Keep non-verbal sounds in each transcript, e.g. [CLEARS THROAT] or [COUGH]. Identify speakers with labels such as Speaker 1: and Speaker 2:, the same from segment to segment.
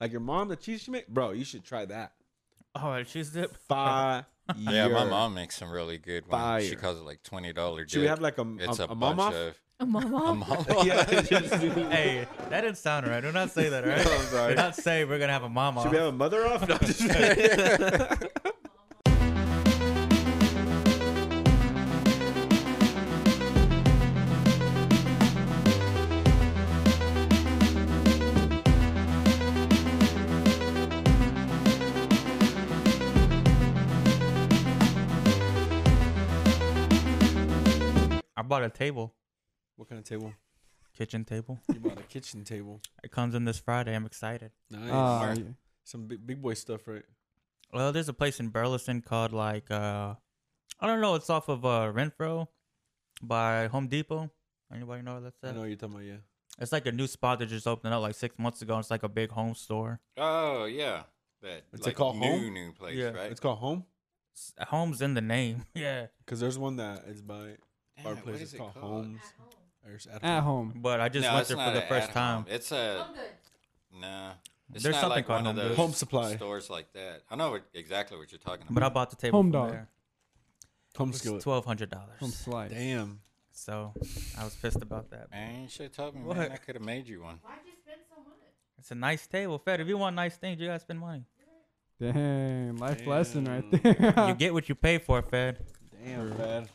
Speaker 1: Like your mom, the cheese she make, bro, you should try [LAUGHS] that.
Speaker 2: Oh, a cheese dip.
Speaker 1: Fire.
Speaker 3: Yeah,
Speaker 1: [LAUGHS]
Speaker 3: my mom makes some really good ones.
Speaker 1: Fire.
Speaker 3: She calls it like twenty dollar.
Speaker 1: Should we have like a, a,
Speaker 3: It's a,
Speaker 1: a mom
Speaker 3: bunch
Speaker 1: off?
Speaker 3: of
Speaker 4: Mama.
Speaker 3: a mom.
Speaker 1: Yeah, just do the-
Speaker 2: Hey, that didn't sound right. Do not say
Speaker 3: [LAUGHS]
Speaker 2: that. All right.
Speaker 1: I'm sorry.
Speaker 2: Do not say we're gonna have a mama.
Speaker 1: Should we have a mother off? No, [LAUGHS] just
Speaker 2: I bought a table,
Speaker 1: what kind of table?
Speaker 2: kitchen table.
Speaker 1: You bought a kitchen table.
Speaker 2: It comes in this Friday. I'm excited.
Speaker 1: Nice.
Speaker 4: Uh, yeah.
Speaker 1: Some big, big boy stuff, right?
Speaker 2: Well, there's a place in Burleson called like uh, I don't know. It's off of uh Renfro, by Home Depot. Anybody know what
Speaker 1: I
Speaker 2: that's
Speaker 1: know
Speaker 2: at?
Speaker 1: what you're talking about, yeah.
Speaker 2: It's like a new spot that just opened up like six months ago. It's like a big home store.
Speaker 3: Oh yeah, that
Speaker 1: It's a
Speaker 3: like
Speaker 1: call
Speaker 3: new
Speaker 1: home?
Speaker 3: new place,
Speaker 2: Yeah,
Speaker 3: right?
Speaker 1: It's called home
Speaker 2: S- Home's in the name. [LAUGHS] Yeah,
Speaker 1: because there's one that is by
Speaker 3: Damn
Speaker 1: our
Speaker 3: it, what
Speaker 1: place.
Speaker 3: is
Speaker 1: It's
Speaker 3: it
Speaker 1: called
Speaker 3: called?
Speaker 1: Homes. Or it's at
Speaker 4: At
Speaker 1: home.
Speaker 4: home.
Speaker 2: but I just
Speaker 3: no,
Speaker 2: went
Speaker 3: it's
Speaker 2: there
Speaker 3: not
Speaker 2: for the
Speaker 3: a
Speaker 2: first
Speaker 3: at
Speaker 2: time.
Speaker 3: home. It's a nah. It's
Speaker 2: There's
Speaker 3: not
Speaker 2: something
Speaker 3: like
Speaker 2: called
Speaker 3: one of
Speaker 2: Home Goods.
Speaker 3: those
Speaker 1: Home Supply.
Speaker 3: stores like that. I know what, exactly what you're talking
Speaker 2: But I
Speaker 3: about.
Speaker 2: bought the table
Speaker 4: Home
Speaker 2: from
Speaker 4: dog.
Speaker 2: there.
Speaker 1: Home
Speaker 2: It's
Speaker 1: skillet.
Speaker 2: twelve hundred dollars.
Speaker 4: Home slice.
Speaker 1: Damn.
Speaker 2: So I was pissed about that.
Speaker 3: Man, you should have told me.
Speaker 2: What?
Speaker 3: Man, I could have made you one.
Speaker 2: It's a nice table, Fed. If you want nice things, you gotta spend money.
Speaker 4: Dang, life lesson right
Speaker 1: Damn.
Speaker 4: there. [LAUGHS]
Speaker 2: you get what you pay for, Fed.
Speaker 1: Damn, man.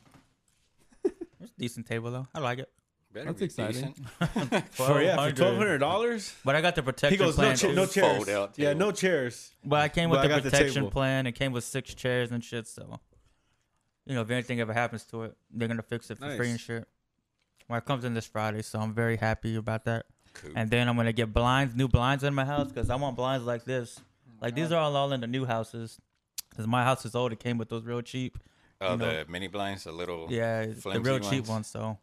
Speaker 2: It's a decent table though. I like it.
Speaker 3: Better
Speaker 4: That's
Speaker 3: be
Speaker 4: exciting.
Speaker 3: decent.
Speaker 1: For yeah, for twelve hundred
Speaker 2: $1,200.
Speaker 1: dollars.
Speaker 2: But I got the protection
Speaker 1: He goes no,
Speaker 2: plan.
Speaker 1: cha-
Speaker 2: too.
Speaker 1: no
Speaker 3: Fold
Speaker 1: chairs.
Speaker 3: out
Speaker 1: Yeah,
Speaker 3: table.
Speaker 1: no chairs.
Speaker 2: but I came
Speaker 1: But
Speaker 2: with
Speaker 1: I
Speaker 2: the
Speaker 1: got the
Speaker 2: protection
Speaker 1: table.
Speaker 2: plan. It came with six chairs and shit. So, you know, if anything ever happens to it, they're gonna fix it for free
Speaker 1: Nice.
Speaker 2: and shit. Well, it comes in this Friday, so I'm very happy about that.
Speaker 3: Cool.
Speaker 2: And then I'm gonna get blinds, new blinds in my house, because I want blinds like this. Like these are all, all in the new houses. Cause my house is old. It came with those real cheap.
Speaker 3: Oh,
Speaker 2: you know-
Speaker 3: the mini blinds, the little
Speaker 2: Yeah, it's the
Speaker 3: flimsy
Speaker 2: real cheap ones. So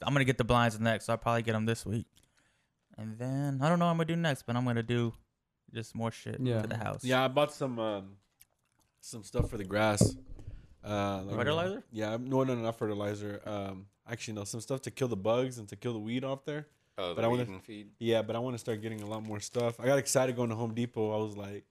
Speaker 2: I'm gonna get the blinds next. So I'll probably get them this week. And then I don't know what I'm gonna do next, but I'm gonna do just more shit
Speaker 4: Yeah.
Speaker 2: to the house.
Speaker 1: Yeah, I bought some um, some stuff for the grass. Uh, like-
Speaker 2: Fertilizer?
Speaker 1: Yeah, no, no, no, not fertilizer. Um, actually, no, some stuff to kill the bugs and to kill the weed off there.
Speaker 3: Oh, the
Speaker 1: But I wanna-
Speaker 3: weed and feed.
Speaker 1: Yeah, but I want to start getting a lot more stuff. I got excited going to Home Depot. I was like,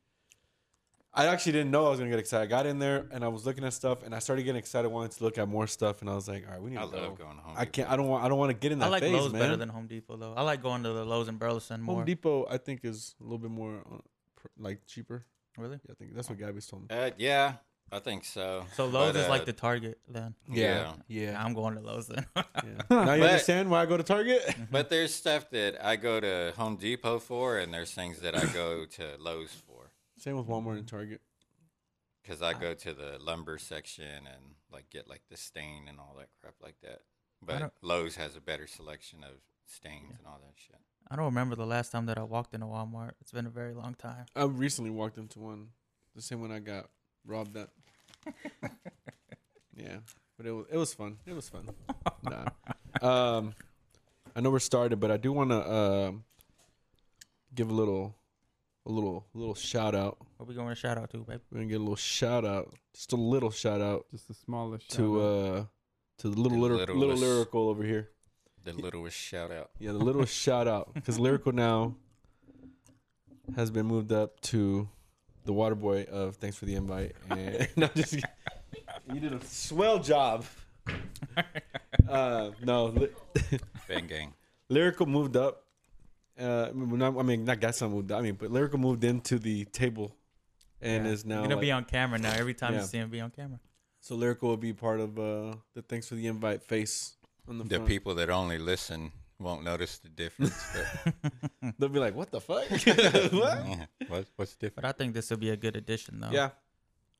Speaker 1: I actually didn't know I was gonna get excited. I got in there and I was looking at stuff, and I started getting excited, wanting to look at more stuff, and I was like, all right, we need.
Speaker 3: I
Speaker 1: to
Speaker 3: love
Speaker 1: go.
Speaker 3: going to Home
Speaker 1: I
Speaker 3: Depot.
Speaker 1: can't. I don't want. I don't want to get in that
Speaker 2: I like
Speaker 1: phase,
Speaker 2: Lowe's
Speaker 1: man.
Speaker 2: better than Home Depot though. I like going to the Lowe's in Burleson more.
Speaker 1: Home Depot. I think is a little bit more, uh, pr- like cheaper.
Speaker 2: Really?
Speaker 1: Yeah, I think that's what Gabby's told me.
Speaker 3: Uh, yeah, I think so.
Speaker 2: So Lowe's
Speaker 3: But,
Speaker 2: is like
Speaker 3: uh,
Speaker 2: the Target then.
Speaker 1: Yeah,
Speaker 3: [LAUGHS]
Speaker 2: Yeah, I'm going to Lowe's then. [LAUGHS]
Speaker 1: yeah. now you
Speaker 3: But-
Speaker 1: understand why I go to
Speaker 3: [LAUGHS]
Speaker 1: Target.
Speaker 3: But there's stuff that I go to Home Depot for, and there's things that I go to Lowe's for
Speaker 1: Same with Walmart and Target.
Speaker 3: because
Speaker 1: Ah.
Speaker 3: I go to the lumber section and like get like the stain and all that crap like that. But
Speaker 2: don't-
Speaker 3: Lowe's has a better selection of stains and all that shit.
Speaker 2: I don't remember the last time that I walked into Walmart. It's been a very long time.
Speaker 1: I recently walked into one, the same one I got robbed at. yeah, but it was it was fun. It was fun. Nah. Um, I know we're started, but I do want to um give a little, a little, little shout out.
Speaker 2: What we going to shout out to, babe?
Speaker 1: We're gonna get a little shout out, just a little shout out
Speaker 4: Just the smallest.
Speaker 1: to uh to the little
Speaker 3: The
Speaker 1: lyri- little
Speaker 3: littlest.
Speaker 1: lyrical over here.
Speaker 3: The littlest shout [LAUGHS] out.
Speaker 1: Yeah, the little shout out because lyrical now has been moved up to the water boy of thanks for the invite. And [LAUGHS] no, just kidding. you did a swell
Speaker 2: [LAUGHS]
Speaker 1: job. Uh, no, li-
Speaker 3: Bang gang.
Speaker 1: lyrical moved up. Uh, well, not, I mean, not Gaston moved. Up, I mean, but lyrical moved into the table, and
Speaker 2: Yeah.
Speaker 1: is now
Speaker 2: You're gonna
Speaker 1: like-
Speaker 2: be on camera now. Every time
Speaker 1: Yeah.
Speaker 2: you see him, be on camera.
Speaker 1: so lyrical will be part of uh, the thanks for the invite face on the,
Speaker 3: The
Speaker 1: front.
Speaker 3: people that only listen won't notice the
Speaker 1: [LAUGHS]
Speaker 3: difference. But,
Speaker 1: They'll be like, what the fuck? what?
Speaker 3: [LAUGHS] yeah. What- what's different?
Speaker 2: But I think this will be a good addition though.
Speaker 1: Yeah,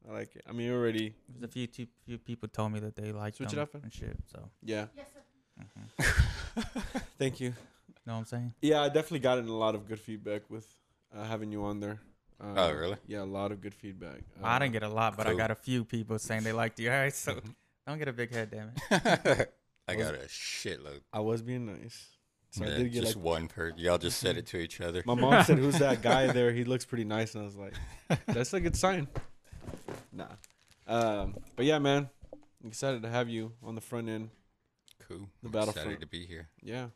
Speaker 1: I like it. I mean, already.
Speaker 2: There's a few two, few people told me that they liked
Speaker 1: Switch it
Speaker 2: them
Speaker 1: up, man.
Speaker 2: and shit. So you
Speaker 1: Yeah. Thank you. Mm-hmm. [LAUGHS]
Speaker 2: know what I'm saying?
Speaker 1: Yeah, I definitely gotten a lot of good feedback with uh, having you on there. Uh,
Speaker 3: Oh, really?
Speaker 1: Yeah, a lot of good feedback. Um,
Speaker 2: I didn't get a lot, but I
Speaker 3: cool.
Speaker 2: got a few people saying they liked you. [LAUGHS] All right, so
Speaker 1: Mm-hmm.
Speaker 2: don't get a big head, damn it.
Speaker 3: [LAUGHS] I got a shitload.
Speaker 1: I was being nice. So I
Speaker 3: Yeah,
Speaker 1: did get
Speaker 3: just
Speaker 1: like.
Speaker 3: one per. Y'all just said it to each other.
Speaker 1: My mom said, "Who's that guy there? He looks pretty nice," and I was like, "That's a good sign." [LAUGHS] Nah. Um, but yeah, man, I'm excited to have you on the front end.
Speaker 3: Cool.
Speaker 1: The
Speaker 3: I'm
Speaker 1: Battlefront.
Speaker 3: Excited to be here.
Speaker 1: Yeah.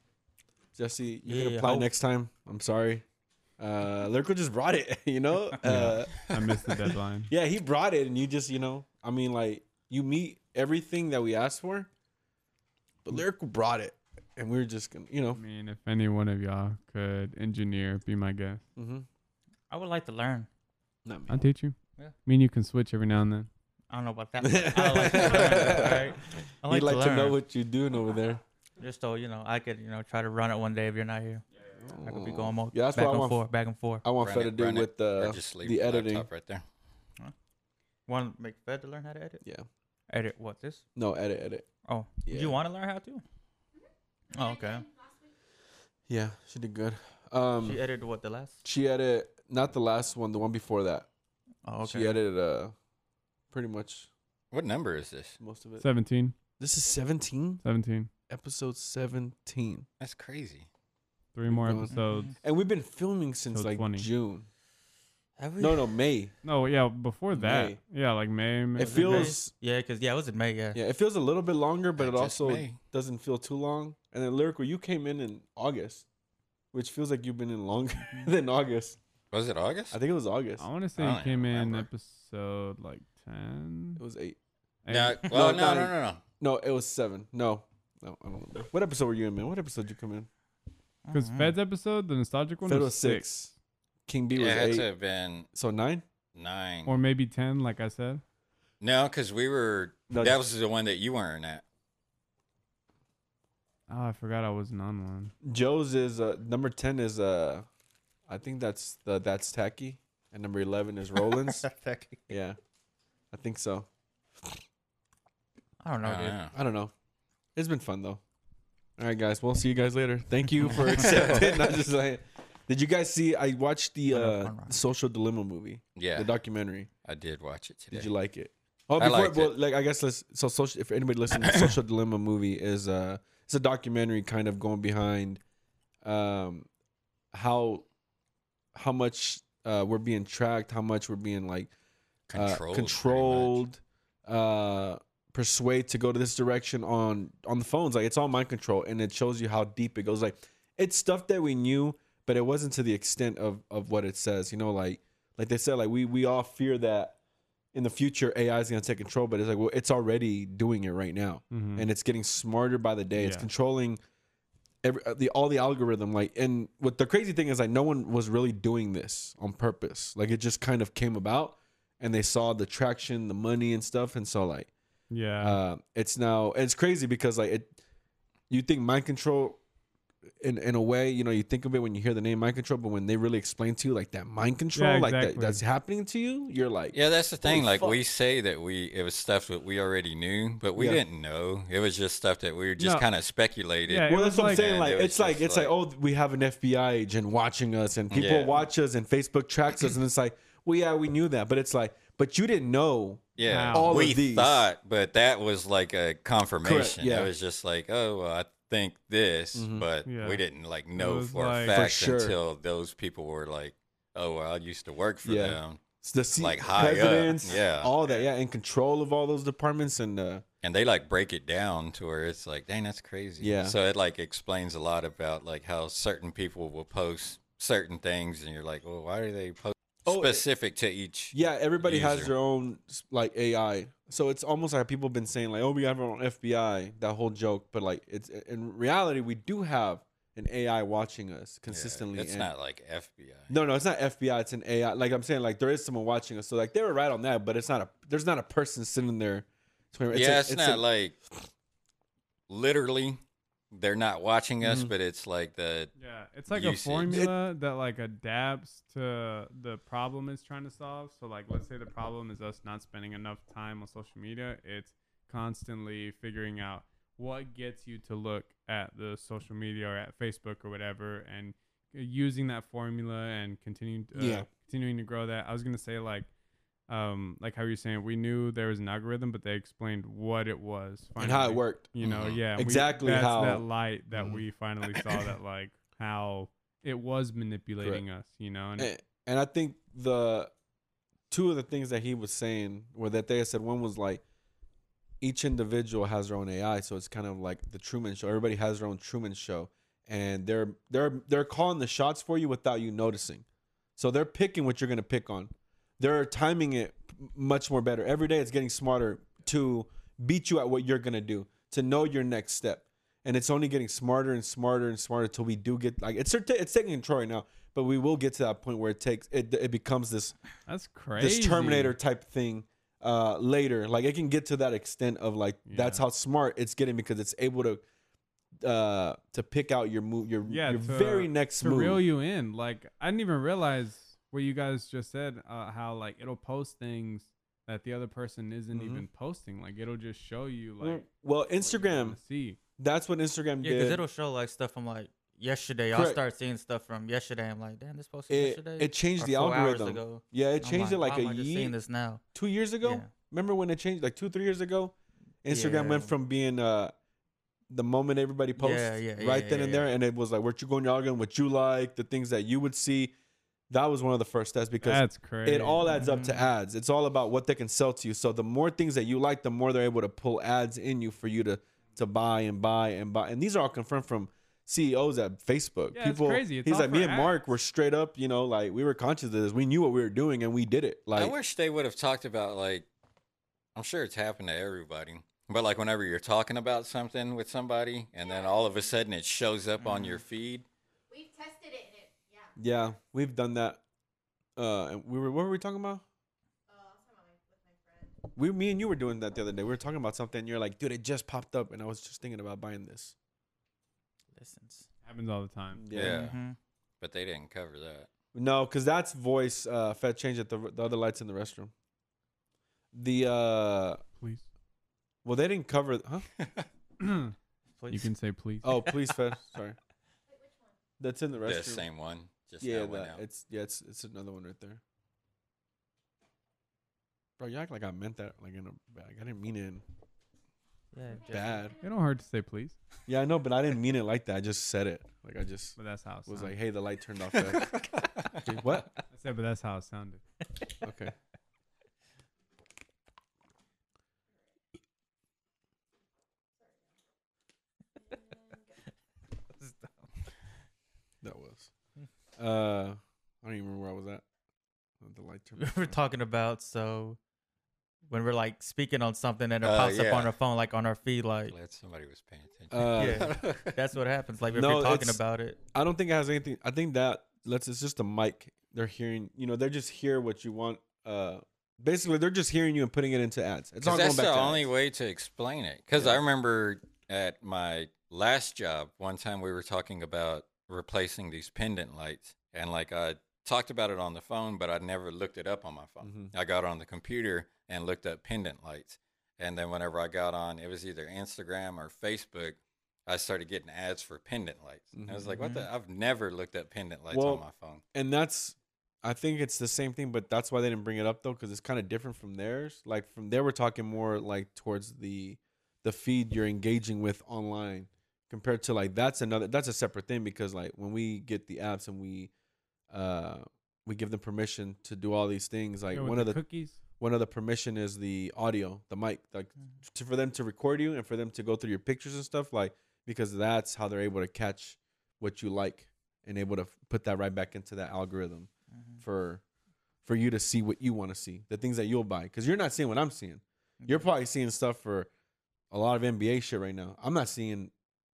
Speaker 1: Jesse, you can
Speaker 2: Yeah,
Speaker 1: apply
Speaker 2: hope-
Speaker 1: next time. I'm sorry. Uh, Lyrical just brought it, [LAUGHS] you know? Uh,
Speaker 4: I missed the deadline.
Speaker 1: [LAUGHS] yeah, he brought it, and you just, you know, I mean, like, you meet everything that we asked for, but Lyrical brought it, and we were just gonna, you
Speaker 4: I
Speaker 1: know,
Speaker 4: mean, if any one of y'all could engineer, be my guest.
Speaker 1: mm-hmm.
Speaker 2: [LAUGHS] I would like to learn.
Speaker 1: not me.
Speaker 4: I'll teach you.
Speaker 2: Yeah.
Speaker 4: Me and you can switch every now and then.
Speaker 2: I don't know
Speaker 1: [LAUGHS]
Speaker 2: about that. but I like to learn. All right? I like,
Speaker 1: He'd like to,
Speaker 2: learn.
Speaker 1: know what you're doing over there.
Speaker 2: Just so you know, I could you know try to run it one day if you're not here. I could be going mo-
Speaker 1: Yeah, that's
Speaker 2: back
Speaker 1: what I
Speaker 2: and
Speaker 1: want.
Speaker 2: forth, back and forth.
Speaker 1: I want
Speaker 3: Run
Speaker 1: Fed
Speaker 3: it,
Speaker 1: to do
Speaker 3: run it,
Speaker 1: with the,
Speaker 3: or just leave
Speaker 1: Uh, the
Speaker 3: your
Speaker 1: editing.
Speaker 3: laptop right there.
Speaker 2: Want to make Fed to learn how to edit?
Speaker 1: Yeah.
Speaker 2: Edit what this?
Speaker 1: No, edit, edit.
Speaker 2: Oh,
Speaker 1: Yeah.
Speaker 2: you want to learn how to? Oh, okay.
Speaker 1: Yeah, she did good. Um,
Speaker 2: She edited what the last?
Speaker 1: she edit, not the last one, the one before that.
Speaker 2: Oh, okay.
Speaker 1: She edited uh, pretty much
Speaker 3: What number is this?
Speaker 1: most of it.
Speaker 4: 17.
Speaker 1: This is 17,
Speaker 4: 17.
Speaker 1: episode 17.
Speaker 3: That's crazy.
Speaker 4: Three more
Speaker 1: going. Mm-hmm.
Speaker 4: episodes.
Speaker 1: And we've been filming since
Speaker 4: So
Speaker 1: like
Speaker 4: 20.
Speaker 1: June.
Speaker 2: Have we-
Speaker 1: No, no, May.
Speaker 4: No, yeah, before that.
Speaker 1: May.
Speaker 4: Yeah, like May. May
Speaker 1: It
Speaker 2: May?
Speaker 1: feels
Speaker 2: Yeah, because yeah, it was in May. Yeah.
Speaker 1: yeah, it feels a little bit longer, but
Speaker 3: I
Speaker 1: it
Speaker 3: just
Speaker 1: also
Speaker 3: may.
Speaker 1: doesn't feel too long. And then lyrical, you came in in August, which feels like you've been in longer [LAUGHS] than August.
Speaker 3: Was it August?
Speaker 1: I think it was August.
Speaker 4: I want to say
Speaker 3: I
Speaker 4: you
Speaker 3: don't even
Speaker 4: came in
Speaker 3: remember.
Speaker 4: episode like 10.
Speaker 1: It was eight.
Speaker 4: Eight. [LAUGHS]
Speaker 3: no,
Speaker 1: No,
Speaker 3: well, no,
Speaker 1: not
Speaker 3: no,
Speaker 1: in-
Speaker 3: no, no.
Speaker 1: No, it was seven. No, no, I don't remember. What episode were you in, man? What episode did you come in?
Speaker 4: Because
Speaker 2: Mhm.
Speaker 4: Fed's episode, the nostalgic one,
Speaker 1: Fed
Speaker 4: was,
Speaker 1: was
Speaker 4: six.
Speaker 1: six. King B
Speaker 3: It
Speaker 1: was
Speaker 3: had
Speaker 1: eight.
Speaker 3: to have been
Speaker 1: So nine.
Speaker 3: nine.
Speaker 4: or maybe ten, like I said.
Speaker 3: no, because we were.
Speaker 1: No,
Speaker 3: that
Speaker 1: just-
Speaker 3: was the one that you weren't at.
Speaker 4: Oh, I forgot I wasn't on one.
Speaker 1: Joe's is uh, number ten is uh, I think that's the that's tacky, and number eleven is
Speaker 3: [LAUGHS]
Speaker 1: Roland's. yeah, I think so.
Speaker 2: [LAUGHS] I don't know,
Speaker 3: I don't
Speaker 2: dude.
Speaker 3: know.
Speaker 1: I don't know. It's been fun though. All right, guys. We'll see you guys later. Thank you
Speaker 3: [LAUGHS]
Speaker 1: for accepting. Not just like, did you guys see? I watched the
Speaker 2: Fun run,
Speaker 1: uh,
Speaker 2: fun run.
Speaker 1: Social Dilemma movie,
Speaker 3: Yeah,
Speaker 1: the documentary.
Speaker 3: I did watch it today.
Speaker 1: Did you like it? Oh,
Speaker 3: I
Speaker 1: before
Speaker 3: liked
Speaker 1: well,
Speaker 3: it.
Speaker 1: like I guess let's so social. If anybody
Speaker 3: [COUGHS]
Speaker 1: listening, Social Dilemma movie is uh it's a documentary kind of going behind um how how much uh we're being tracked, how much we're being like uh,
Speaker 3: Controlled. pretty much.
Speaker 1: controlled uh persuade to go to this direction on on the phones like it's all mind control and it shows you how deep it goes like it's stuff that we knew but it wasn't to the extent of of what it says you know like like they said like we we all fear that in the future ai is going to take control but it's like well it's already doing it right now
Speaker 4: Mm-hmm.
Speaker 1: and it's getting smarter by the day. It's
Speaker 4: Yeah.
Speaker 1: controlling every uh, the all the algorithm. Like, and what the crazy thing is, like, no one was really doing this on purpose. Like, it just kind of came about, and they saw the traction, the money, and stuff, and so like,
Speaker 4: yeah,
Speaker 1: uh, it's now it's crazy because like it, you think mind control. In, in a way, you know, you think of it when you hear the name mind control, but when they really explain to you like that mind control, like that,
Speaker 4: exactly.
Speaker 1: that's happening to you, you're like,
Speaker 3: Yeah, that's the thing.
Speaker 1: Holy
Speaker 3: Like
Speaker 1: fuck.
Speaker 3: we say that we it was stuff that we already knew, but we
Speaker 1: Yeah.
Speaker 3: didn't know. It was just stuff that we were just
Speaker 4: No.
Speaker 3: kind of speculated.
Speaker 4: Yeah, it
Speaker 1: well,
Speaker 4: was
Speaker 1: that's what I'm
Speaker 4: like-
Speaker 1: saying.
Speaker 3: And
Speaker 1: Like,
Speaker 3: it was
Speaker 1: it's like
Speaker 3: just
Speaker 1: it's like,
Speaker 3: like-
Speaker 1: oh, we have an FBI agent watching us, and people
Speaker 3: Yeah.
Speaker 1: watch us, and Facebook tracks us, and it's like, well, yeah, we knew that, but it's like, but you didn't know.
Speaker 3: Yeah,
Speaker 4: Wow.
Speaker 1: All of
Speaker 3: we
Speaker 1: these.
Speaker 3: thought, but that was like a confirmation.
Speaker 1: yeah.
Speaker 3: It was just like, oh, well, I think this,
Speaker 1: Mhm.
Speaker 3: but
Speaker 4: Mm-hmm. Yeah.
Speaker 3: we didn't like
Speaker 4: It
Speaker 3: know
Speaker 4: was
Speaker 3: for
Speaker 4: like-
Speaker 3: a
Speaker 4: For
Speaker 3: fact
Speaker 1: sure.
Speaker 3: until those people were like, oh, well, I used to work for
Speaker 1: Yeah.
Speaker 3: them,
Speaker 1: It's the C-
Speaker 3: Like, high up.
Speaker 1: presidents,
Speaker 3: Yeah.
Speaker 1: all that, yeah, in control of all those departments, and uh,
Speaker 3: and they like break it down to where it's like, dang, that's crazy.
Speaker 1: Yeah.
Speaker 3: So it like explains a lot about like how certain people will post certain things, and you're like, well, why are they post
Speaker 1: Oh, it-
Speaker 3: specific to each?
Speaker 1: yeah, everybody has
Speaker 3: User.
Speaker 1: their own like AI, so it's almost like people have been saying like, oh, we have our own FBI, that whole joke, but like, it's in reality, we do have an AI watching us
Speaker 3: Yeah,
Speaker 1: consistently.
Speaker 3: it's
Speaker 1: and-
Speaker 3: not like FBI.
Speaker 1: No, no, it's not FBI. It's an AI. Like I'm saying, like there is someone watching us. So like they were right on that, but it's not a. There's not a person sitting there. It's
Speaker 3: yeah,
Speaker 1: a-
Speaker 3: it's, not
Speaker 1: a-
Speaker 3: like literally they're not watching us,
Speaker 1: Mhm.
Speaker 3: but it's like the
Speaker 4: yeah. It's like
Speaker 3: usage.
Speaker 4: a formula that like adapts to the problem it's trying to solve. So like, let's say the problem is us not spending enough time on social media. It's constantly figuring out what gets you to look at the social media or at Facebook or whatever, and uh, using that formula and continuing uh,
Speaker 1: Yeah.
Speaker 4: continuing to grow that. I was gonna say like um like how you're saying we knew there was an algorithm, but they explained what it was
Speaker 1: and how it
Speaker 4: finally.
Speaker 1: worked.
Speaker 4: You know,
Speaker 3: Mhm.
Speaker 4: yeah, we-
Speaker 1: Exactly
Speaker 4: that's
Speaker 1: how-
Speaker 4: that light that
Speaker 1: Mhm.
Speaker 4: we finally [COUGHS] saw that like how it was manipulating us. You know, and
Speaker 1: And, and I think the two of the things that he was saying were that they had said one was like each individual has their own AI, so it's kind of like the Truman Show. Everybody has their own Truman Show, and they're they're they're calling the shots for you without you noticing. So they're picking what you're gonna pick on. They're timing it m- much more better. Every day it's getting smarter to beat you at what you're gonna do, to know your next step. And it's only getting smarter and smarter and smarter till we do get like it's it's taking control right now, but we will get to that point where it takes it it becomes this
Speaker 4: that's crazy.
Speaker 1: this Terminator type thing uh, later. Like it can get to that extent of like that's
Speaker 4: Yeah.
Speaker 1: how smart it's getting because it's able to uh, to pick out your move, your
Speaker 4: Yeah,
Speaker 1: your
Speaker 4: to-
Speaker 1: very next
Speaker 4: to
Speaker 1: move.
Speaker 4: reel you in. Like I didn't even realize what you guys just said. Uh, how like it'll post things that the other person isn't
Speaker 1: Mhm.
Speaker 4: even posting. Like it'll just show you like
Speaker 1: Mm. well,
Speaker 4: what you wanna
Speaker 1: Instagram.
Speaker 4: See,
Speaker 1: That's what Instagram
Speaker 2: Yeah, because
Speaker 1: did.
Speaker 2: it'll show like stuff from like yesterday. I'll
Speaker 1: Correct.
Speaker 2: start seeing stuff from yesterday. I'm like, damn, this posted
Speaker 1: It,
Speaker 2: yesterday.
Speaker 1: it changed
Speaker 2: or
Speaker 1: the
Speaker 2: four hours
Speaker 1: algorithm.
Speaker 2: ago.
Speaker 1: Yeah, it
Speaker 2: I'm
Speaker 1: changed
Speaker 2: like,
Speaker 1: it
Speaker 2: why
Speaker 1: like
Speaker 2: am
Speaker 1: a
Speaker 2: I just seeing
Speaker 1: year,
Speaker 2: this now.
Speaker 1: two years ago.
Speaker 2: Yeah.
Speaker 1: Remember when it changed? Like two, three years ago, Instagram went
Speaker 2: Yeah.
Speaker 1: from being uh, the moment everybody posts
Speaker 2: Yeah, yeah, yeah,
Speaker 1: right then
Speaker 2: yeah,
Speaker 1: and
Speaker 2: yeah.
Speaker 1: there, and it was like what you go on your algorithm, what you like, the things that you would see. That was one of the first steps because
Speaker 4: that's crazy.
Speaker 1: it all adds up to
Speaker 2: Mhm.
Speaker 1: ads. It's all about what they can sell to you. So the more things that you like, the more they're able to pull ads in you for you to to buy and buy and buy. And these are all confirmed from CEOs at Facebook.
Speaker 4: Yeah, it's crazy. It's
Speaker 1: he's
Speaker 4: all
Speaker 1: like me
Speaker 4: for
Speaker 1: and Mark
Speaker 4: ads.
Speaker 1: were straight up, you know, like we were conscious of this. We knew what we were doing and we did it.
Speaker 3: I
Speaker 1: Like
Speaker 3: wish they would have talked about like I'm sure it's happened to everybody. But like whenever you're talking about something with somebody and then all of a sudden it shows up on
Speaker 1: Mm-hmm.
Speaker 3: your feed.
Speaker 5: We've tested it and it, yeah.
Speaker 1: yeah, we've done that. Uh, and we were what were we talking about?
Speaker 5: Oh, I was talking about my, with my friend.
Speaker 1: We, me and you were doing that the other day. We were talking about something. And you're like, dude, it just popped up, and I was just thinking about buying this.
Speaker 2: Listens.
Speaker 4: happens all the time.
Speaker 3: Yeah.
Speaker 2: Mhm.
Speaker 3: But they didn't cover that.
Speaker 1: No, because that's voice uh, fed change at the, the other lights in the restroom. The uh,
Speaker 4: Please,
Speaker 1: [CLEARS THROAT] well, they didn't cover. Huh?
Speaker 4: you
Speaker 2: Please.
Speaker 4: can say please.
Speaker 1: Oh, please
Speaker 3: [LAUGHS]
Speaker 1: fed. Sorry, that's in the restroom.
Speaker 3: The same one. Just
Speaker 1: yeah,
Speaker 3: that one
Speaker 1: that-
Speaker 3: out.
Speaker 1: it's yeah, it's it's another one right there. Bro, you act like I meant that like in a bag. I didn't mean it in
Speaker 2: Yeah, just- [LAUGHS]
Speaker 1: bad.
Speaker 4: It don't hurt to say please,
Speaker 1: Yeah, I know, but I didn't mean it like that. I just said it. Like I just
Speaker 4: but that's how it
Speaker 1: was
Speaker 4: sounded.
Speaker 1: like, hey, the light turned off. Fed. Okay, what?
Speaker 4: I said, but that's how it sounded.
Speaker 1: Okay. That was. Uh, I don't even remember where I was at. The light
Speaker 2: [LAUGHS]
Speaker 1: turned.
Speaker 2: we
Speaker 1: off.
Speaker 2: were talking about so when we're like speaking on something and it
Speaker 3: Uh,
Speaker 2: pops up on
Speaker 3: yeah.
Speaker 2: our phone, like on our feed, like
Speaker 3: Glad somebody was paying attention.
Speaker 1: Uh,
Speaker 2: yeah,
Speaker 3: [LAUGHS]
Speaker 2: that's what happens. Like if
Speaker 1: No,
Speaker 2: you're talking
Speaker 1: it's-
Speaker 2: about it,
Speaker 1: I don't think it has anything. I think that let's. It's just a mic. They're hearing. You know, they're just hear what you want. Uh, basically, they're just hearing you and putting it into ads. It's all
Speaker 3: 'Cause
Speaker 1: going
Speaker 3: that's
Speaker 1: back to
Speaker 3: the only
Speaker 1: ads.
Speaker 3: way to explain it. Because I remember at my last job, one time we were talking about replacing these pendant lights, and like I talked about it on the phone, but I never looked it up on my phone.
Speaker 4: Mm-hmm.
Speaker 1: Mm-hmm.
Speaker 3: I got on the computer and looked up pendant lights, and then whenever I got on, it was either Instagram or Facebook. I started getting ads for pendant lights. I was like, "What the? I've never looked up pendant lights
Speaker 1: Mm-hmm. Well,
Speaker 3: on my phone."
Speaker 1: and that's I think it's the same thing, but that's why they didn't bring it up though, because it's kind of different from theirs. Like from there, we're talking more like towards the the feed you're engaging with online compared to like that's another that's a separate thing because like when we get the apps and we uh we give them permission to do all these things like
Speaker 4: Yeah, with
Speaker 1: one of the
Speaker 4: cookies.
Speaker 1: one of the permission is the audio, the mic, like
Speaker 2: Mm-hmm.
Speaker 1: to, for them to record you and for them to go through your pictures and stuff, like because that's how they're able to catch what you like and able to f- put that right back into that algorithm
Speaker 2: Mm-hmm.
Speaker 1: for for you to see what you want to see, the things that you'll buy, because you're not seeing what I'm seeing.
Speaker 2: Mm-hmm.
Speaker 1: You're probably seeing stuff for a lot of NBA shit right now. I'm not seeing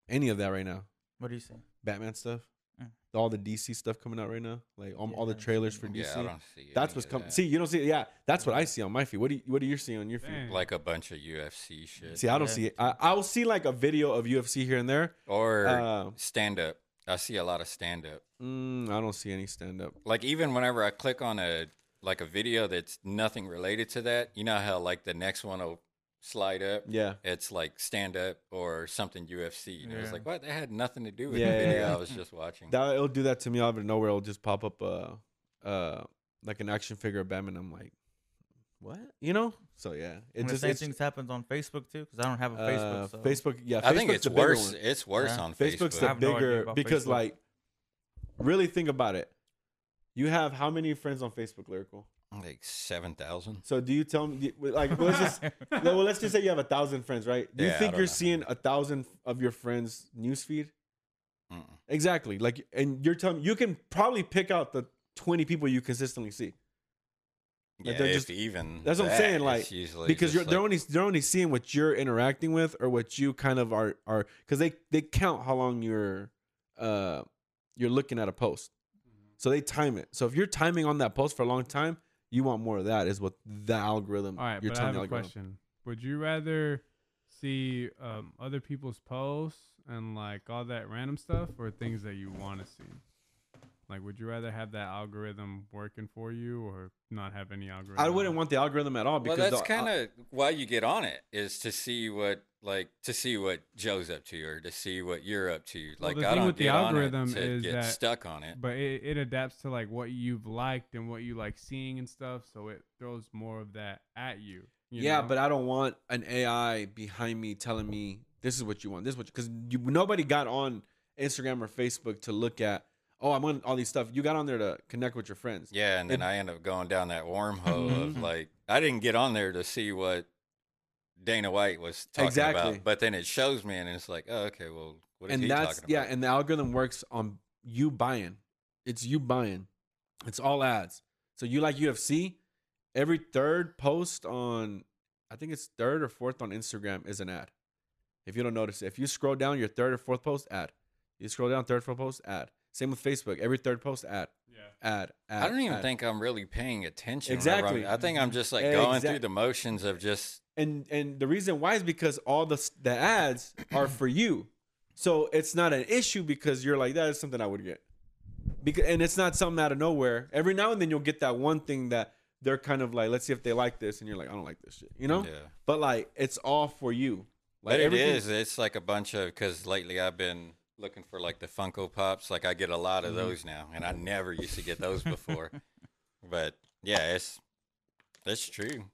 Speaker 1: any of that right now.
Speaker 2: what do you say?
Speaker 1: Batman stuff,
Speaker 2: Mm.
Speaker 1: all the DC stuff coming out right now, like um,
Speaker 2: Yeah,
Speaker 1: all
Speaker 2: I
Speaker 1: the
Speaker 2: haven't seen
Speaker 1: trailers
Speaker 2: it.
Speaker 1: for DC.
Speaker 3: Yeah, I don't see.
Speaker 1: That's what's
Speaker 3: any of
Speaker 1: coming.
Speaker 3: that.
Speaker 1: See, you don't see it. Yeah, that's what I see on my feed. What do you, what do you see on your feed?
Speaker 4: Dang.
Speaker 3: like a bunch of UFC shit.
Speaker 1: See, I don't
Speaker 2: Yeah.
Speaker 1: see it. I, I'll see like a video of UFC here and there.
Speaker 3: or
Speaker 1: Uh,
Speaker 3: stand up. I see a lot of stand up.
Speaker 1: mm, I don't see any stand up.
Speaker 3: Like even whenever I click on a like a video that's nothing related to that, you know how like the next one will slide up.
Speaker 1: Yeah.
Speaker 3: It's like stand up or something UFC. And it was
Speaker 2: Yeah.
Speaker 3: like, what? That had nothing to do with
Speaker 1: Yeah,
Speaker 3: the
Speaker 1: yeah,
Speaker 3: video
Speaker 1: yeah.
Speaker 3: I was just watching.
Speaker 1: That it'll do that to me out of nowhere. It'll just pop up uh uh like an action figure of Batman. I'm like, what? You know? So yeah, it
Speaker 2: And the
Speaker 1: just
Speaker 2: same
Speaker 1: it's,
Speaker 2: things happens on Facebook too, because I don't have a Facebook.
Speaker 1: uh,
Speaker 2: so.
Speaker 1: Facebook. Yeah,
Speaker 3: I think
Speaker 1: Facebook's
Speaker 3: it's
Speaker 1: the bigger
Speaker 3: worse.
Speaker 1: one.
Speaker 3: It's worse
Speaker 2: Yeah.
Speaker 3: on Facebook.
Speaker 1: Facebook's
Speaker 2: I
Speaker 1: the
Speaker 2: have no idea
Speaker 1: bigger
Speaker 2: about
Speaker 1: because
Speaker 2: Facebook.
Speaker 1: like really think about it. You have how many friends on Facebook, lyrical?
Speaker 3: like 7,000.
Speaker 1: So do you tell me do you- like let's just no, well let's just say you have a thousand friends, right? Do you
Speaker 3: Yeah, I
Speaker 1: think
Speaker 3: don't
Speaker 1: you're
Speaker 3: know.
Speaker 1: seeing a thousand of your friends' newsfeed?
Speaker 3: Mm-mm.
Speaker 1: Exactly. Like, and you're telling you can probably pick out the 20 people you consistently see
Speaker 3: Yeah,
Speaker 1: they're
Speaker 3: if
Speaker 1: just-
Speaker 3: even.
Speaker 1: that's what I'm
Speaker 3: that,
Speaker 1: saying,
Speaker 3: it's
Speaker 1: like,
Speaker 3: usually
Speaker 1: because
Speaker 3: just
Speaker 1: you're, they're
Speaker 3: like-
Speaker 1: only they're only seeing what you're interacting with or what you kind of are are because they they count how long you're uh you're looking at a post, so they time it. So if you're timing on that post for a long time, you want more of that is what the algorithm.
Speaker 4: All right,
Speaker 1: you're
Speaker 4: but I have
Speaker 1: the
Speaker 4: a question. Would you rather see um, other people's posts and like all that random stuff, or things that you want to see? Like, would you rather have that algorithm working for you, or not have any algorithm?
Speaker 1: I wouldn't want the algorithm at all
Speaker 3: Well,
Speaker 1: because
Speaker 3: that's
Speaker 1: the-
Speaker 3: kind of why you get on it is to see what like to see what Joe's up to or to see what you're up to.
Speaker 4: Well,
Speaker 3: Like
Speaker 4: the
Speaker 3: I
Speaker 4: thing
Speaker 3: don't
Speaker 4: with the
Speaker 3: get on it
Speaker 4: algorithm
Speaker 3: to
Speaker 4: is
Speaker 3: get
Speaker 4: that-
Speaker 3: stuck on it.
Speaker 4: But it, it adapts to like what you've liked and what you like seeing and stuff, so it throws more of that at you. you
Speaker 1: yeah,
Speaker 4: know?
Speaker 1: but I don't want an AI behind me telling me this is what you want. This is what because you, nobody got on Instagram or Facebook to look at. Oh, I'm on all these stuff. You got on there to connect with your friends.
Speaker 3: Yeah, and then
Speaker 1: It- Mm-hmm.
Speaker 3: I end up going down that wormhole of like I didn't get on there to see what Dana White was talking
Speaker 1: Exactly.
Speaker 3: about, but then it shows me, and it's like, oh, okay, well, what is
Speaker 1: and
Speaker 3: he
Speaker 1: that's
Speaker 3: talking
Speaker 1: yeah,
Speaker 3: about?
Speaker 1: and the algorithm works on you buying. It's you buying. It's all ads. So you like UFC, every third post on I think it's third or fourth on Instagram is an ad. If you don't notice, if you scroll down your third or fourth post, ad. You scroll down third, fourth post, ad. Same with Facebook. Every third post, ad.
Speaker 4: yeah,
Speaker 1: ad, ad.
Speaker 3: I don't even
Speaker 1: ad.
Speaker 3: think I'm really paying attention. whenever I'm-
Speaker 1: Exactly.
Speaker 3: I think I'm just like going
Speaker 1: Exact-
Speaker 3: through the motions of just
Speaker 1: And and the reason why is because all the s- the ads are for you, so it's not an issue because you're like that is something I would get, because and it's not something out of nowhere. Every now and then you'll get that one thing that they're kind of like, let's see if they like this, and you're like, I don't like this shit, you know.
Speaker 3: Yeah.
Speaker 1: But like, it's all for you. Like
Speaker 3: but it
Speaker 1: everything-
Speaker 3: is. It's like a bunch of because lately I've been looking for like the Funko Pops. Like I get a lot
Speaker 1: Mm-hmm.
Speaker 3: of those now, and I never used to get those
Speaker 1: [LAUGHS]
Speaker 3: before. but yeah, it's that's true.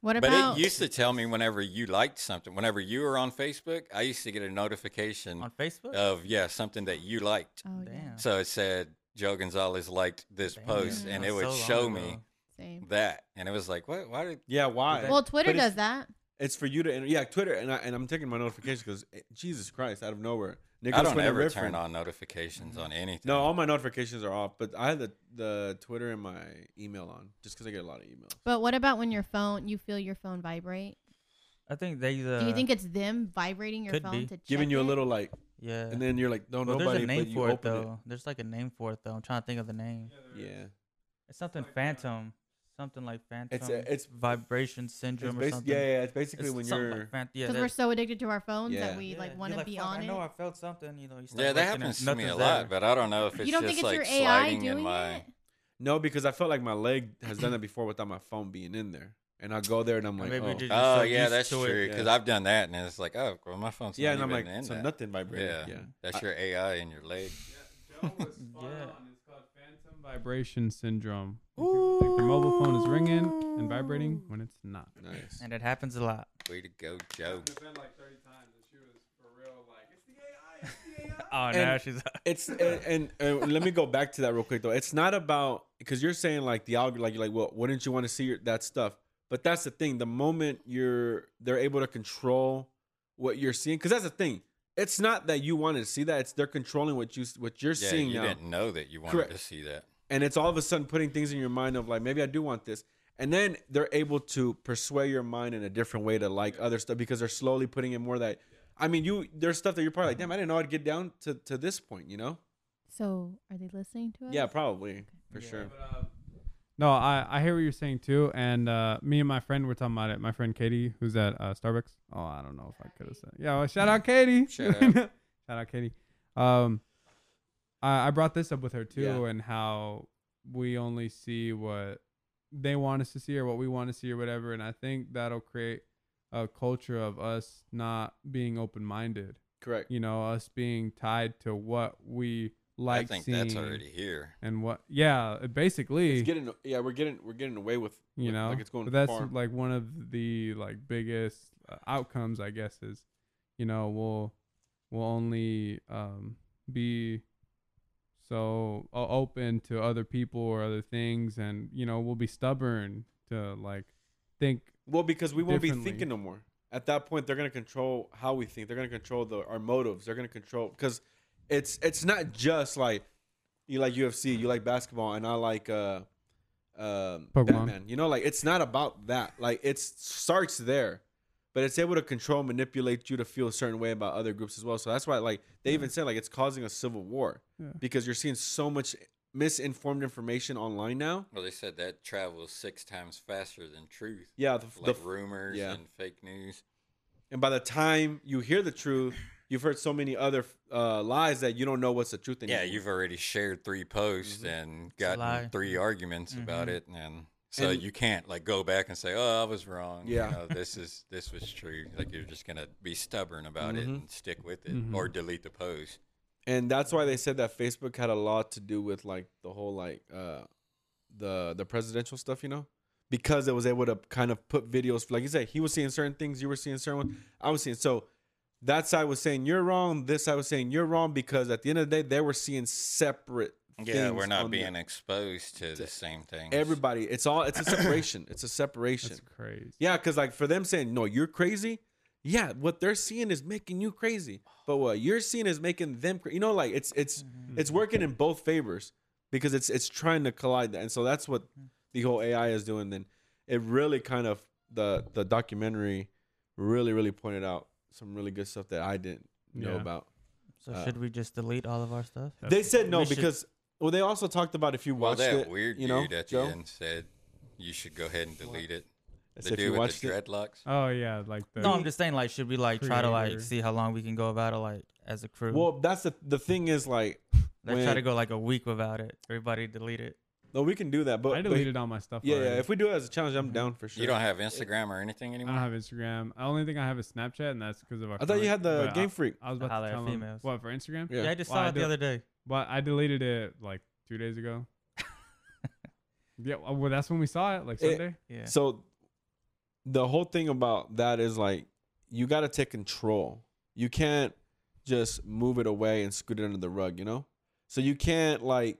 Speaker 6: What
Speaker 3: But
Speaker 6: about
Speaker 3: it used to tell me whenever you liked something, whenever you were on Facebook, I used to get a notification
Speaker 2: on Facebook.
Speaker 1: Uh,
Speaker 3: of yeah something that you liked.
Speaker 6: Oh yeah,
Speaker 2: Damn.
Speaker 3: So it said Joe Gonzalez liked this
Speaker 2: Damn,
Speaker 3: post,
Speaker 6: yeah.
Speaker 3: and
Speaker 2: that's
Speaker 3: it would
Speaker 2: so long
Speaker 3: show
Speaker 2: ago.
Speaker 3: me
Speaker 6: same.
Speaker 3: that, and it was like, what? Why did?
Speaker 1: Yeah, why?
Speaker 6: Well, Twitter
Speaker 1: But it's-
Speaker 6: does that.
Speaker 1: It's for you to enter. Yeah, Twitter, and I and I'm taking my notifications because Jesus Christ, out of nowhere,
Speaker 3: I
Speaker 1: Nicholas
Speaker 3: don't
Speaker 1: Winner
Speaker 3: ever
Speaker 1: Refn-
Speaker 3: turn on notifications on
Speaker 2: Mm-hmm.
Speaker 3: anything.
Speaker 1: No, all my notifications are off, but I had the, the Twitter and my email on just because I get a lot of emails.
Speaker 6: But what about when your phone? You feel your phone vibrate.
Speaker 2: I think they. Uh,
Speaker 6: Do you think it's them vibrating your
Speaker 2: could
Speaker 6: phone
Speaker 2: be.
Speaker 6: to check
Speaker 1: Giving you a
Speaker 6: it?
Speaker 1: little like,
Speaker 2: Yeah.
Speaker 1: and then you're like, no,
Speaker 2: Well,
Speaker 1: nobody,
Speaker 2: there's a name
Speaker 1: but you
Speaker 2: for it
Speaker 1: open
Speaker 2: though. There's like a name for it though. I'm trying to think of the name.
Speaker 1: it. Yeah,
Speaker 2: It's something phantom. Something like phantom.
Speaker 1: It's a- it's-
Speaker 2: vibration
Speaker 1: it's
Speaker 2: syndrome or
Speaker 1: basi-
Speaker 2: something.
Speaker 1: yeah, yeah. It's basically
Speaker 2: It's
Speaker 1: when
Speaker 2: something
Speaker 1: you're.
Speaker 2: like phan- yeah,
Speaker 6: Because
Speaker 2: that-
Speaker 6: we're so addicted to our phones
Speaker 1: Yeah.
Speaker 6: that we like
Speaker 2: yeah,
Speaker 6: want to
Speaker 2: you're like,
Speaker 6: be
Speaker 2: "Fuck,
Speaker 6: on
Speaker 2: I know I
Speaker 6: it.
Speaker 2: felt something. You know. You start
Speaker 3: Yeah, that
Speaker 2: looking and
Speaker 3: happens to me a
Speaker 2: nothing's
Speaker 3: lot,
Speaker 2: there.
Speaker 3: but I don't know if it's
Speaker 6: You don't
Speaker 3: just
Speaker 6: think it's
Speaker 3: like
Speaker 6: your AI
Speaker 3: sliding in
Speaker 6: doing
Speaker 3: my.
Speaker 6: it?
Speaker 1: no, because I felt like my leg has done that before without my phone being in there, and I go there and I'm
Speaker 2: Or
Speaker 1: like,
Speaker 2: maybe
Speaker 1: oh.
Speaker 2: just- You're
Speaker 3: Oh
Speaker 2: so
Speaker 3: yeah,
Speaker 2: used
Speaker 3: that's
Speaker 2: to it.
Speaker 3: true. Because
Speaker 1: Yeah.
Speaker 3: I've done that, and it's like, oh, well, my phone's
Speaker 1: yeah,
Speaker 3: not
Speaker 1: and I'm
Speaker 3: even
Speaker 1: like,
Speaker 3: in
Speaker 1: so
Speaker 3: that.
Speaker 1: nothing vibrated.
Speaker 3: Yeah.
Speaker 1: Yeah.
Speaker 3: That's your AI in your leg.
Speaker 4: Joe
Speaker 1: [LAUGHS]
Speaker 4: was spot
Speaker 2: Yeah.
Speaker 4: on. It's called phantom vibration syndrome. Like your mobile phone is ringing and vibrating when it's not.
Speaker 1: Nice.
Speaker 2: And it happens a lot.
Speaker 3: Way to go, Joe.
Speaker 4: like 30 times, and she was for real like, it's the
Speaker 1: now
Speaker 2: Oh, now
Speaker 1: And-
Speaker 2: she's. [LAUGHS]
Speaker 1: It's and, and, uh let me go back to that real quick though. It's not about because you're saying like the algorithm, like you're like, well, wouldn't you want to see your, that stuff? But that's the thing. The moment you're they're able to control what you're seeing, because that's the thing. It's not that you want to see that; it's they're controlling what you what you're
Speaker 3: Yeah,
Speaker 1: seeing
Speaker 3: you
Speaker 1: now,
Speaker 3: didn't know that you wanted
Speaker 1: Correct.
Speaker 3: to see that.
Speaker 1: and it's all of a sudden putting things in your mind of like, maybe I do want this, and then they're able to persuade your mind in a different way to like other stuff because they're slowly putting in more that. I mean, you there's stuff that you're probably like, damn, I didn't know I'd get down to to this point, you know.
Speaker 6: So are they listening to us?
Speaker 1: Yeah, probably for
Speaker 2: Yeah.
Speaker 1: sure.
Speaker 4: [LAUGHS] No, I, I hear what you're saying too. And uh, me and my friend were talking about it. My friend Katie, who's at uh, Starbucks. Oh, I don't know if I could have said. Yeah, well, shout out
Speaker 3: [LAUGHS]
Speaker 4: Katie.
Speaker 3: Shout out.
Speaker 4: [LAUGHS] shout out Katie. Um, I, I brought this up with her too,
Speaker 1: Yeah.
Speaker 4: and how we only see what they want us to see or what we want to see or whatever. And I think that'll create a culture of us not being open minded.
Speaker 1: Correct.
Speaker 4: You know, us being tied to what we
Speaker 3: I
Speaker 4: like
Speaker 3: think
Speaker 4: seeing
Speaker 3: that's already here.
Speaker 4: and what. Yeah, basically,
Speaker 1: It's getting yeah, we're getting we're getting away with
Speaker 4: you
Speaker 1: with-
Speaker 4: know,
Speaker 1: like it's going
Speaker 4: but that's
Speaker 1: far.
Speaker 4: like one of the like biggest uh, outcomes, I guess, is you know we'll we'll only um, be so o- open to other people or other things, and you know we'll be stubborn to like think
Speaker 1: Well, because we won't be
Speaker 4: differently.
Speaker 1: thinking no more. At that point, they're gonna control how we think. They're gonna control the our motives. They're gonna control because it's it's not just like you like UFC, you like basketball, and I like uh, um
Speaker 4: Pokemon.
Speaker 1: Batman. You know, like it's not about that. Like it starts there, but it's able to control, manipulate you to feel a certain way about other groups as well. So that's why, like they even said, like it's causing a civil war
Speaker 4: Yeah.
Speaker 1: because you're seeing so much misinformed information online now.
Speaker 3: Well, they said that travels six times faster than truth,
Speaker 1: Yeah, the, the
Speaker 3: like rumors
Speaker 1: yeah.
Speaker 3: and fake news.
Speaker 1: and by the time you hear the truth you've heard so many other uh, lies that you don't know what's the truth anymore.
Speaker 3: Yeah, you've already shared three posts
Speaker 1: Mm-hmm.
Speaker 3: and
Speaker 2: a lie.
Speaker 3: gotten three arguments about
Speaker 2: Mhm.
Speaker 3: it, and so
Speaker 1: And-
Speaker 3: you can't like go back and say, "Oh, I was wrong." you
Speaker 1: Yeah.
Speaker 3: know, this is this was true. Like you're just gonna be stubborn about it
Speaker 1: Mhm.
Speaker 3: and stick with it,
Speaker 4: Mhm.
Speaker 3: or delete the post.
Speaker 1: and that's why they said that facebook had a lot to do with like the whole like uh the the presidential stuff you know because it was able to kind of put videos like you said he was seeing certain things you were seeing certain ones i was seeing so that side was saying you're wrong this side was saying you're wrong because at the end of the day they were seeing separate
Speaker 3: Yeah, we're
Speaker 1: things
Speaker 3: not
Speaker 1: on the-
Speaker 3: being exposed to the same thing.
Speaker 1: everybody it's all it's a separation it's a separation
Speaker 4: that's crazy.
Speaker 1: Yeah, because like for them saying, no, you're crazy. Yeah, what they're seeing is making you crazy, but what you're seeing is making them. Cra- you know, like it's it's
Speaker 6: Mm-hmm.
Speaker 2: Mm-hmm.
Speaker 1: it's working in both favors because it's it's trying to collide that, and so that's what
Speaker 2: Mm-hmm.
Speaker 1: the whole AI is doing. Then it really kind of the the documentary really really pointed out some really good stuff that I didn't know
Speaker 4: Yeah.
Speaker 1: about.
Speaker 2: So
Speaker 1: Uh,
Speaker 2: should we just delete all of our stuff?
Speaker 4: That's
Speaker 1: they said no
Speaker 2: We should-
Speaker 1: because well they also talked about if you
Speaker 3: Well,
Speaker 1: watched
Speaker 3: that
Speaker 1: it,
Speaker 3: weird
Speaker 1: you know,
Speaker 3: dude at
Speaker 1: Joe?
Speaker 3: the end said you should go ahead and delete it.
Speaker 1: I said
Speaker 3: The
Speaker 1: if you
Speaker 3: dude with
Speaker 1: watched
Speaker 3: the
Speaker 1: it,
Speaker 3: dreadlocks.
Speaker 4: Oh yeah, like the
Speaker 2: No, I'm just saying, like, should we like try to like
Speaker 4: Creator.
Speaker 2: see how long we can go about it, like as a crew?
Speaker 1: well that's the the thing is like
Speaker 2: like
Speaker 1: when-
Speaker 2: try to go like a week without it. Everybody delete it.
Speaker 1: no we can do that but
Speaker 4: I
Speaker 1: but-
Speaker 4: deleted all my stuff.
Speaker 1: Yeah, yeah.
Speaker 4: already.
Speaker 1: If we do it as a challenge, I'm down for sure.
Speaker 3: You don't have Instagram or anything
Speaker 4: I
Speaker 3: anymore.
Speaker 4: don't have Instagram. I only think I have a Snapchat, and that's because of our.
Speaker 1: I thought you had the
Speaker 4: but uh, I-
Speaker 1: Game Freak.
Speaker 4: I, was
Speaker 2: The
Speaker 4: about
Speaker 2: holler at
Speaker 4: to tell him
Speaker 2: females.
Speaker 4: what for Instagram.
Speaker 2: Yeah,
Speaker 1: Yeah.
Speaker 2: I just
Speaker 4: Well,
Speaker 2: saw
Speaker 4: I
Speaker 2: it the
Speaker 4: do-
Speaker 2: other day.
Speaker 4: But I deleted it like two days
Speaker 1: [LAUGHS]
Speaker 4: ago. yeah, uh, well, that's when we saw it, like
Speaker 1: It-
Speaker 4: Sunday.
Speaker 2: Yeah.
Speaker 1: So the whole thing about that is like you got to take control. You can't just move it away and scoot it under the rug, you know? So you can't like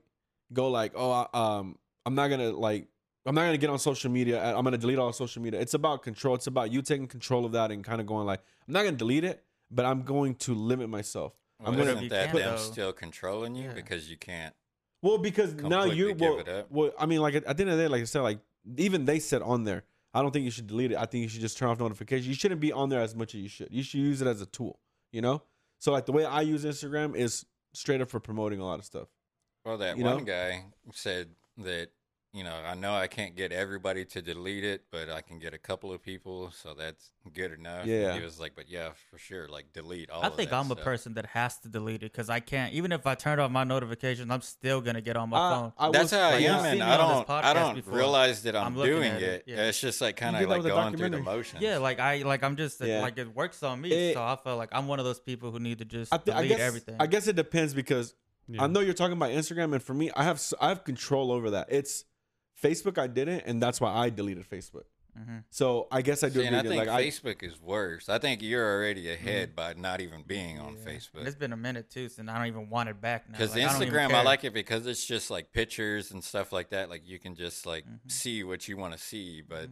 Speaker 1: go like, "Oh, I- um I'm not going to like I'm not going to get on social media. I- I'm going to delete all social media." It's about control. It's about you taking control of that and kind of going like, "I'm not going to delete it, but I'm going to limit myself."
Speaker 3: Well,
Speaker 1: I'm gonna-
Speaker 3: isn't
Speaker 2: You
Speaker 3: that
Speaker 2: can,
Speaker 3: them
Speaker 2: though.
Speaker 3: still controlling you
Speaker 2: Yeah.
Speaker 3: because you can't?
Speaker 1: Well, because now
Speaker 3: Completely
Speaker 1: you
Speaker 3: give
Speaker 1: well,
Speaker 3: it up.
Speaker 1: well, I mean, like at at the end of the day, like I said, like even they said on there, I don't think you should delete it. I think you should just turn off notifications. You shouldn't be on there as much as you should. You should use it as a tool, you know. So like the way I use Instagram is straight up for promoting a lot of stuff.
Speaker 3: Well, that
Speaker 1: You know?
Speaker 3: one guy said that you know I know I can't get everybody to delete it, but I can get a couple of people, so that's good enough. And
Speaker 1: Yeah.
Speaker 3: he was like, but yeah, for sure, like delete all.
Speaker 2: I
Speaker 3: of
Speaker 2: think
Speaker 3: that
Speaker 2: I'm a
Speaker 3: stuff."
Speaker 2: person that has to delete it because I can't. Even if I turned off my notifications, I'm still gonna get on my
Speaker 1: I-
Speaker 2: phone.
Speaker 1: I was-
Speaker 3: That's how I
Speaker 2: like, you've
Speaker 3: am,
Speaker 2: seen
Speaker 3: and
Speaker 2: me
Speaker 3: I
Speaker 2: on this
Speaker 3: don't, I
Speaker 2: podcast
Speaker 3: don't
Speaker 2: before.
Speaker 3: realize that
Speaker 2: I'm
Speaker 3: I'm,
Speaker 2: looking
Speaker 3: doing
Speaker 2: at
Speaker 3: it.
Speaker 2: it, yeah.
Speaker 3: It's just like
Speaker 1: did
Speaker 3: kind
Speaker 1: that
Speaker 3: of like
Speaker 1: with the
Speaker 3: going through the
Speaker 1: documentary.
Speaker 3: motions.
Speaker 2: yeah, like I like I'm just
Speaker 1: Yeah.
Speaker 2: like it works on me,
Speaker 1: It-
Speaker 2: so I feel like I'm one of those people who need to just
Speaker 1: I, th- I
Speaker 2: delete
Speaker 1: guess
Speaker 2: everything.
Speaker 1: I guess it depends because
Speaker 4: Yeah.
Speaker 1: I know you're talking about Instagram, and for me, I have s- I have control over that. It's Facebook. I didn't, and that's why I deleted Facebook.
Speaker 2: Mhm.
Speaker 1: So I guess I do
Speaker 3: See,
Speaker 1: agree.
Speaker 3: and I Mm-hmm.
Speaker 1: with you.
Speaker 3: think
Speaker 1: like I,
Speaker 3: Facebook is worse. I think you're already ahead by not even being on
Speaker 2: Yeah. And
Speaker 3: Facebook.
Speaker 2: it's been a minute too, since I don't even want it back now.
Speaker 3: Because
Speaker 2: Like, don't even
Speaker 3: Instagram, I
Speaker 2: care.
Speaker 3: like it because it's just like pictures and stuff like that. Like you can just like
Speaker 2: Mm-hmm.
Speaker 3: see what you want to see. But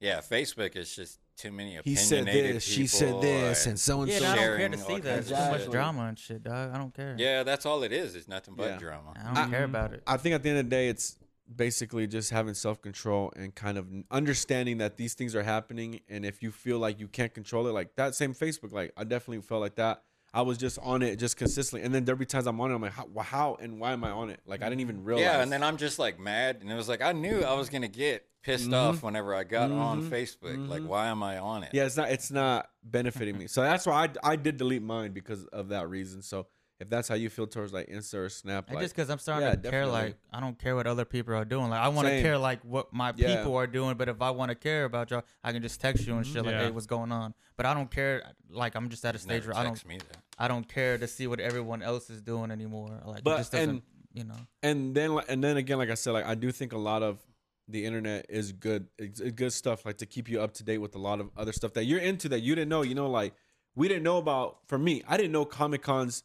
Speaker 3: yeah, Facebook is just too many
Speaker 1: he
Speaker 3: opinionated
Speaker 1: said this, she said
Speaker 3: people
Speaker 1: this, and so and
Speaker 2: Yeah, and
Speaker 1: so.
Speaker 2: I don't care
Speaker 3: sharing
Speaker 2: to
Speaker 3: all
Speaker 2: see that.
Speaker 3: kinds
Speaker 2: There's
Speaker 1: of
Speaker 2: so much
Speaker 1: shit.
Speaker 2: drama and shit, dog. I don't care.
Speaker 3: yeah, that's all it is. It's nothing but
Speaker 1: Yeah.
Speaker 3: drama.
Speaker 2: I don't care about it.
Speaker 1: I think at the end of the day, it's basically just having self control and kind of understanding that these things are happening. And if you feel like you can't control it, like that same Facebook, like I definitely felt like that. I was just on it just consistently. And then there'll be times I'm on it, I'm like, how, wh- how and why am I on it? Like I didn't even realize.
Speaker 3: Yeah, and then I'm just like mad, and it was like I knew I was gonna get pissed
Speaker 1: Mm-hmm.
Speaker 3: off whenever I got on Facebook. Like, why am I on it?
Speaker 1: yeah, it's not it's not benefiting me. So that's why I, I did delete mine because of that reason. So if that's how you feel towards like Insta or Snap,
Speaker 2: And
Speaker 1: like,
Speaker 2: just because I'm starting
Speaker 1: yeah,
Speaker 2: to care,
Speaker 1: definitely.
Speaker 2: like I don't care what other people are doing. Like I want to
Speaker 1: Same.
Speaker 2: care, like what my
Speaker 1: Yeah.
Speaker 2: people are doing. But if I want to care about y'all, I can just text you and
Speaker 3: Mm-hmm.
Speaker 2: shit, like,
Speaker 4: Yeah.
Speaker 2: hey, what's going on? But I don't care. Like I'm just at a stage
Speaker 3: Never
Speaker 2: where I don't,
Speaker 3: text me that.
Speaker 2: I don't care to see what everyone else is doing anymore. Like
Speaker 1: But-
Speaker 2: it just doesn't,
Speaker 1: and-
Speaker 2: you know.
Speaker 1: and then li- and then again, like I said, like I do think a lot of the internet is good, it's it's good stuff, like to keep you up to date with a lot of other stuff that you're into that you didn't know. You know, like we didn't know about. For me, I didn't know Comic Cons.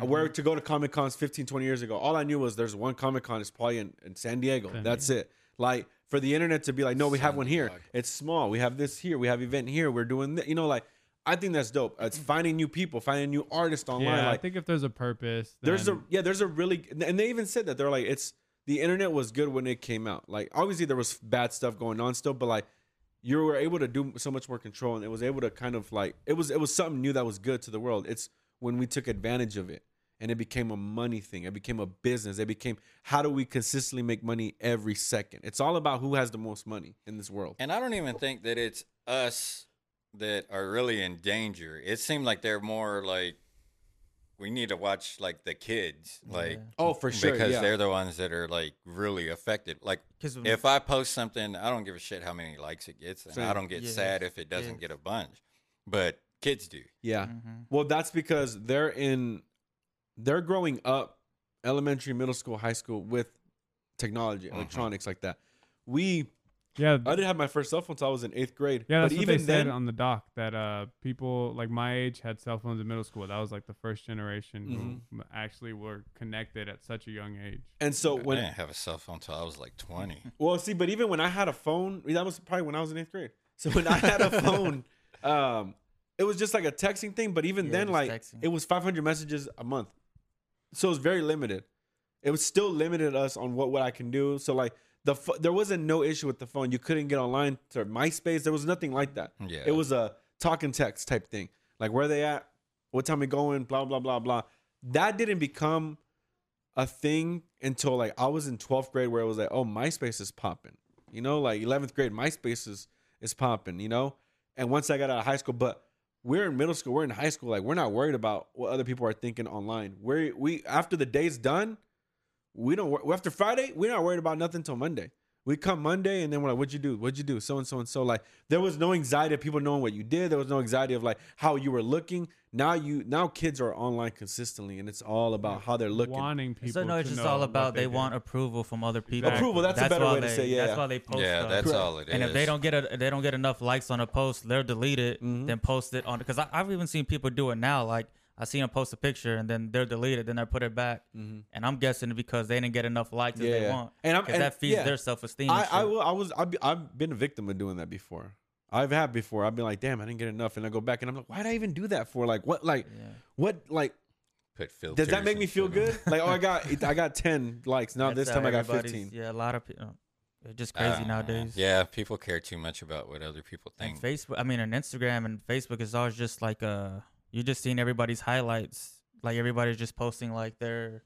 Speaker 1: uh Where to go to Comic Cons 15, 20 years ago. All I knew was there's one Comic Con, it's probably in, in San Diego.
Speaker 4: San
Speaker 1: That's it. Like for the internet to be like, no, we have
Speaker 3: San
Speaker 1: one here.
Speaker 3: Diego.
Speaker 1: It's small. We have this here. We have event here. We're doing that. You know, like I think that's dope. It's finding new people, finding new artists online.
Speaker 4: Yeah, I
Speaker 1: like
Speaker 4: think if there's a purpose,
Speaker 1: there's a
Speaker 4: then-
Speaker 1: yeah, there's a really and they even said that they're like it's the internet was good when it came out. Like obviously there was bad stuff going on still, but like you were able to do so much more control and it was able to kind of like it was it was something new that was good to the world. It's when we took advantage of it and it became a money thing. It became a business. It became how do we consistently make money every second? It's all about who has the most money in this world.
Speaker 3: And I don't even think that it's us that are really in danger. It seemed like they're more like we need to watch like the kids, like
Speaker 1: Oh, for sure.
Speaker 3: because
Speaker 1: yeah.
Speaker 3: they're the ones that are like really affected. Like
Speaker 2: 'Cause when-
Speaker 3: if I post something, I don't give a shit how many likes it gets, and I
Speaker 1: Same.
Speaker 3: don't get
Speaker 2: Yeah,
Speaker 3: sad if it doesn't
Speaker 2: yeah.
Speaker 3: get a bunch. But kids do.
Speaker 1: yeah.
Speaker 2: Mhm.
Speaker 1: Well, that's because they're in they're growing up elementary, middle school, high school with technology,
Speaker 4: Uh-huh.
Speaker 3: Mhm.
Speaker 1: electronics like that. We
Speaker 4: yeah,
Speaker 1: I didn't have my first cell phone until I was in eighth grade.
Speaker 4: yeah. That's
Speaker 1: but
Speaker 4: what
Speaker 1: even
Speaker 4: they said
Speaker 1: then,
Speaker 4: on the doc that uh people like my age had cell phones in middle school. That was like the first generation
Speaker 1: Mm-hmm.
Speaker 4: who m- actually were connected at such a young age.
Speaker 1: and so
Speaker 3: I
Speaker 1: when
Speaker 3: didn't have a cell phone until I was
Speaker 2: [LAUGHS]
Speaker 3: like twenty.
Speaker 1: well, see, but even when I had a phone, that was probably when I was in eighth grade. So when I had
Speaker 2: [LAUGHS]
Speaker 1: a phone, um, it was just like a texting thing. But even
Speaker 2: Yeah,
Speaker 1: then,
Speaker 2: just
Speaker 1: like
Speaker 2: texting.
Speaker 1: it was 500 messages a month, so it was very limited. It was still limited us on what what I can do. So like the pho- there wasn't no issue with the phone. You couldn't get online to MySpace. There was nothing like that.
Speaker 3: Yeah.
Speaker 1: it was a talk and text type thing. Like where they at, what time we going, blah blah blah blah. That didn't become a thing until like I was in 12th grade where it was like, oh, MySpace is popping. You know, like 11th grade, MySpace is, is popping, you know? And once I got out of high school, but we're in middle school, we're in high school, like we're not worried about what other people are thinking online. We're, we, after the day's done, we don't, wor- after Friday, we're not worried about nothing until Monday. We come Monday and then we're like, what'd you do? What'd you do? So and so and so. Like, there was no anxiety of people knowing what you did. There was no anxiety of like how you were looking. Now you, now kids are online consistently and it's all about how they're looking.
Speaker 4: Wanting people.
Speaker 2: So no, it's
Speaker 4: to
Speaker 2: just
Speaker 4: know
Speaker 2: all
Speaker 4: what
Speaker 2: about they,
Speaker 4: did.
Speaker 2: want approval from other people.
Speaker 4: Exactly. Approval,
Speaker 1: that's a better
Speaker 2: why
Speaker 1: way to
Speaker 2: they-
Speaker 1: say, yeah.
Speaker 2: That's why they post.
Speaker 3: yeah,
Speaker 2: stuff.
Speaker 3: that's
Speaker 1: Correct.
Speaker 3: all it is.
Speaker 2: and if they don't get a, they don't get enough likes on a post, they're deleted.
Speaker 1: Mhm.
Speaker 2: Then post it on because I've even seen people do it now. Like I seen them post a picture and then they're deleted. Then I put it back, and I'm guessing because they didn't get enough likes as they
Speaker 1: Yeah.
Speaker 2: want,
Speaker 1: And I'm-
Speaker 2: because
Speaker 1: and-
Speaker 2: that feeds
Speaker 1: yeah.
Speaker 2: their self esteem.
Speaker 1: I, I will. I was. I've, be- I've been a victim of doing that before. I've had before. I've been like, damn, I didn't get enough, and I go back and I'm like, why did I even do that for? Like, what? Like,
Speaker 2: Yeah.
Speaker 1: what? Like,
Speaker 3: put
Speaker 1: does that
Speaker 3: filters
Speaker 1: make me
Speaker 3: and
Speaker 1: feel
Speaker 3: shit on
Speaker 1: good?
Speaker 3: it. [LAUGHS]
Speaker 1: like, oh, I got, I got ten likes. Now
Speaker 2: That's
Speaker 1: this
Speaker 2: how
Speaker 1: time I got
Speaker 2: everybody's-
Speaker 1: fifteen.
Speaker 2: Yeah, a lot of people. It's just crazy
Speaker 3: [LAUGHS] Uh,
Speaker 2: nowadays.
Speaker 3: Yeah, people care too much about what other people
Speaker 2: And
Speaker 3: think.
Speaker 2: Facebook, I mean, and Instagram and Facebook is always just like uh, you just seeing everybody's highlights. Like everybody's just posting like their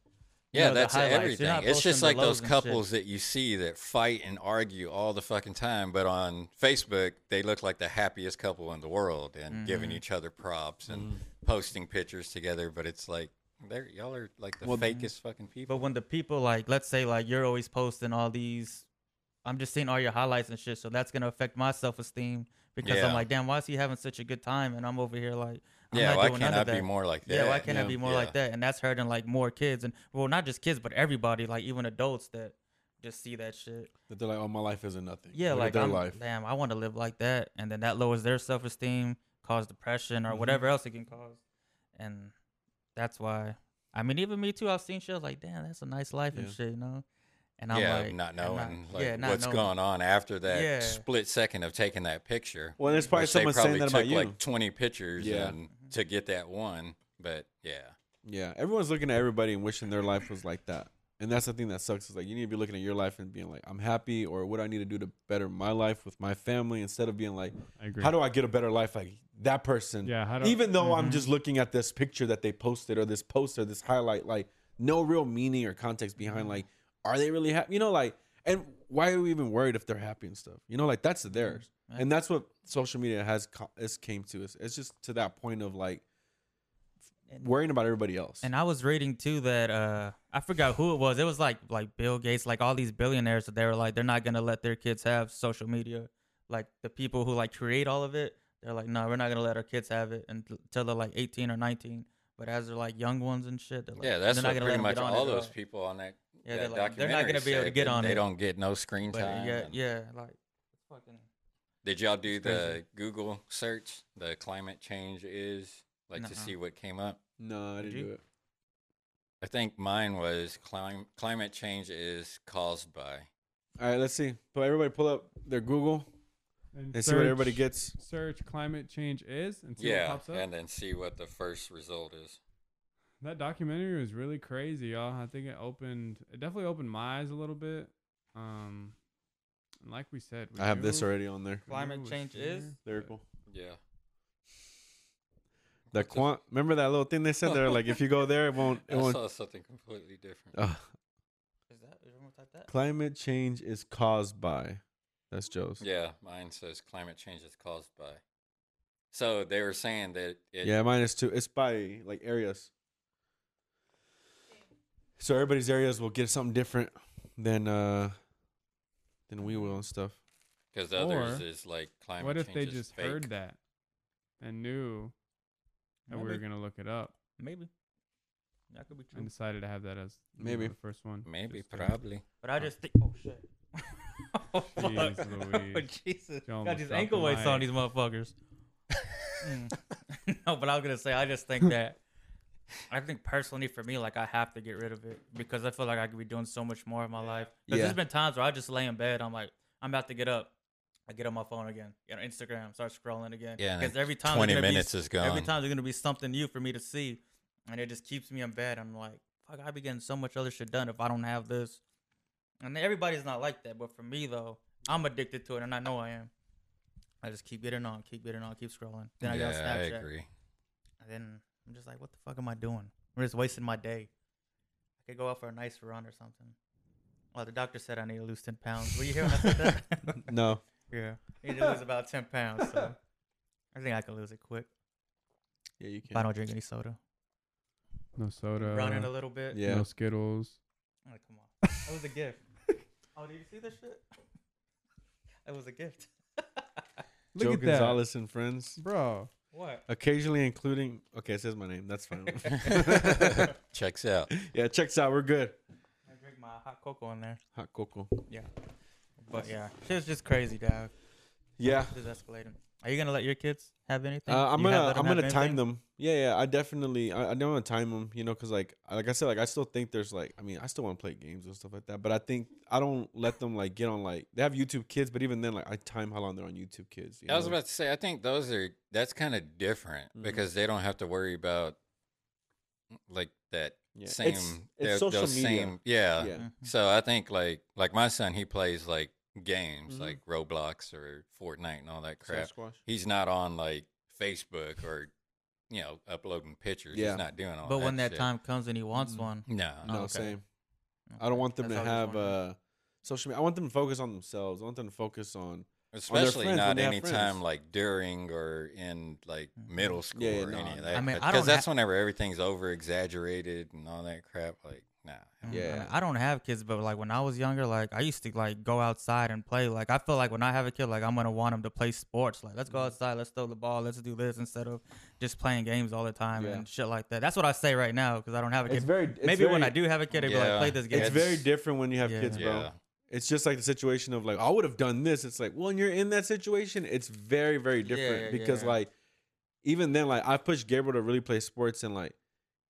Speaker 2: you
Speaker 3: Yeah,
Speaker 2: know, the
Speaker 3: that's
Speaker 2: highlights. You're
Speaker 3: everything.
Speaker 2: not
Speaker 3: It's
Speaker 2: posting
Speaker 3: just
Speaker 2: the
Speaker 3: like
Speaker 2: lows
Speaker 3: those
Speaker 2: and shit.
Speaker 3: couples that you see that fight and argue all the fucking time, but on Facebook they look like the happiest couple in the world and giving
Speaker 2: Mm-hmm.
Speaker 3: each other props and posting pictures together. But it's like they're y'all are like the
Speaker 1: Well,
Speaker 3: fakest fucking people.
Speaker 2: But when the people like, let's say like you're always posting all these, I'm just seeing all your highlights and shit. So that's gonna affect my self esteem because
Speaker 3: Yeah.
Speaker 2: I'm like, damn, why is he having such a good time and I'm over here like, I'm
Speaker 3: yeah,
Speaker 2: not
Speaker 3: why
Speaker 2: doing
Speaker 3: can't
Speaker 2: none
Speaker 3: I
Speaker 2: of
Speaker 3: be
Speaker 2: that.
Speaker 3: more like that?
Speaker 2: yeah, why can't I
Speaker 3: Yeah.
Speaker 2: be more like
Speaker 3: Yeah.
Speaker 2: that? And that's hurting like more kids and well, not just kids, but everybody, like even adults that just see that shit.
Speaker 1: That they're like, oh, my life isn't nothing.
Speaker 2: Yeah,
Speaker 1: Look at
Speaker 2: like
Speaker 1: their
Speaker 2: I'm,
Speaker 1: life.
Speaker 2: damn, I want to live like that, and then that lowers their self esteem, cause depression or
Speaker 3: Mm-hmm.
Speaker 2: whatever else it can cause, and that's why. I mean, even me too. I've seen shit I was like, damn, that's a nice life and
Speaker 1: Yeah.
Speaker 2: shit, you know. And I'm
Speaker 3: yeah,
Speaker 2: like,
Speaker 3: not
Speaker 2: and
Speaker 3: knowing like,
Speaker 2: yeah, not
Speaker 3: what's
Speaker 2: knowing.
Speaker 3: going on after that
Speaker 2: Yeah.
Speaker 3: split second of taking that picture.
Speaker 1: Well, there's probably
Speaker 3: which
Speaker 1: someone
Speaker 3: they probably
Speaker 1: saying that
Speaker 3: took
Speaker 1: about you.
Speaker 3: like 20 pictures
Speaker 1: Yeah.
Speaker 3: and to get that one. But yeah.
Speaker 1: Yeah, everyone's looking at everybody and wishing their life was like that. And that's the thing that sucks is like you need to be looking at your life and being like, I'm happy, or what do I need to do to better my life with my family instead of being like,
Speaker 4: I agree.
Speaker 1: how do I get a better life like that person?
Speaker 4: Yeah, how do-
Speaker 1: even though
Speaker 2: mm-hmm.
Speaker 1: I'm just looking at this picture that they posted or this post or this highlight, like no real meaning or context behind. Like,
Speaker 2: Mm-hmm.
Speaker 1: are they really happy? You know, like, and why are we even worried if they're happy and stuff? You know, like that's
Speaker 2: Mm-hmm.
Speaker 1: theirs, and that's what social media has co- has came to. It's, it's just to that point of like worrying about everybody else.
Speaker 2: And I was reading too that uh I forgot who it was. It was like like Bill Gates, like all these billionaires that they were like they're not gonna let their kids have social media. Like the people who like create all of it, they're like, no, we're not gonna let our kids have it until they're like 18 or 19. But as they're like young ones and shit, they're like,
Speaker 3: yeah,
Speaker 2: they're
Speaker 3: that's
Speaker 2: not
Speaker 3: what
Speaker 2: gonna
Speaker 3: pretty
Speaker 2: let them
Speaker 3: much
Speaker 2: get on it
Speaker 3: all
Speaker 2: at
Speaker 3: those people on that.
Speaker 2: Yeah,
Speaker 3: that
Speaker 2: they're like, they're not
Speaker 3: documentary
Speaker 2: gonna be able to
Speaker 3: said
Speaker 2: get
Speaker 3: that
Speaker 2: on
Speaker 3: They
Speaker 2: it.
Speaker 3: don't get no screen
Speaker 2: But uh,
Speaker 3: time.
Speaker 2: yeah,
Speaker 3: and-
Speaker 2: yeah, like it's fucking.
Speaker 3: Did y'all do
Speaker 2: It's
Speaker 3: the
Speaker 2: crazy.
Speaker 3: Google search? The climate change is like to
Speaker 2: Nuh-uh.
Speaker 3: see what came up.
Speaker 1: no, I
Speaker 2: Did
Speaker 1: didn't
Speaker 2: you?
Speaker 1: do it.
Speaker 3: I think mine was clim- climate change is caused by.
Speaker 1: All right, let's see. But everybody pull up their Google
Speaker 4: And
Speaker 1: and see what everybody gets.
Speaker 4: Search climate change is and see what
Speaker 3: yeah,
Speaker 4: pops up.
Speaker 3: and then see what the first result is.
Speaker 4: That documentary was really crazy, y'all. I think it opened, it definitely opened my eyes a little bit. Um, and like we said, we
Speaker 1: I have this
Speaker 4: knew-
Speaker 1: already on there.
Speaker 4: we
Speaker 2: Climate
Speaker 4: knew it was
Speaker 2: change is?
Speaker 4: here, but-
Speaker 1: Lyrical.
Speaker 3: Yeah.
Speaker 1: The quant. Remember that little thing they said there? Like if you go there, it won't. It
Speaker 3: [LAUGHS] I
Speaker 1: won't. Oh.
Speaker 3: saw something completely different.
Speaker 1: Ugh.
Speaker 2: Is that? Is everyone type that?
Speaker 1: climate change is caused by. That's Joe's.
Speaker 3: Yeah, mine says climate change is caused by. So they were saying that it,
Speaker 1: Yeah, mine is too. It's by like areas. So everybody's areas will get something different than uh than we will and [LAUGHS] stuff.
Speaker 3: because others
Speaker 4: Or,
Speaker 3: is like climate.
Speaker 4: What if
Speaker 3: change
Speaker 4: they
Speaker 3: is
Speaker 4: just
Speaker 3: fake.
Speaker 4: heard that and knew that we were
Speaker 2: Maybe.
Speaker 4: gonna look it up
Speaker 2: Maybe. That could be true.
Speaker 4: and decided to have that as you know,
Speaker 1: Maybe.
Speaker 4: the first one?
Speaker 3: Maybe,
Speaker 4: just uh, to-
Speaker 3: probably.
Speaker 2: But I just think, oh shit. [LAUGHS] oh, fuck.
Speaker 4: Jeez Louise.
Speaker 2: Jesus.
Speaker 4: You almost
Speaker 2: Got these
Speaker 4: dropped
Speaker 2: ankle
Speaker 4: the
Speaker 2: weights on
Speaker 4: mic.
Speaker 2: these motherfuckers.
Speaker 4: [LAUGHS]
Speaker 2: [LAUGHS] Mm. no, but I was going to say, I just think that, I think personally for me, like I have to get rid of it because I feel like I could be doing so much more in my life. 'Cause
Speaker 1: Yeah.
Speaker 2: there's been times where I just lay in bed, I'm like, I'm about to get up. I get on my phone again, get on Instagram, start scrolling again.
Speaker 3: Yeah, and
Speaker 2: because
Speaker 3: then
Speaker 2: every time
Speaker 3: 20
Speaker 2: there's gonna be-
Speaker 3: minutes is
Speaker 2: Every
Speaker 3: gone.
Speaker 2: time there's gonna be something new for me to see, and it just keeps me in bed. I'm like, fuck, I'd be getting so much other shit done if I don't have this. And everybody's not like that, but for me though, I'm addicted to it, and I know I am. I just keep getting on, keep getting on, keep scrolling. Then I
Speaker 3: yeah,
Speaker 2: got Snapchat.
Speaker 3: I agree.
Speaker 2: And then I'm just like, what the fuck am I doing? I'm just wasting my day. I could go out for a nice run or something. Well, the doctor said I need to lose ten pounds. Were you here when I
Speaker 3: [LAUGHS]
Speaker 2: said that?
Speaker 1: No.
Speaker 2: yeah, need to lose about ten pounds. So I think I can lose it quick
Speaker 1: Yeah, you can.
Speaker 2: if I don't drink any soda.
Speaker 4: No soda.
Speaker 2: Running a little bit.
Speaker 1: Yeah.
Speaker 4: No Skittles.
Speaker 2: I'm like, come on. That was a
Speaker 3: [LAUGHS]
Speaker 2: gift. oh, did you see this shit? That was a gift.
Speaker 4: Look
Speaker 1: Joe
Speaker 4: at
Speaker 1: Gonzalez and friends,
Speaker 4: that, bro.
Speaker 2: What?
Speaker 1: occasionally including. Okay, it says my name. That's [LAUGHS] fine.
Speaker 3: Checks out.
Speaker 1: yeah, checks out. We're good.
Speaker 2: I drink my hot cocoa in there.
Speaker 1: Hot cocoa.
Speaker 2: Yeah. But yeah, shit's just crazy, dog.
Speaker 1: Yeah.
Speaker 2: It's escalating. Are you gonna let your kids have anything?
Speaker 1: Uh, I'm
Speaker 2: You have-
Speaker 1: gonna
Speaker 2: let
Speaker 1: I'm
Speaker 2: have
Speaker 1: gonna time
Speaker 2: anything?
Speaker 1: them. Yeah, yeah. I definitely I, I don't want to time them. You know, because like like I said, like I still think there's like I mean I still want to play games and stuff like that. But I think I don't let them like get on like they have YouTube Kids, but even then like I time how long they're on YouTube Kids. you
Speaker 3: I was
Speaker 1: know?
Speaker 3: about to say, I think those are that's kind of different
Speaker 4: Mm-hmm.
Speaker 1: Mhm.
Speaker 3: because they don't have to worry about like that
Speaker 1: Yeah.
Speaker 3: same
Speaker 1: It's- it's
Speaker 3: tho-
Speaker 1: social
Speaker 3: those
Speaker 1: media.
Speaker 3: same uh, yeah.
Speaker 1: yeah.
Speaker 2: Mhm.
Speaker 3: So I think like like my son, he plays like games
Speaker 4: Mm-hmm.
Speaker 1: Mhm.
Speaker 3: like Roblox or Fortnite and all that crap.
Speaker 1: Sasquatch.
Speaker 3: He's not on like Facebook or you know uploading pictures.
Speaker 1: Yeah.
Speaker 3: He's not doing all
Speaker 2: But
Speaker 3: that.
Speaker 2: when that
Speaker 3: shit.
Speaker 2: time comes and he wants
Speaker 1: Mm.
Speaker 2: one,
Speaker 3: no,
Speaker 1: No,
Speaker 2: okay.
Speaker 1: same. I don't want them
Speaker 2: That's
Speaker 1: to
Speaker 2: all I was
Speaker 1: have
Speaker 2: wondering.
Speaker 1: uh social media. I want them to focus on themselves. I want them to focus on
Speaker 3: especially
Speaker 1: friends when
Speaker 3: not
Speaker 1: they have
Speaker 3: any
Speaker 1: friends. Mm-hmm.
Speaker 3: time like during or in like
Speaker 2: Mhm.
Speaker 3: middle school
Speaker 1: yeah,
Speaker 3: or
Speaker 1: no,
Speaker 3: any
Speaker 1: no.
Speaker 3: of that.
Speaker 2: I mean, I
Speaker 3: because
Speaker 2: don't
Speaker 3: that's
Speaker 2: ha-
Speaker 3: whenever everything's over exaggerated and all that crap. Like, nah.
Speaker 2: Mm, I
Speaker 1: Yeah.
Speaker 2: mean, I don't have kids, but like when I was younger, like I used to like go outside and play. Like I feel like when I have a kid, like I'm gonna want him to play sports. Like let's go
Speaker 1: Mm-hmm.
Speaker 2: outside, let's throw the ball, let's do this instead of just playing games all the time
Speaker 1: Yeah.
Speaker 2: and shit like that. That's what I say right now because I don't have a kid.
Speaker 1: It's very. It's
Speaker 2: Maybe when I
Speaker 1: very-
Speaker 2: do have a kid, I'd be like,
Speaker 3: Yeah.
Speaker 2: play this game.
Speaker 3: Yeah,
Speaker 1: it's very different when you have
Speaker 2: Yeah.
Speaker 1: kids, bro.
Speaker 3: Yeah.
Speaker 1: It's just like the situation of like I would have done this. It's like when you're in that situation, it's very very different
Speaker 2: Yeah,
Speaker 1: because
Speaker 2: yeah.
Speaker 1: like even then like I've pushed Gabriel to really play sports and like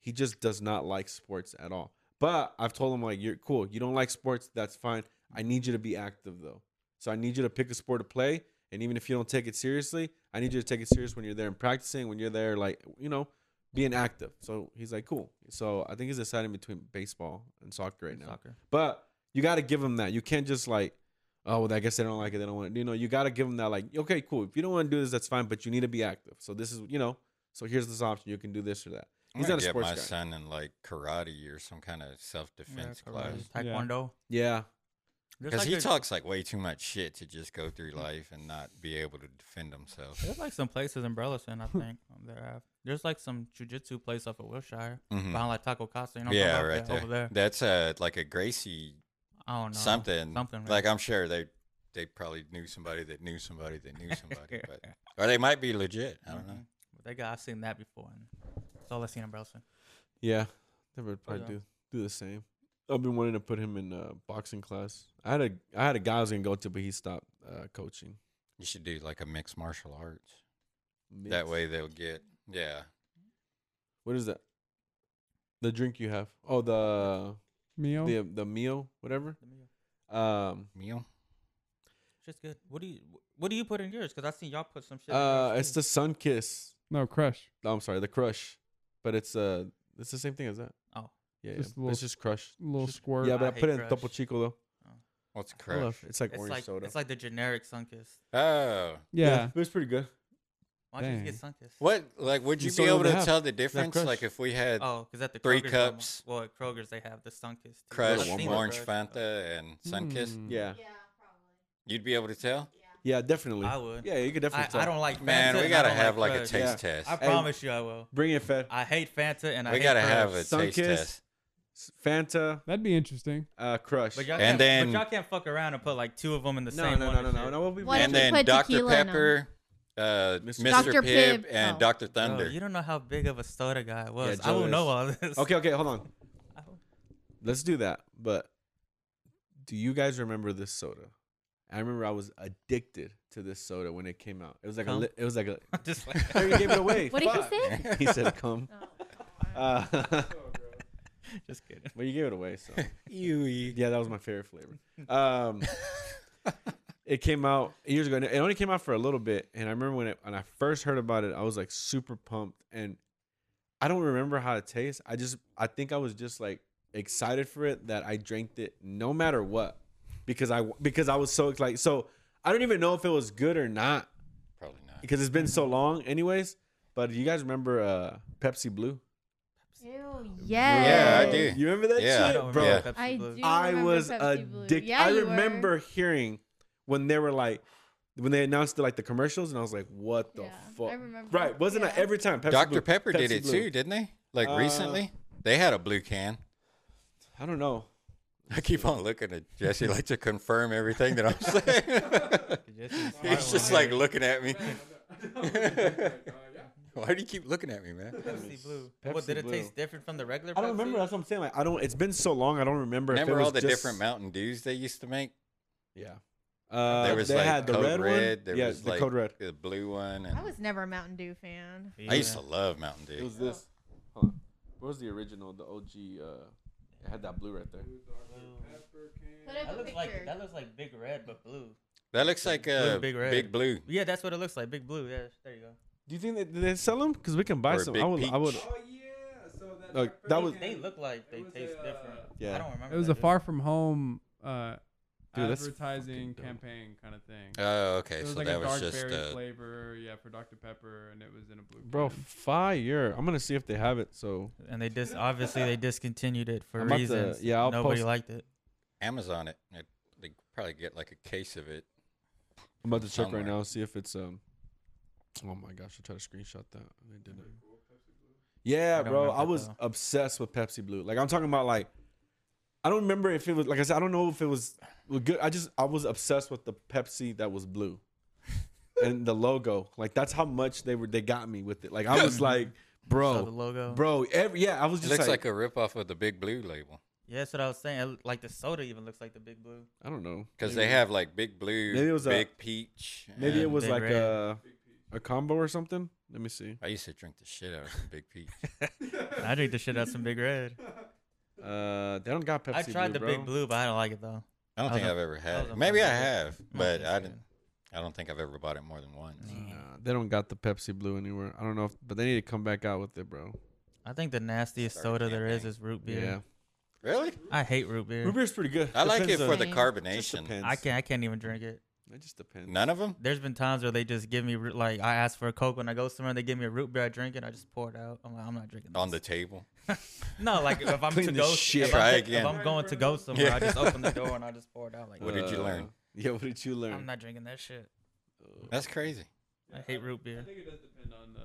Speaker 1: he just does not like sports at all. But I've told him like you're cool. You don't like sports, that's fine. I need you to be active though. So I need you to pick a sport to play and even if you don't take it seriously, I need you to take it serious when you're there and practicing, when you're there like, you know, being active. So he's like cool. So I think he's deciding between baseball and soccer right now.
Speaker 2: Soccer.
Speaker 1: But you got to give them that. You can't just like, oh, well, I guess they don't like it. They don't want it. You know, you got to give them that. Like, okay, cool. If you don't want to do this, that's fine. But you need to be active. So this is, you know, so here's this option. You can do this or that.
Speaker 3: I'm
Speaker 1: He's
Speaker 3: gonna
Speaker 1: not a
Speaker 3: get
Speaker 1: sports
Speaker 3: my
Speaker 1: guy.
Speaker 3: son in like karate or some kind of self
Speaker 2: Yeah,
Speaker 3: defense
Speaker 2: karate,
Speaker 3: class.
Speaker 4: Yeah.
Speaker 2: Taekwondo.
Speaker 1: Yeah,
Speaker 2: There's
Speaker 3: Because
Speaker 2: like
Speaker 3: he
Speaker 2: a-
Speaker 3: talks like way too much shit to just go
Speaker 1: Mm.
Speaker 3: through life and not be able to defend himself.
Speaker 2: There's like some places in Burleson, I think. um, there have. There's like some jujitsu place off of Wilshire
Speaker 3: Mhm.
Speaker 2: behind like Taco Casa. You know, what I'm
Speaker 3: Yeah,
Speaker 2: talking about?
Speaker 3: right there.
Speaker 2: Over there.
Speaker 3: That's uh, like a Gracie
Speaker 2: I don't know.
Speaker 3: something.
Speaker 2: Something. right?
Speaker 3: Like I'm sure they they probably knew somebody that knew somebody that
Speaker 1: [LAUGHS]
Speaker 3: knew somebody, but or they might be legit. I don't know.
Speaker 2: Mhm. [LAUGHS] But they got. I've seen that before. And that's all I've seen in Burleson.
Speaker 1: Yeah, they would probably
Speaker 2: yeah.
Speaker 1: do do the same. I've been wanting to put him in uh, boxing class. I had a I had a guy I was gonna go to, but he stopped uh, coaching.
Speaker 3: You should do like a mixed martial arts. That way they'll get yeah.
Speaker 1: what is that? The drink you have? Oh, the
Speaker 4: Meal.
Speaker 1: the the meal, whatever.
Speaker 2: Let me go.
Speaker 1: Um,
Speaker 3: Meal.
Speaker 2: Shit's good. What do you What do you put in yours? Because I seen y'all put some shit. in yours,
Speaker 1: uh, it's
Speaker 2: too.
Speaker 1: the sun kiss.
Speaker 4: No crush.
Speaker 1: No, I'm sorry, the crush, but it's uh, it's the same thing as that.
Speaker 2: Oh.
Speaker 1: yeah, yeah.
Speaker 4: Just a
Speaker 1: But
Speaker 4: little-
Speaker 1: it's just crush.
Speaker 4: Little
Speaker 1: Just-
Speaker 4: squirt.
Speaker 1: Yeah, but
Speaker 2: I
Speaker 1: I, put
Speaker 2: hate
Speaker 1: it in Topo
Speaker 2: Crush.
Speaker 1: Chico though.
Speaker 3: What's
Speaker 1: I love
Speaker 3: crush?
Speaker 1: it. It's like
Speaker 2: It's
Speaker 1: orange
Speaker 2: like
Speaker 1: soda.
Speaker 2: it's like the generic Sunkiss.
Speaker 3: Oh.
Speaker 4: Yeah.
Speaker 1: but it's pretty good.
Speaker 2: Why don't you just get
Speaker 4: Dang.
Speaker 2: Sunkiss?
Speaker 3: What like would
Speaker 1: You
Speaker 3: you
Speaker 1: still
Speaker 3: be able
Speaker 1: don't
Speaker 3: to
Speaker 1: have
Speaker 3: tell the difference?
Speaker 1: Crush.
Speaker 3: Like if we had
Speaker 2: Oh, because at the
Speaker 3: Three
Speaker 2: Kroger's they have-
Speaker 3: cups.
Speaker 2: well, at Kroger's they have the Sunkiss. too.
Speaker 3: Crush,
Speaker 2: I've seen the
Speaker 3: Orange
Speaker 2: Crush, though.
Speaker 3: Fanta, and Sunkiss,
Speaker 4: Mm.
Speaker 1: Yeah,
Speaker 5: Yeah, probably.
Speaker 3: you'd be able to tell.
Speaker 5: Yeah.
Speaker 1: yeah, definitely.
Speaker 2: I would.
Speaker 1: Yeah, you could definitely.
Speaker 2: I,
Speaker 1: tell.
Speaker 2: I don't like Fanta.
Speaker 3: Man, we
Speaker 2: and I
Speaker 3: gotta
Speaker 2: don't
Speaker 3: have like a
Speaker 2: Crush.
Speaker 3: taste
Speaker 1: Yeah.
Speaker 3: test.
Speaker 2: I promise you, I will.
Speaker 1: Bring it, Fed.
Speaker 2: I hate Fanta, and I
Speaker 3: we
Speaker 2: hate
Speaker 3: gotta
Speaker 2: Crush.
Speaker 3: have a taste
Speaker 1: Sunkist.
Speaker 3: test.
Speaker 1: Fanta,
Speaker 4: That'd be interesting.
Speaker 1: uh, Crush.
Speaker 2: But y'all
Speaker 3: And
Speaker 2: can't,
Speaker 3: then-
Speaker 2: but y'all can't fuck around and put like two of them in the
Speaker 1: no,
Speaker 2: same
Speaker 1: no,
Speaker 2: one.
Speaker 1: no, no,
Speaker 2: and
Speaker 1: no,
Speaker 2: shit.
Speaker 1: no, We'll be
Speaker 6: Why
Speaker 1: back.
Speaker 6: don't
Speaker 3: and
Speaker 6: you
Speaker 3: then
Speaker 6: put
Speaker 3: Dr.
Speaker 6: tequila in 'em?
Speaker 3: Pepper, uh,
Speaker 1: Mr.
Speaker 3: Mr.
Speaker 6: Dr.
Speaker 3: Pibb,
Speaker 6: Pibb,
Speaker 3: and
Speaker 6: oh.
Speaker 3: Dr.
Speaker 2: Bro,
Speaker 3: Thunder.
Speaker 2: you don't know how big of a soda guy I was.
Speaker 1: Joe
Speaker 2: I will know
Speaker 1: is.
Speaker 2: all this.
Speaker 1: Okay, okay, hold on.
Speaker 2: I will-
Speaker 1: Let's do that. But do you guys remember this soda? I remember I was addicted to this soda when it came out. It was like a
Speaker 2: Cum?
Speaker 1: li- it was like a
Speaker 2: [LAUGHS] I'm just like,
Speaker 1: I already gave
Speaker 2: [LAUGHS]
Speaker 1: it away.
Speaker 6: What did he
Speaker 1: Fuck.
Speaker 6: say? Oh,
Speaker 1: He said come. Uh, [LAUGHS]
Speaker 2: just [LAUGHS] kidding.
Speaker 1: well, you gave it away, so yeah, that was my favorite flavor. Um, it came out years ago. And it only came out for a little bit, and I remember when it when I first heard about it, I was like super pumped, and I don't remember how it tastes. I just I think I was just like excited for it that I drank it no matter what because I because I was so like so I don't even know if it was good or not
Speaker 3: Probably
Speaker 2: [LAUGHS]
Speaker 3: not.
Speaker 1: because it's been so long, anyways. But you guys remember uh, Pepsi Blue?
Speaker 6: Ew, yes.
Speaker 3: Yeah, I do.
Speaker 1: You remember that
Speaker 3: Yeah.
Speaker 2: I
Speaker 1: shit,
Speaker 2: don't
Speaker 1: bro?
Speaker 2: remember
Speaker 3: Yeah.
Speaker 2: Pepsi
Speaker 6: I
Speaker 2: Blue.
Speaker 6: do.
Speaker 1: I
Speaker 6: remember
Speaker 1: was
Speaker 6: Pepsi Blue.
Speaker 1: addicted.
Speaker 6: Yeah,
Speaker 1: I
Speaker 6: you were.
Speaker 1: remember hearing when they were like when they announced like the commercials, and I was like, "What the
Speaker 6: Yeah, I
Speaker 1: fuck?"
Speaker 6: remember.
Speaker 1: Right? Wasn't that
Speaker 6: Yeah.
Speaker 1: every time? Pepsi
Speaker 3: Dr.
Speaker 1: Blue,
Speaker 3: Pepper did
Speaker 1: Pepsi
Speaker 3: it
Speaker 1: Blue.
Speaker 3: too, didn't they? Like
Speaker 1: Uh,
Speaker 3: recently, they had a blue can.
Speaker 1: I don't know.
Speaker 3: I keep on looking at Jesse like to confirm everything that I'm saying. [LAUGHS] He's just like looking at me. [LAUGHS] Why do you keep looking at me, man?
Speaker 2: Pepsi Blue. What,
Speaker 1: Pepsi
Speaker 2: did it
Speaker 1: Blue.
Speaker 2: taste different from the regular?
Speaker 1: I don't
Speaker 2: Pepsi?
Speaker 1: remember. That's what I'm saying. Like, I don't. It's been so long. I don't remember. if it
Speaker 3: Remember
Speaker 1: was
Speaker 3: all the
Speaker 1: just-
Speaker 3: different Mountain Dews they used to make?
Speaker 1: Yeah. Uh,
Speaker 3: there was
Speaker 1: they
Speaker 3: like
Speaker 1: had the
Speaker 3: Code
Speaker 1: red,
Speaker 3: Red.
Speaker 1: one.
Speaker 3: There
Speaker 1: yeah,
Speaker 3: was
Speaker 1: the
Speaker 3: like
Speaker 1: code red.
Speaker 3: the blue one, and
Speaker 6: I was never a Mountain Dew fan.
Speaker 3: I used to
Speaker 2: Yeah.
Speaker 3: love Mountain
Speaker 1: It
Speaker 3: Dew.
Speaker 1: was this. Hold on. What was the original? The OG. Uh, it had that blue right there.
Speaker 6: Put up
Speaker 2: That
Speaker 6: a
Speaker 2: looks
Speaker 6: picture.
Speaker 2: like that looks like Big Red but blue.
Speaker 3: That looks like a
Speaker 2: Big
Speaker 3: big,
Speaker 2: Red.
Speaker 3: blue.
Speaker 2: Yeah, that's what it looks like. Big Blue. Yeah, there you go.
Speaker 1: Do you think that they sell them? Because we can buy
Speaker 3: Or a
Speaker 1: some.
Speaker 3: Big
Speaker 1: I would. I would.
Speaker 3: Peach.
Speaker 4: Oh, yeah. So
Speaker 1: Look, Dr.
Speaker 4: that,
Speaker 1: that Pepper was-
Speaker 2: They look like they
Speaker 4: was
Speaker 2: taste
Speaker 4: a, uh,
Speaker 2: different.
Speaker 1: Yeah.
Speaker 2: I don't remember.
Speaker 4: It was
Speaker 2: that
Speaker 4: a
Speaker 2: dude.
Speaker 4: far from home uh,
Speaker 1: Dude, that's fucking
Speaker 4: advertising
Speaker 1: dope.
Speaker 4: campaign kind of thing.
Speaker 3: Oh,
Speaker 4: it
Speaker 3: okay.
Speaker 4: was
Speaker 3: So
Speaker 4: like
Speaker 3: that
Speaker 4: a
Speaker 3: was
Speaker 4: dark
Speaker 3: just
Speaker 4: berry
Speaker 3: uh,
Speaker 4: flavor, yeah, for Dr Pepper, and it was in a blue.
Speaker 1: Bro,
Speaker 4: can.
Speaker 1: fire! I'm gonna see if they have it. So
Speaker 2: And they dis obviously they discontinued it for
Speaker 1: I'm about to-
Speaker 2: reasons.
Speaker 1: yeah, I'll
Speaker 2: nobody
Speaker 1: post-
Speaker 2: liked it.
Speaker 3: Amazon. It, it they probably get like a case of it.
Speaker 1: I'm about to check
Speaker 3: Somewhere.
Speaker 1: right now, see if it's um. Oh my gosh! I tried to screenshot that. and I didn't. Yeah,
Speaker 2: I don't
Speaker 1: bro.
Speaker 2: remember
Speaker 1: I
Speaker 2: it,
Speaker 1: was
Speaker 2: though.
Speaker 1: obsessed with Pepsi Blue. Like I'm talking about, like I don't remember if it was like I said. I don't know if it was well, good. I just I was obsessed with the Pepsi that was
Speaker 3: [LAUGHS]
Speaker 1: blue, and the logo. Like that's how much they were. They got me with it. Like I
Speaker 3: [LAUGHS]
Speaker 1: was like,
Speaker 2: Saw the
Speaker 1: bro,
Speaker 2: logo.
Speaker 1: bro. Every yeah, I was
Speaker 3: It
Speaker 1: just
Speaker 3: looks
Speaker 1: like,
Speaker 3: like a ripoff of the Big Blue label
Speaker 2: Yeah, that's what I was saying. It looked- Like the soda even looks like the Big Blue.
Speaker 1: I don't know.
Speaker 3: because
Speaker 1: Maybe-
Speaker 3: they have like Big Blue,
Speaker 1: Maybe it was a-
Speaker 3: Big Peach.
Speaker 1: Maybe it
Speaker 3: and-
Speaker 1: was
Speaker 2: Big
Speaker 1: like
Speaker 2: Red.
Speaker 1: a a combo or something. Let me see.
Speaker 3: I used to drink the shit out of some Big Peach.
Speaker 2: I drink the shit out some Big Red.
Speaker 1: Uh, they don't got Pepsi.
Speaker 2: I tried the
Speaker 1: Blue, bro.
Speaker 2: Big Blue, but I don't like it though.
Speaker 3: I don't
Speaker 2: I
Speaker 3: think
Speaker 2: was a-
Speaker 3: I've ever
Speaker 2: I
Speaker 3: had
Speaker 2: was a
Speaker 3: it. Maybe I
Speaker 2: fan of it.
Speaker 3: have,
Speaker 2: I
Speaker 3: but
Speaker 2: don't
Speaker 3: I
Speaker 2: think
Speaker 3: didn't. I don't think I've ever bought it more than once.
Speaker 2: so.
Speaker 1: Nah,
Speaker 2: Mm.
Speaker 1: they don't got the Pepsi Blue anywhere. I don't know, if, but they need to come back out with it, bro.
Speaker 2: I think the nastiest
Speaker 3: Sorry,
Speaker 2: soda there is
Speaker 3: campaign.
Speaker 2: is root
Speaker 1: Yeah,
Speaker 2: beer.
Speaker 3: Really?
Speaker 2: I hate root beer.
Speaker 1: root beer's pretty good.
Speaker 3: I like it
Speaker 1: Depends
Speaker 3: for
Speaker 1: on-
Speaker 3: the
Speaker 6: Same.
Speaker 3: carbonation.
Speaker 1: depends.
Speaker 2: I can't. I can't even drink it.
Speaker 1: It just depends.
Speaker 3: None of them?
Speaker 2: There's been times where they just give me root- like I ask for a coke when I go somewhere and they give me a root beer I drink it I just pour it out I'm like I'm not drinking
Speaker 3: On the
Speaker 2: this.
Speaker 3: table.
Speaker 2: no like if I'm
Speaker 1: Clean
Speaker 2: to
Speaker 1: the
Speaker 2: go
Speaker 1: shit.
Speaker 2: if,
Speaker 3: Try
Speaker 2: I'm,
Speaker 3: again.
Speaker 2: if I'm going to go somewhere
Speaker 3: Yeah.
Speaker 2: I just open the door and I just pour it out like
Speaker 3: What did you learn?
Speaker 1: Uh, [LAUGHS] Yeah, what did you learn?
Speaker 2: I'm not drinking that shit
Speaker 3: That's crazy.
Speaker 2: I hate root beer.
Speaker 4: I think it does depend on the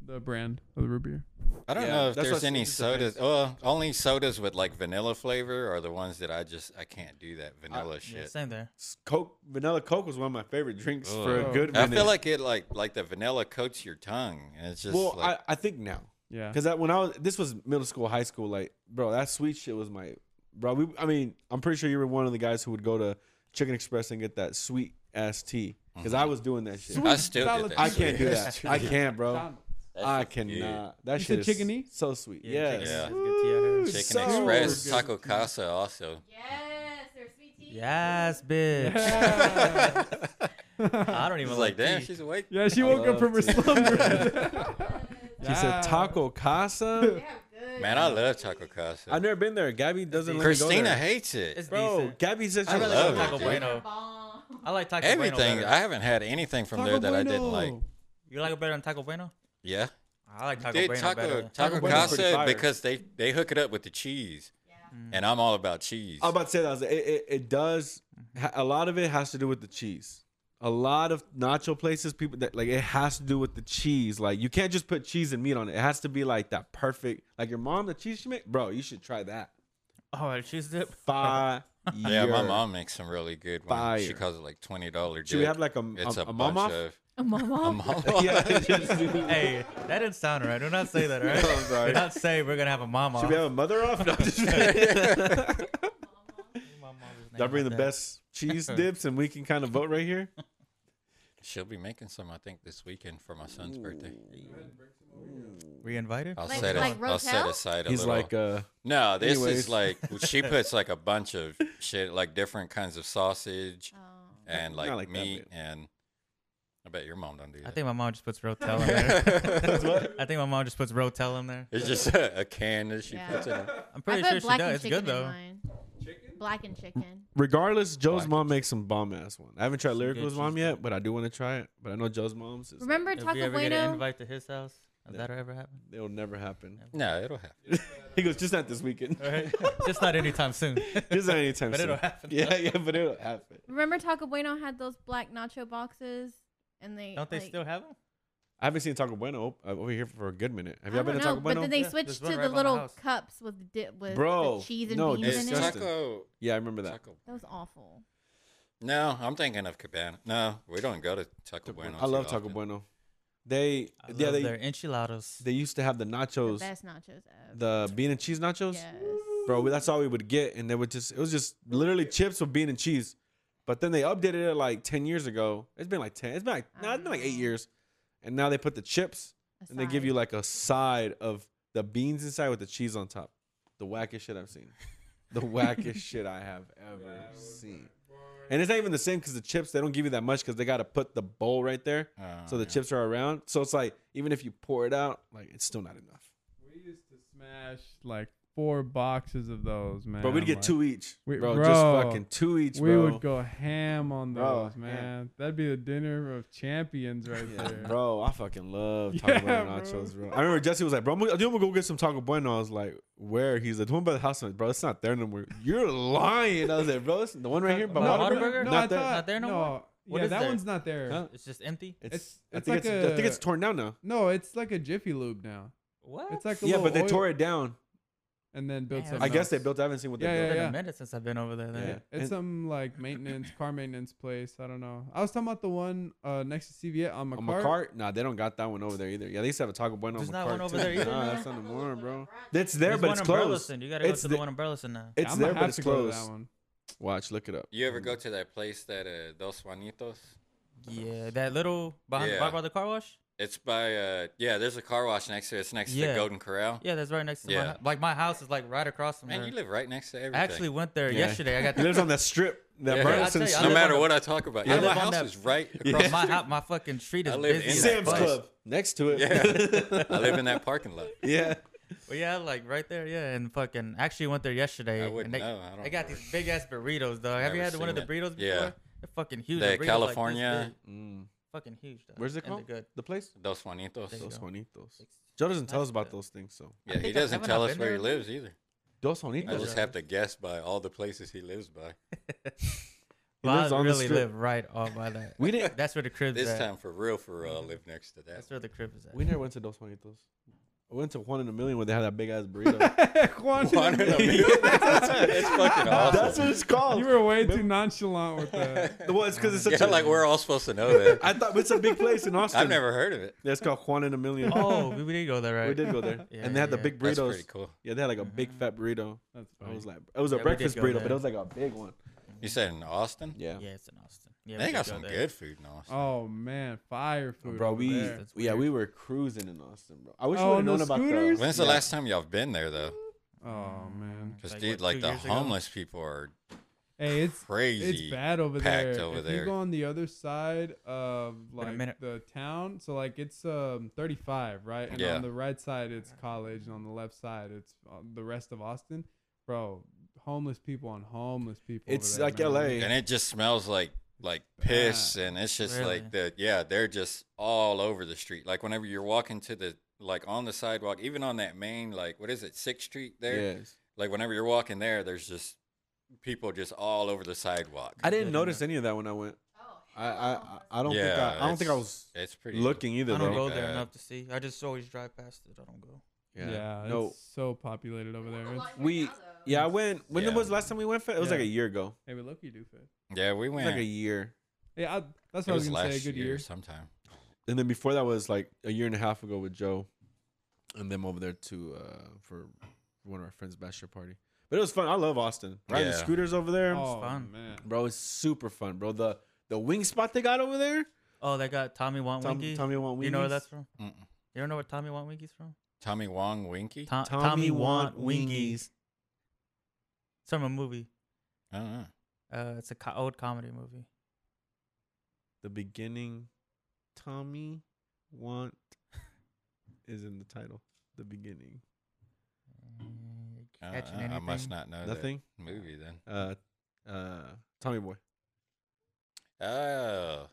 Speaker 4: the brand of the root beer.
Speaker 3: I don't
Speaker 1: Yeah,
Speaker 3: know if
Speaker 1: that's what
Speaker 3: there's
Speaker 1: I said,
Speaker 3: any
Speaker 1: it just depends.
Speaker 3: sodas. Well, only sodas with like vanilla flavor are the ones that I just I can't do that vanilla
Speaker 2: yeah,
Speaker 3: shit.
Speaker 2: same there
Speaker 1: S- Coke, vanilla Coke was one of my favorite drinks for a
Speaker 3: Ugh.
Speaker 1: good
Speaker 3: I
Speaker 1: minute.
Speaker 3: feel like it like like the vanilla coats your tongue and it's just
Speaker 1: well,
Speaker 3: like
Speaker 1: I, I think now
Speaker 4: Yeah.
Speaker 1: because when I was this was middle school, high school, like bro, that sweet shit was my bro. We, I mean, I'm pretty sure you were one of the guys who would go to Chicken Express and get that sweet ass tea because I was doing that shit.
Speaker 3: I, still did that.
Speaker 1: I
Speaker 3: shit.
Speaker 1: can't do
Speaker 3: [LAUGHS]
Speaker 1: that. I can't, bro.
Speaker 3: That
Speaker 1: I
Speaker 3: shit's good.
Speaker 1: cannot. That
Speaker 4: You
Speaker 1: shit
Speaker 4: said
Speaker 1: is
Speaker 4: chickeny?
Speaker 1: so sweet.
Speaker 2: Yeah,
Speaker 1: yes.
Speaker 2: chicken
Speaker 3: Yeah.
Speaker 2: is good tea, I heard.
Speaker 1: Dude,
Speaker 3: Chicken
Speaker 1: so
Speaker 3: Express,
Speaker 1: good.
Speaker 3: Taco Casa also.
Speaker 5: Yes, there's sweet tea.
Speaker 2: Yes, bitch.
Speaker 4: yeah,
Speaker 2: I don't
Speaker 3: He
Speaker 2: even
Speaker 3: was
Speaker 2: like
Speaker 3: like, damn,
Speaker 2: tea.
Speaker 3: she's awake.
Speaker 4: she
Speaker 1: I
Speaker 4: woke
Speaker 1: love
Speaker 4: up from her
Speaker 1: tea.
Speaker 3: [LAUGHS]
Speaker 4: slumber.
Speaker 1: She said Taco Casa.
Speaker 5: They have good.
Speaker 3: Man, I love Taco
Speaker 1: [LAUGHS]
Speaker 3: Casa.
Speaker 1: I've never been there. Gabby doesn't. let me go
Speaker 3: Christina
Speaker 1: there.
Speaker 3: hates it.
Speaker 2: It's
Speaker 1: Bro,
Speaker 2: decent.
Speaker 1: Gabby says
Speaker 3: I
Speaker 1: she
Speaker 3: really
Speaker 1: loves
Speaker 3: love
Speaker 1: it.
Speaker 2: Taco
Speaker 5: Nachos are
Speaker 2: Bueno.
Speaker 5: bomb.
Speaker 2: I like Taco
Speaker 3: Everything.
Speaker 2: Bueno.
Speaker 3: I
Speaker 2: better.
Speaker 3: haven't had anything from there that I didn't like.
Speaker 2: You like it better than Taco Bueno?
Speaker 3: Yeah,
Speaker 2: I like Taco
Speaker 3: dude,
Speaker 2: Bueno
Speaker 3: Taco
Speaker 2: better.
Speaker 3: Taco
Speaker 1: Bueno is pretty
Speaker 3: Casa
Speaker 1: fire.
Speaker 3: because they they hook it up with the cheese, and I'm all about cheese.
Speaker 1: I'm about to say that. I was like, it, it, it does. ha- A lot of it has to do with the cheese. A lot of nacho places, people that like it has to do with the cheese. Like you can't just put cheese and meat on it. It has to be like that perfect. Like your mom, the cheese she made, bro. You should try that.
Speaker 2: Oh, a cheese dip. [LAUGHS]
Speaker 1: Fire.
Speaker 3: [LAUGHS] yeah, my mom makes some really good ones. She
Speaker 1: Fire.
Speaker 3: calls it like twenty dollar.
Speaker 1: Should we have like a a,
Speaker 3: it's
Speaker 1: a,
Speaker 3: a,
Speaker 1: mom
Speaker 3: bunch
Speaker 1: off?
Speaker 3: of
Speaker 6: A mama?
Speaker 5: Oh.
Speaker 3: a mom
Speaker 1: [LAUGHS]
Speaker 3: off.
Speaker 1: Yeah, [LAUGHS] just do-
Speaker 2: hey, that didn't sound right. Do not say that, right?
Speaker 1: I'm sorry.
Speaker 2: Do not say we're gonna have a mama.
Speaker 1: Should we have a mother off? No, I'm
Speaker 3: [LAUGHS]
Speaker 1: just Y'all bring the best cheese dips, and we can kind of vote right here.
Speaker 3: [LAUGHS] She'll be making some, I think, this weekend for my son's birthday.
Speaker 2: We invited.
Speaker 3: I'll
Speaker 5: Like-
Speaker 3: set a,
Speaker 5: like
Speaker 3: will set
Speaker 5: Rotel?
Speaker 3: aside a
Speaker 1: He's
Speaker 3: little.
Speaker 1: like, uh,
Speaker 3: no, this
Speaker 1: anyways. [LAUGHS]
Speaker 3: is like she puts like a bunch of shit, like different kinds of sausage
Speaker 6: Oh.
Speaker 3: and like,
Speaker 1: Not like that,
Speaker 3: meat,
Speaker 1: babe.
Speaker 3: and I bet your mom don't do that.
Speaker 2: I think my mom just puts Rotel in [LAUGHS]
Speaker 3: [LAUGHS]
Speaker 2: there. I think my mom just puts Rotel in there.
Speaker 3: it's just a, a can that she
Speaker 6: Yeah.
Speaker 3: puts in. it.
Speaker 2: I'm
Speaker 6: I
Speaker 2: pretty
Speaker 6: put
Speaker 2: sure she
Speaker 6: black and
Speaker 2: does. It's
Speaker 6: chicken
Speaker 2: good
Speaker 6: in
Speaker 2: though.
Speaker 6: mine. Black and chicken.
Speaker 1: regardless, Joe's
Speaker 3: Black.
Speaker 1: mom makes some bomb ass one. I haven't tried
Speaker 2: Some good
Speaker 1: Lyrical's mom
Speaker 2: cheese
Speaker 1: yet, but I do want to try it. But I know Joe's mom's. Is
Speaker 6: Remember
Speaker 2: If we
Speaker 6: Taco
Speaker 2: ever get an
Speaker 6: Bueno?
Speaker 2: invite to his house, if that ever [LAUGHS] happen?
Speaker 1: it'll never happen.
Speaker 3: No, it'll happen.
Speaker 1: [LAUGHS] he goes, just not this weekend.
Speaker 2: Just not anytime soon.
Speaker 1: [LAUGHS] just not anytime
Speaker 2: But
Speaker 1: soon.
Speaker 2: it'll happen,
Speaker 1: Yeah, yeah, but it'll happen.
Speaker 6: Remember Taco Bueno had those black nacho boxes? And they
Speaker 2: Don't they
Speaker 6: like-
Speaker 2: still have them?
Speaker 1: I haven't seen Taco Bueno op- uh, over here for a good minute. Have
Speaker 6: I
Speaker 1: y'all been
Speaker 6: don't
Speaker 1: to
Speaker 6: know,
Speaker 1: Taco Bueno?
Speaker 6: But then they
Speaker 2: Yeah,
Speaker 6: switched
Speaker 2: there's
Speaker 6: to
Speaker 2: one right
Speaker 6: the
Speaker 2: by my
Speaker 6: little
Speaker 2: house.
Speaker 6: cups with dip with
Speaker 1: Bro,
Speaker 6: the cheese and
Speaker 1: no,
Speaker 6: beans
Speaker 3: Is
Speaker 6: in it.
Speaker 1: disgusting.
Speaker 3: taco,
Speaker 1: yeah, I remember that.
Speaker 3: taco.
Speaker 6: That was awful.
Speaker 3: No, I'm thinking of Cabana. No, we don't go to Taco Bueno.
Speaker 1: I love
Speaker 3: too
Speaker 1: Taco
Speaker 3: often.
Speaker 1: Bueno. They
Speaker 2: I
Speaker 1: yeah
Speaker 2: love
Speaker 1: they
Speaker 2: their enchiladas.
Speaker 1: they used to have the nachos,
Speaker 6: The best nachos ever.
Speaker 1: the bean and cheese nachos.
Speaker 6: yes.
Speaker 1: bro. we- That's all we would get, and they would just it was just literally chips with bean and cheese. But then they updated it like ten years ago. It's been like ten. It's been like no, it's been like eight years, and now they put the chips and they give you
Speaker 6: Aside.
Speaker 1: like a side of the beans inside with the cheese on top. The wackest shit I've seen. The wackest shit I have ever seen. And it's not even the same because the chips they don't give you that much because they got to put the bowl right there,
Speaker 3: Oh,
Speaker 1: so the
Speaker 3: yeah.
Speaker 1: chips are around. So it's like even if you pour it out, like it's still not enough.
Speaker 4: we used to smash like four boxes of those, man.
Speaker 1: But we'd get
Speaker 4: like,
Speaker 1: two each,
Speaker 4: We-
Speaker 1: bro.
Speaker 4: bro,
Speaker 1: just fucking two each,
Speaker 4: We
Speaker 1: bro.
Speaker 4: would go ham on
Speaker 1: Bro,
Speaker 4: those,
Speaker 1: ham.
Speaker 4: man. That'd be the dinner of champions right
Speaker 1: Yeah,
Speaker 4: there.
Speaker 1: bro, I fucking love
Speaker 4: [LAUGHS]
Speaker 1: Taco
Speaker 4: Yeah,
Speaker 1: Bueno
Speaker 4: bro.
Speaker 1: nachos, bro. I remember Jesse was like, "Bro, I'm gonna, I think I'm gonna go get some Taco Bueno." I was like, "Where?" He's like, "The one by the house." I'm like, bro, it's not there no more. You're lying. I was like, "Bro, it's the one right here by
Speaker 2: No,
Speaker 1: Whataburger."
Speaker 2: Whataburger?
Speaker 4: No,
Speaker 1: Not
Speaker 4: I
Speaker 1: there.
Speaker 4: thought-
Speaker 2: Not there no more? What
Speaker 4: yeah,
Speaker 2: is
Speaker 4: that
Speaker 2: there?
Speaker 4: one's not there.
Speaker 1: Huh?
Speaker 2: It's just empty.
Speaker 1: It's,
Speaker 4: It's- it's
Speaker 1: I think
Speaker 4: like
Speaker 1: it's I think it's
Speaker 4: a-
Speaker 1: torn down now.
Speaker 4: No, it's like a Jiffy Lube now.
Speaker 2: What?
Speaker 4: It's like a
Speaker 1: Yeah,
Speaker 4: little
Speaker 1: but they
Speaker 4: oil-
Speaker 1: tore it down.
Speaker 4: and then
Speaker 2: I
Speaker 4: built something
Speaker 1: I guess they
Speaker 4: else.
Speaker 1: built. I haven't seen what they
Speaker 4: Yeah,
Speaker 1: built.
Speaker 2: It's been
Speaker 4: yeah.
Speaker 2: a minute since I've been over there.
Speaker 1: Yeah.
Speaker 2: Then.
Speaker 4: It's
Speaker 1: And-
Speaker 4: some like maintenance, car maintenance place. I don't know. I was talking about the one uh, next to CVS on
Speaker 1: On my
Speaker 4: McCart.
Speaker 1: cart? Nah, they don't got that one over there either. Yeah, they used to have a Taco Bueno.
Speaker 2: There's
Speaker 1: on
Speaker 2: not
Speaker 1: McCart
Speaker 2: one over
Speaker 1: too.
Speaker 2: there either
Speaker 1: Nah,
Speaker 2: now?
Speaker 1: that's not anymore, bro. That's there,
Speaker 2: There's
Speaker 1: but
Speaker 2: one
Speaker 1: it's
Speaker 2: in
Speaker 1: closed.
Speaker 2: Burleson. You gotta go
Speaker 1: It's
Speaker 2: to
Speaker 1: the-
Speaker 2: the one in Burleson now.
Speaker 1: It's
Speaker 4: I'm
Speaker 1: there,
Speaker 4: gonna
Speaker 1: but
Speaker 4: have
Speaker 1: it's
Speaker 4: to go to
Speaker 1: closed.
Speaker 4: that
Speaker 1: [LAUGHS]
Speaker 4: one.
Speaker 1: Watch, look it up.
Speaker 3: You ever go to that place that uh, Dos Juanitos?
Speaker 2: Yeah, that little behind
Speaker 3: Yeah.
Speaker 2: right by the car wash.
Speaker 3: It's by uh, yeah. There's a car wash next to it. It's next to
Speaker 2: Yeah.
Speaker 3: the Golden Corral.
Speaker 2: Yeah, that's right next to my
Speaker 3: Yeah.
Speaker 2: hou- like my house is like right across from
Speaker 3: Man,
Speaker 2: there.
Speaker 3: you live right next to
Speaker 2: I
Speaker 3: everything.
Speaker 2: actually went there
Speaker 1: Yeah.
Speaker 2: yesterday.
Speaker 1: [LAUGHS]
Speaker 2: I got
Speaker 1: He
Speaker 2: the, [LAUGHS]
Speaker 1: lives on that strip, that
Speaker 3: Yeah.
Speaker 1: Burleson
Speaker 2: I tell you, I
Speaker 3: no
Speaker 1: strip.
Speaker 2: live
Speaker 3: matter
Speaker 2: on
Speaker 3: what I talk about,
Speaker 2: I
Speaker 3: yeah, my
Speaker 2: live on
Speaker 3: house
Speaker 2: that- [LAUGHS]
Speaker 3: is right
Speaker 2: bro,
Speaker 3: across.
Speaker 2: my hou- my fucking street
Speaker 3: I
Speaker 2: is
Speaker 3: live
Speaker 2: busy.
Speaker 3: in
Speaker 2: as
Speaker 3: that
Speaker 1: Sam's
Speaker 3: place.
Speaker 2: fuck.
Speaker 1: Club next to it.
Speaker 3: Yeah, I live in that
Speaker 2: [LAUGHS]
Speaker 3: parking lot.
Speaker 1: [LAUGHS] yeah.
Speaker 2: Well, yeah, like right there. Yeah, and fucking actually went there yesterday.
Speaker 3: I wouldn't
Speaker 2: and they,
Speaker 3: know. I don't
Speaker 2: They got
Speaker 3: remember.
Speaker 2: these big ass burritos though. Have you
Speaker 3: Never
Speaker 2: had one of the
Speaker 3: seen it.
Speaker 2: burritos before?
Speaker 3: Yeah.
Speaker 2: They're fucking huge.
Speaker 3: The
Speaker 2: burritos, like, this
Speaker 3: California-
Speaker 2: big.
Speaker 1: Mm.
Speaker 2: fucking huge. Dog.
Speaker 1: Where's it
Speaker 2: And they're
Speaker 1: called?
Speaker 2: Good.
Speaker 1: The place?
Speaker 3: Dos Juanitos.
Speaker 2: There you
Speaker 1: Dos
Speaker 2: go.
Speaker 1: Juanitos.
Speaker 2: It's-
Speaker 1: Joe doesn't tell us
Speaker 2: nice,
Speaker 1: about
Speaker 2: though.
Speaker 1: those things, so.
Speaker 3: Yeah, he
Speaker 2: think I-
Speaker 3: doesn't
Speaker 2: haven't I
Speaker 3: tell us
Speaker 2: been
Speaker 3: where he
Speaker 2: there?
Speaker 3: lives either.
Speaker 1: Dos
Speaker 3: I
Speaker 1: Juanitos.
Speaker 3: just have to guess by all the places he lives by.
Speaker 1: He
Speaker 2: Well,
Speaker 1: lives
Speaker 2: I
Speaker 1: on the
Speaker 2: really
Speaker 1: strip.
Speaker 2: live right off by
Speaker 3: [LAUGHS]
Speaker 2: that.
Speaker 1: We didn't.
Speaker 2: That's where the crib's
Speaker 3: This
Speaker 2: at.
Speaker 3: time for real, for real, I live next to that.
Speaker 2: That's where the crib is at.
Speaker 1: We never went to Dos Juanitos. I went to one in a million where they had that big ass burrito.
Speaker 4: Juan,
Speaker 3: One in
Speaker 2: [LAUGHS]
Speaker 3: a million. [LAUGHS] That's- It's
Speaker 1: [LAUGHS]
Speaker 3: fucking
Speaker 1: That's
Speaker 3: awesome.
Speaker 1: what it's called.
Speaker 4: you were way too nonchalant
Speaker 1: [LAUGHS]
Speaker 4: with that.
Speaker 1: well, it's because it's such
Speaker 3: [LAUGHS] Yeah,
Speaker 1: a
Speaker 3: like we're all supposed to know
Speaker 2: [LAUGHS]
Speaker 3: that.
Speaker 1: I thought it's a big place in Austin.
Speaker 3: I've never heard of it.
Speaker 1: Yeah, it's called Juan in a Million. [LAUGHS]
Speaker 2: oh, we, we did go there, right?
Speaker 1: we did go there,
Speaker 2: Yeah,
Speaker 1: and they had the
Speaker 2: yeah. Mm-hmm.
Speaker 1: big burritos.
Speaker 3: That's pretty cool.
Speaker 1: Yeah, they had like a big fat burrito.
Speaker 4: That's
Speaker 1: I
Speaker 4: funny.
Speaker 1: was like, it was a
Speaker 2: Yeah, we did
Speaker 1: breakfast
Speaker 2: go
Speaker 1: burrito, but
Speaker 2: there.
Speaker 1: it was like a big one.
Speaker 3: You said in Austin?
Speaker 1: Yeah,
Speaker 2: Yeah, it's in Austin. Yeah,
Speaker 3: They
Speaker 2: we
Speaker 3: got
Speaker 2: did go
Speaker 3: some
Speaker 2: there.
Speaker 3: good food in Austin.
Speaker 4: Oh man, fire food,
Speaker 1: bro,
Speaker 4: over
Speaker 1: we
Speaker 4: there.
Speaker 2: That's
Speaker 1: yeah
Speaker 2: weird.
Speaker 1: we were cruising in Austin, bro. I wish
Speaker 4: Oh,
Speaker 1: we would have
Speaker 4: no
Speaker 1: known about
Speaker 4: scooters?
Speaker 1: the.
Speaker 3: When's the
Speaker 1: Yeah.
Speaker 3: last time y'all been there though?
Speaker 4: Oh man,
Speaker 3: Because
Speaker 2: Like, what,
Speaker 3: dude, like
Speaker 2: two
Speaker 3: the
Speaker 2: years ago?
Speaker 3: homeless people are
Speaker 4: hey, it's
Speaker 3: crazy.
Speaker 4: it's bad over
Speaker 3: packed
Speaker 4: there.
Speaker 3: over
Speaker 4: if
Speaker 3: there.
Speaker 4: you go on the other side of like
Speaker 2: minute.
Speaker 4: the town, so like it's um 35, right? And
Speaker 3: Yeah.
Speaker 4: on the right side it's college, and on the left side it's uh, the rest of Austin, bro. Homeless people on homeless people. over
Speaker 1: It's
Speaker 4: there,
Speaker 1: like
Speaker 4: man.
Speaker 1: LA.
Speaker 3: and it just smells like like piss and it's just like the yeah they're just all over the street like whenever you're walking to the like on the sidewalk even on that main like what is it sixth street there
Speaker 1: Yes,
Speaker 3: like whenever you're walking there there's just people just all over the sidewalk
Speaker 1: I didn't notice any of that when I went. I I I- I don't think I, I don't think I
Speaker 3: it's-
Speaker 1: was
Speaker 3: it's pretty
Speaker 1: looking either
Speaker 2: I don't
Speaker 1: though.
Speaker 2: go there
Speaker 3: Uh,
Speaker 2: enough to see. I just always drive past it. I don't go.
Speaker 4: Yeah,
Speaker 1: no.
Speaker 4: it's so populated over there. It's,
Speaker 1: We yeah I went. When
Speaker 3: Yeah.
Speaker 1: was the last time we went? Fed? It was
Speaker 4: Yeah.
Speaker 1: like a year ago.
Speaker 4: hey, we lucky do fit.
Speaker 3: yeah we
Speaker 1: It was
Speaker 3: went
Speaker 1: like a year.
Speaker 4: Yeah, I,
Speaker 3: it
Speaker 4: that's what I was
Speaker 3: was
Speaker 4: gonna
Speaker 3: last
Speaker 4: say. A good
Speaker 3: year,
Speaker 4: year.
Speaker 3: sometime
Speaker 1: and then before that was like a year and a half ago with Joe, and them over there to uh, for one of our friends' bachelor party. But it was fun. I love Austin. Riding the
Speaker 3: Yeah.
Speaker 1: scooters over there,
Speaker 4: Oh
Speaker 2: fun.
Speaker 4: man,
Speaker 1: bro, it's super fun, bro. The the wing spot they got over there.
Speaker 2: Oh, they got Tommy Want
Speaker 1: Tom,
Speaker 2: Winky.
Speaker 1: Tommy want
Speaker 2: You know where
Speaker 1: Winkies?
Speaker 2: that's from?
Speaker 3: Mm-mm.
Speaker 2: You don't know where Tommy Want Winky's from?
Speaker 3: tommy wong winky
Speaker 2: To- It's from a movie.
Speaker 3: i don't know
Speaker 2: Uh, it's a co- old comedy movie.
Speaker 1: The beginning. Tommy want is in the title. The beginning. Uh,
Speaker 3: I, don't
Speaker 2: Catching
Speaker 3: know. I
Speaker 2: anything?
Speaker 3: must not know
Speaker 1: Nothing.
Speaker 3: that movie then
Speaker 1: Uh, uh, Tommy boy.
Speaker 3: oh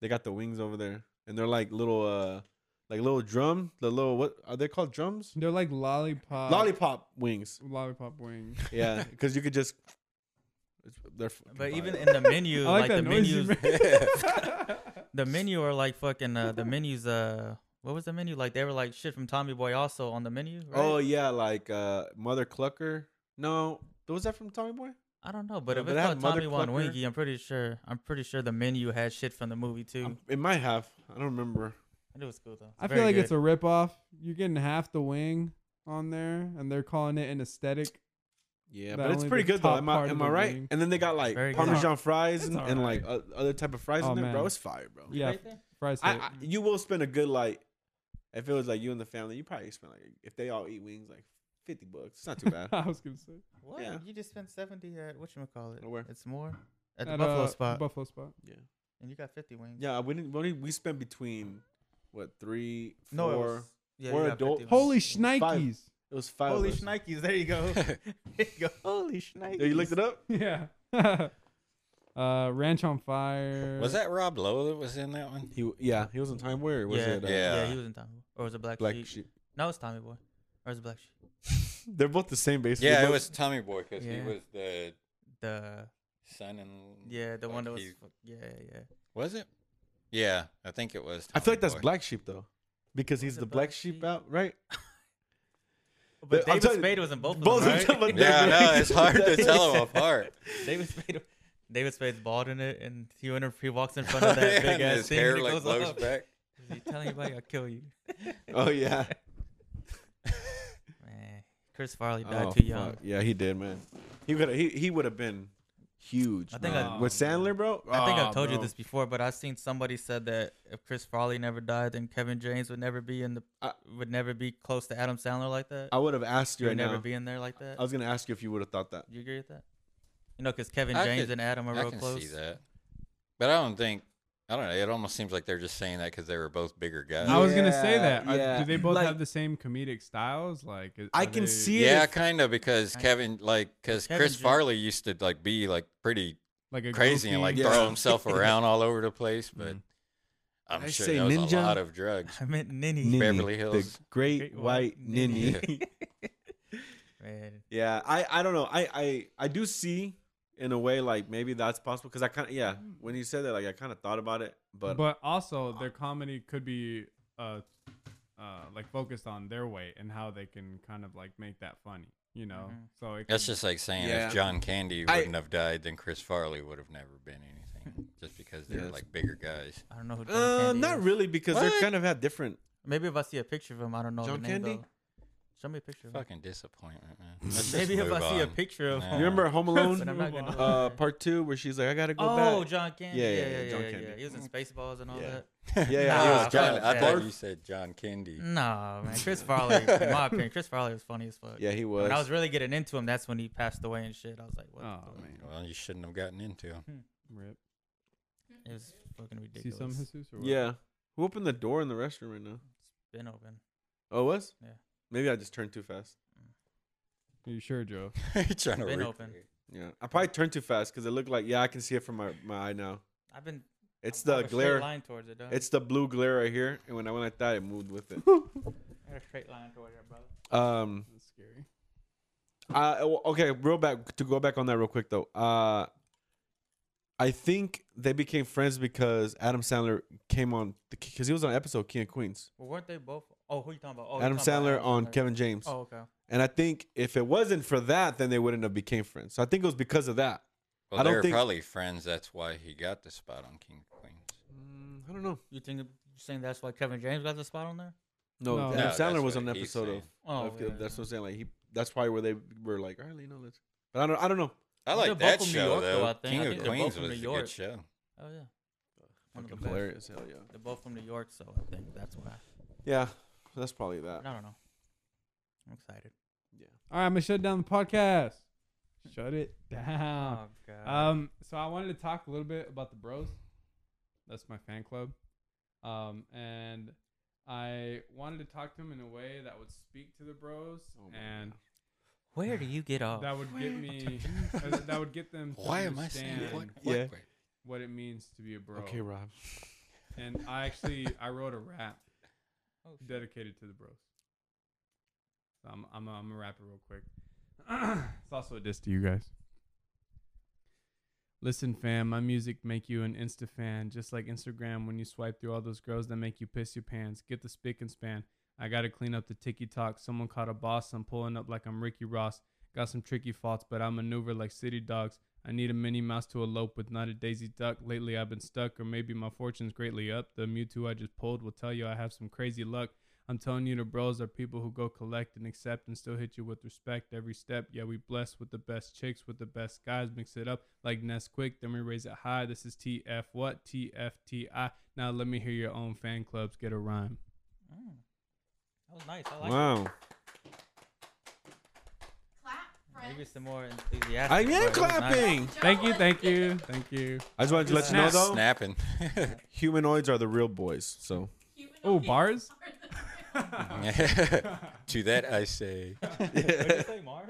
Speaker 1: They got the wings over there, and they're like little, uh, like little drum. The little what are they called? Drums?
Speaker 4: they're like
Speaker 2: Uh,
Speaker 4: lollipop,
Speaker 1: Lollipop wings.
Speaker 4: lollipop wings.
Speaker 2: [LAUGHS]
Speaker 1: Yeah, because you could just. It's, they're. fucking
Speaker 2: But
Speaker 1: fire.
Speaker 2: even in the menu,
Speaker 4: [LAUGHS] I like,
Speaker 2: like,
Speaker 4: that
Speaker 2: the
Speaker 4: noise you
Speaker 2: menus,
Speaker 4: made.
Speaker 3: [LAUGHS]
Speaker 4: [LAUGHS]
Speaker 2: the menu are like fucking uh, the menus. Uh, what was the menu like? They were like shit from Tommy Boy also on the menu. Right?
Speaker 1: Oh yeah, like uh, Mother Clucker. No, was that from Tommy Boy?
Speaker 2: I don't know, but
Speaker 1: No,
Speaker 2: if
Speaker 1: but
Speaker 2: it's
Speaker 1: that
Speaker 2: called
Speaker 1: Mother
Speaker 2: Tommy Wan
Speaker 1: Clucker-
Speaker 2: Winky, I'm pretty sure. I'm pretty sure the menu had shit from the movie too.
Speaker 1: Um, It might have. I don't remember.
Speaker 2: and it was cool though.
Speaker 4: I feel like it's a ripoff. You're getting half the wing on there, and they're calling it an aesthetic.
Speaker 1: Yeah,
Speaker 4: That
Speaker 1: but it's
Speaker 4: only
Speaker 1: pretty
Speaker 4: the
Speaker 1: good though.
Speaker 4: top
Speaker 1: Am I,
Speaker 4: part of
Speaker 1: am
Speaker 4: the
Speaker 1: I right?
Speaker 4: wing.
Speaker 1: And then they got like
Speaker 2: Very good.
Speaker 1: Parmesan fries and,
Speaker 4: It's
Speaker 1: and like
Speaker 4: alright.
Speaker 1: o- other type of fries
Speaker 4: Oh,
Speaker 1: in there, bro.
Speaker 4: man.
Speaker 1: It's fire, bro.
Speaker 4: Yeah, fries.
Speaker 1: I,
Speaker 4: hit.
Speaker 1: I you will spend a good like if it was like you and the family, you probably spend like if they all eat wings like fifty bucks. It's not too
Speaker 4: [LAUGHS]
Speaker 1: bad.
Speaker 4: I was gonna say
Speaker 2: What?
Speaker 1: Yeah.
Speaker 2: You just spent seventy at what you call it?
Speaker 1: Where?
Speaker 2: It's more at the
Speaker 4: At,
Speaker 2: Buffalo
Speaker 4: uh,
Speaker 2: spot,
Speaker 4: Buffalo spot.
Speaker 2: and you got fifty wings.
Speaker 1: yeah, we didn't. We, only- we spent between what three, four.
Speaker 2: No, it
Speaker 1: it,
Speaker 2: was,
Speaker 1: was,
Speaker 2: yeah,
Speaker 1: or
Speaker 2: you got
Speaker 1: adult-
Speaker 2: 50 wings.
Speaker 4: Holy shnikes! [LAUGHS]
Speaker 1: five.
Speaker 2: Holy
Speaker 1: of us.
Speaker 2: shnikes! There
Speaker 1: [LAUGHS]
Speaker 2: you go. [LAUGHS] there you go. Holy shnikes!
Speaker 1: Yeah, you looked it up.
Speaker 4: Yeah. [LAUGHS] uh, Ranch on Fire.
Speaker 1: Uh,
Speaker 3: was that rob lowe that was in that one
Speaker 1: He w- yeah, he was in Time Warrior. Was
Speaker 2: yeah,
Speaker 1: it? Uh,
Speaker 3: Yeah.
Speaker 2: yeah, he was in Tommy Boy, or was it Black,
Speaker 1: Black
Speaker 2: Sheep?
Speaker 1: Sheep.
Speaker 2: No, it's Tommy Boy, or is it Black Sheep?
Speaker 1: They're both the same basically.
Speaker 3: yeah
Speaker 1: They're
Speaker 3: it
Speaker 1: both-
Speaker 3: was tommy boy because he
Speaker 2: Yeah.
Speaker 3: was the
Speaker 2: The
Speaker 3: son and
Speaker 2: yeah, the
Speaker 3: like,
Speaker 2: one that was
Speaker 3: he-
Speaker 2: fuck- yeah, yeah.
Speaker 3: Was it? Yeah, I think it was.
Speaker 1: I feel like that's
Speaker 3: Tommy Boy.
Speaker 1: Black Sheep though, because he's
Speaker 2: it
Speaker 1: the
Speaker 2: Black
Speaker 1: Black Sheep
Speaker 2: Sheep?
Speaker 1: out right.
Speaker 2: But
Speaker 1: I'm
Speaker 2: David
Speaker 1: telling you,
Speaker 2: Spade was in both,
Speaker 1: both
Speaker 2: of
Speaker 1: of
Speaker 2: them,
Speaker 1: them
Speaker 2: right? [LAUGHS]
Speaker 1: are-
Speaker 3: Yeah, I know,
Speaker 1: Black
Speaker 3: it's hard to
Speaker 1: Sheep.
Speaker 3: tell them apart.
Speaker 2: David Spade. David Spade's bald in it, and he went in- he walks in front
Speaker 1: [LAUGHS]
Speaker 2: of that big
Speaker 3: [LAUGHS] And
Speaker 2: ass
Speaker 3: his
Speaker 2: thing.
Speaker 3: hair
Speaker 2: and it
Speaker 3: like
Speaker 2: goes
Speaker 3: blows
Speaker 2: up.
Speaker 3: back.
Speaker 2: If you tell anybody, I'll kill you.
Speaker 1: Oh [LAUGHS] yeah.
Speaker 2: Man, Chris Farley died
Speaker 1: Oh,
Speaker 2: too young.
Speaker 1: fuck. Yeah, he did, man. He would he he would have been huge.
Speaker 2: I think
Speaker 1: bro.
Speaker 4: I-
Speaker 1: with Sandler, bro.
Speaker 2: I think
Speaker 1: Ah,
Speaker 2: I've told you
Speaker 1: bro.
Speaker 2: this before, but I've seen somebody said that if Chris Farley never died, then Kevin James would never be in the
Speaker 1: I-
Speaker 2: would never be close to Adam Sandler like that.
Speaker 1: I would have asked
Speaker 2: He
Speaker 1: you
Speaker 2: would
Speaker 1: right
Speaker 2: never
Speaker 1: now.
Speaker 2: be in there like that.
Speaker 1: I was gonna ask you if you would have thought that.
Speaker 2: you agree with that? You know, because Kevin
Speaker 3: I
Speaker 2: James
Speaker 3: could-
Speaker 2: and Adam are
Speaker 3: I
Speaker 2: real
Speaker 3: can
Speaker 2: close.
Speaker 3: see that, but I don't think. I don't know. It almost seems like they're just saying that because they were both bigger guys.
Speaker 4: I was gonna say
Speaker 1: Yeah,
Speaker 4: that. Are-
Speaker 1: yeah.
Speaker 4: do they both
Speaker 1: Like-
Speaker 4: have the same comedic styles? Like is-
Speaker 1: I
Speaker 4: are
Speaker 1: can
Speaker 4: they-
Speaker 1: see it.
Speaker 3: yeah,
Speaker 1: if-
Speaker 3: kind of because Kevin, like, because
Speaker 2: Kevin
Speaker 3: Chris
Speaker 2: James-
Speaker 3: Farley used to like be like pretty
Speaker 4: like a
Speaker 3: crazy and like
Speaker 4: goofy-
Speaker 1: Yeah.
Speaker 3: throw himself around all over the place. But
Speaker 1: Mhm.
Speaker 3: I'm
Speaker 1: I
Speaker 3: sure
Speaker 1: say
Speaker 3: that was
Speaker 1: ninja?
Speaker 3: a lot of drugs.
Speaker 2: [LAUGHS] I meant ninny.
Speaker 1: Ninny,
Speaker 3: Beverly Hills.
Speaker 1: the great,
Speaker 4: Great
Speaker 1: white
Speaker 2: white
Speaker 1: ninny. [LAUGHS]
Speaker 2: Man.
Speaker 1: yeah, I I don't know. I I I do see in a way like maybe that's possible because I kind of yeah. When you said that, like I kind of thought about it, but,
Speaker 4: But, also their comedy could be uh, uh, like focused on their way and how they can kind of like make that funny, you know.
Speaker 1: Mm-hmm.
Speaker 2: Mhm.
Speaker 4: So it
Speaker 3: That's
Speaker 4: could-
Speaker 3: just like saying
Speaker 1: Yeah.
Speaker 3: if John Candy
Speaker 1: I-
Speaker 3: wouldn't have died, then Chris Farley would have never been anything. Just because they're
Speaker 1: Yes.
Speaker 3: like bigger guys.
Speaker 2: I don't know who John
Speaker 1: uh,
Speaker 2: Candy
Speaker 1: not
Speaker 2: is.
Speaker 1: really because they're
Speaker 3: What?
Speaker 1: kind of had different.
Speaker 2: Maybe if I see a picture of him, I don't know
Speaker 1: John
Speaker 2: the name
Speaker 1: Candy?
Speaker 2: though. Show me a picture of him.
Speaker 3: Fucking disappointment, man. Let's just
Speaker 2: Maybe if
Speaker 3: move
Speaker 2: I see a
Speaker 3: on.
Speaker 2: picture of
Speaker 3: Yeah.
Speaker 1: You remember Home Alone,
Speaker 2: But I'm not gonna
Speaker 1: uh, part two, where she's like, I gotta go
Speaker 2: Oh,
Speaker 1: back.
Speaker 2: John Candy.
Speaker 1: Yeah,
Speaker 2: Yeah,
Speaker 1: yeah,
Speaker 2: yeah,
Speaker 1: yeah,
Speaker 2: yeah.
Speaker 1: John
Speaker 2: yeah,
Speaker 1: Candy.
Speaker 2: He was in Spaceballs and all
Speaker 1: Yeah. [LAUGHS] Yeah,
Speaker 2: that.
Speaker 1: yeah,
Speaker 3: Nah,
Speaker 1: it
Speaker 2: I
Speaker 1: was
Speaker 2: thought
Speaker 1: John.
Speaker 3: John, I thought
Speaker 2: that- Mm.
Speaker 3: you said John Candy.
Speaker 2: No,
Speaker 1: [LAUGHS]
Speaker 2: man. Chris Farley, in my opinion, Chris Farley was funny as fuck.
Speaker 1: yeah, he was.
Speaker 2: When I was really getting into him, that's when he passed away and shit. I was like, what? the
Speaker 4: Oh,
Speaker 2: fuck?
Speaker 4: man.
Speaker 3: Well, you shouldn't have gotten into him. [LAUGHS]
Speaker 4: Rip.
Speaker 2: It was fucking
Speaker 4: See some
Speaker 2: ridiculous.
Speaker 4: Jesus or what?
Speaker 1: yeah. Who opened the door in the restroom right now?
Speaker 2: It's been open.
Speaker 1: Oh, it was?
Speaker 2: Yeah.
Speaker 1: Maybe I just turned too fast.
Speaker 4: Are you sure, Joe?
Speaker 3: You're trying to
Speaker 2: Been
Speaker 3: re-
Speaker 2: open.
Speaker 1: Yeah, I probably turned too fast because it looked like yeah, I can see it from my, my eye now.
Speaker 2: I've been.
Speaker 1: It's
Speaker 2: I have
Speaker 1: the
Speaker 2: a straight
Speaker 1: glare.
Speaker 2: Line towards it, dog.
Speaker 1: It's the blue glare right here, and when I went like that, it moved with [LAUGHS] it.
Speaker 2: I had a straight line towards it, bro.
Speaker 1: Um,
Speaker 4: That's scary.
Speaker 1: uh, oh, okay, real back to go back on that real quick though. Uh, I think they became friends because Adam Sandler came on because he was on episode King of Queens.
Speaker 2: Well, weren't they both? Oh, who you talking about? Oh, you
Speaker 1: Adam
Speaker 2: talking about
Speaker 1: Sandler on Kevin James,
Speaker 2: Oh, okay.
Speaker 1: and I think if it wasn't for that, then they wouldn't have became friends. So I think it was because of that.
Speaker 3: Well,
Speaker 1: I
Speaker 3: they
Speaker 1: don't
Speaker 3: were
Speaker 1: think-
Speaker 3: probably friends. That's why he got the spot on King of Queens.
Speaker 1: Mm, I don't know.
Speaker 2: You think you saying that's why Kevin James got the spot on there?
Speaker 1: No,
Speaker 4: No.
Speaker 1: Adam
Speaker 4: No,
Speaker 3: that's
Speaker 1: Sandler
Speaker 3: what
Speaker 1: was on an
Speaker 3: he's
Speaker 1: episode of
Speaker 3: saying.
Speaker 2: Oh,
Speaker 1: Of- that's what I'm saying. Like he, that's probably where they were like, all right, you know, let's. But I don't, I don't know.
Speaker 3: I
Speaker 2: They're
Speaker 3: like
Speaker 2: both
Speaker 3: that
Speaker 2: from New
Speaker 3: show
Speaker 2: York, though,
Speaker 3: though.
Speaker 2: I think.
Speaker 3: King
Speaker 2: I
Speaker 3: of
Speaker 2: think they're both
Speaker 3: Queens
Speaker 2: from
Speaker 3: was
Speaker 2: New
Speaker 3: a
Speaker 2: York.
Speaker 3: good show.
Speaker 2: Oh yeah. One of the
Speaker 1: Fucking
Speaker 2: best.
Speaker 1: hilarious, hell yeah.
Speaker 2: They're both from New York, so I think that's why.
Speaker 1: Yeah, that's probably
Speaker 2: I
Speaker 1: that.
Speaker 2: don't know. I'm excited.
Speaker 4: All right, I'm gonna shut down the podcast.
Speaker 2: [LAUGHS]
Speaker 4: Shut it down.
Speaker 2: Oh, god.
Speaker 4: Uh, Um, so I wanted to talk a little bit about the Bros. That's my fan club. Um, and I wanted to talk to them in a way that would speak to the Bros,
Speaker 1: Oh my
Speaker 4: and
Speaker 2: Where do you get off?
Speaker 4: that would get me, uh, that would get them. To
Speaker 3: Why am I
Speaker 4: understand
Speaker 3: saying what?
Speaker 1: Yeah.
Speaker 3: what-
Speaker 4: what it means to be a bro.
Speaker 1: Okay, Rob.
Speaker 4: And I actually I wrote a rap
Speaker 2: Oh, shit.
Speaker 4: dedicated to the bros. So I'm I'm I'm gonna wrap it real quick. [CLEARS THROAT] it's also a diss to you guys. Listen, fam, my music make you an Insta fan, just like Instagram when you swipe through all those girls that make you piss your pants. Get the spick and span. I gotta clean up the ticky talk. Someone caught a boss. I'm pulling up like I'm Ricky Ross. Got some tricky faults, but I maneuver like city dogs. I need a Minnie Mouse to elope with, not a Daisy Duck. Lately I've been stuck, or maybe my fortune's greatly up. The Mewtwo I just pulled will tell you I have some crazy luck. I'm telling you, the bros are people who go collect and accept and still hit you with respect every step. Yeah, we blessed with the best chicks, with the best guys. Mix it up like Nesquik, then we raise it high. This is TF what? TFTI. Now let me hear your own fan clubs get a rhyme.
Speaker 2: Mm. That was nice. I
Speaker 1: [LAUGHS]
Speaker 2: like
Speaker 1: Wow.
Speaker 5: Clap,
Speaker 2: it.
Speaker 5: friend.
Speaker 2: Maybe some more enthusiastic.
Speaker 1: I
Speaker 2: but it
Speaker 1: am
Speaker 2: was nice.
Speaker 1: clapping.
Speaker 4: Thank you, thank you, thank you.
Speaker 1: I just wanted to let you know
Speaker 3: Snap-
Speaker 1: though,
Speaker 2: [LAUGHS]
Speaker 3: snapping. [LAUGHS]
Speaker 1: humanoids are the real boys. So
Speaker 4: Oh, bars?
Speaker 2: [LAUGHS]
Speaker 3: to that I say,
Speaker 2: [LAUGHS] What'd you say, Mars?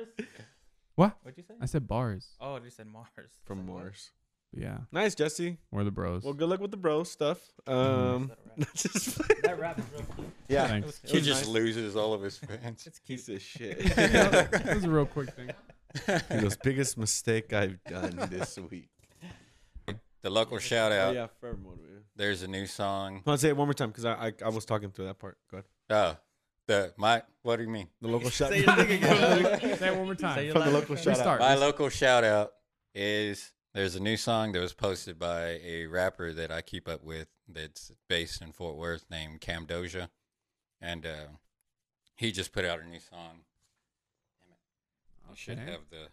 Speaker 4: What?
Speaker 2: What'd you say?
Speaker 4: I said bars.
Speaker 2: Oh, you said Mars.
Speaker 1: from
Speaker 2: It's like, what?
Speaker 1: Mars.
Speaker 4: But yeah,
Speaker 1: Nice, Jesse.
Speaker 4: we're the bros.
Speaker 1: Well, good luck with the bro stuff. Um, [LAUGHS] just
Speaker 2: That rap is real
Speaker 1: [LAUGHS]
Speaker 2: cute.
Speaker 3: [LAUGHS]
Speaker 1: yeah,
Speaker 4: Thanks.
Speaker 2: was
Speaker 3: he
Speaker 1: was
Speaker 3: just
Speaker 1: nice.
Speaker 3: loses all of
Speaker 2: [LAUGHS]
Speaker 3: his fans.
Speaker 2: It's cute.
Speaker 1: piece of shit. [LAUGHS]
Speaker 4: that was a real quick thing.
Speaker 1: He goes, biggest mistake I've done this week. Oh,
Speaker 3: The local shout out.
Speaker 1: yeah, fair motivator.
Speaker 3: There's a new song.
Speaker 1: I'll say it one more time because I, I I was talking through that part. Go ahead.
Speaker 3: Oh, the my. What do you mean?
Speaker 1: The
Speaker 2: [LAUGHS]
Speaker 1: local shot.
Speaker 2: Say your thing again.
Speaker 4: Say it one more
Speaker 2: Say
Speaker 4: time.
Speaker 2: your
Speaker 1: From the
Speaker 2: line
Speaker 1: local
Speaker 2: again.
Speaker 1: shout out.
Speaker 4: Restart.
Speaker 3: My local shout out is there's a new song that was posted by a rapper that I keep up with that's based in Fort Worth named Cam Doja. And uh, he just put out a new song. I should
Speaker 4: Okay.
Speaker 3: have the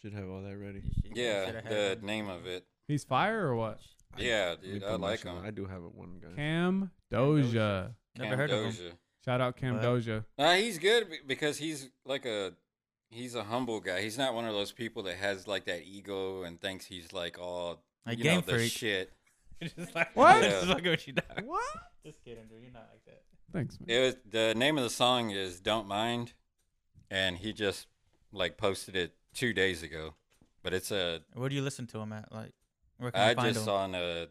Speaker 1: Should have all that ready.
Speaker 2: You should- you
Speaker 3: yeah
Speaker 2: should've had
Speaker 3: the
Speaker 2: one.
Speaker 3: name of it.
Speaker 4: He's fire or what?
Speaker 3: Yeah,
Speaker 1: Let me
Speaker 3: dude, I
Speaker 1: put my
Speaker 3: like
Speaker 1: shit on.
Speaker 3: him.
Speaker 1: I do have it one guy.
Speaker 4: Cam
Speaker 2: Doja.
Speaker 4: Doja.
Speaker 2: Never
Speaker 3: Cam
Speaker 2: heard
Speaker 3: Doja.
Speaker 2: of him.
Speaker 4: Shout out Cam
Speaker 2: What?
Speaker 4: Doja.
Speaker 3: Nah, Uh, he's good be- because he's like a he's a humble guy. He's not one of those people that has like that ego and thinks he's like all
Speaker 2: Like
Speaker 3: you know,
Speaker 2: Game
Speaker 3: the
Speaker 2: Freak.
Speaker 3: shit.
Speaker 2: [LAUGHS] Just like,
Speaker 4: What?
Speaker 2: Just like what you done.
Speaker 4: What?
Speaker 2: Just kidding, dude. You're not like that.
Speaker 4: Thanks, man.
Speaker 3: It was the name of the song is "Don't Mind," and he just like posted it two days ago, But it's a
Speaker 2: Where do you listen to him at? Like, where can I,
Speaker 3: I
Speaker 2: find
Speaker 3: just
Speaker 2: him?
Speaker 3: saw on a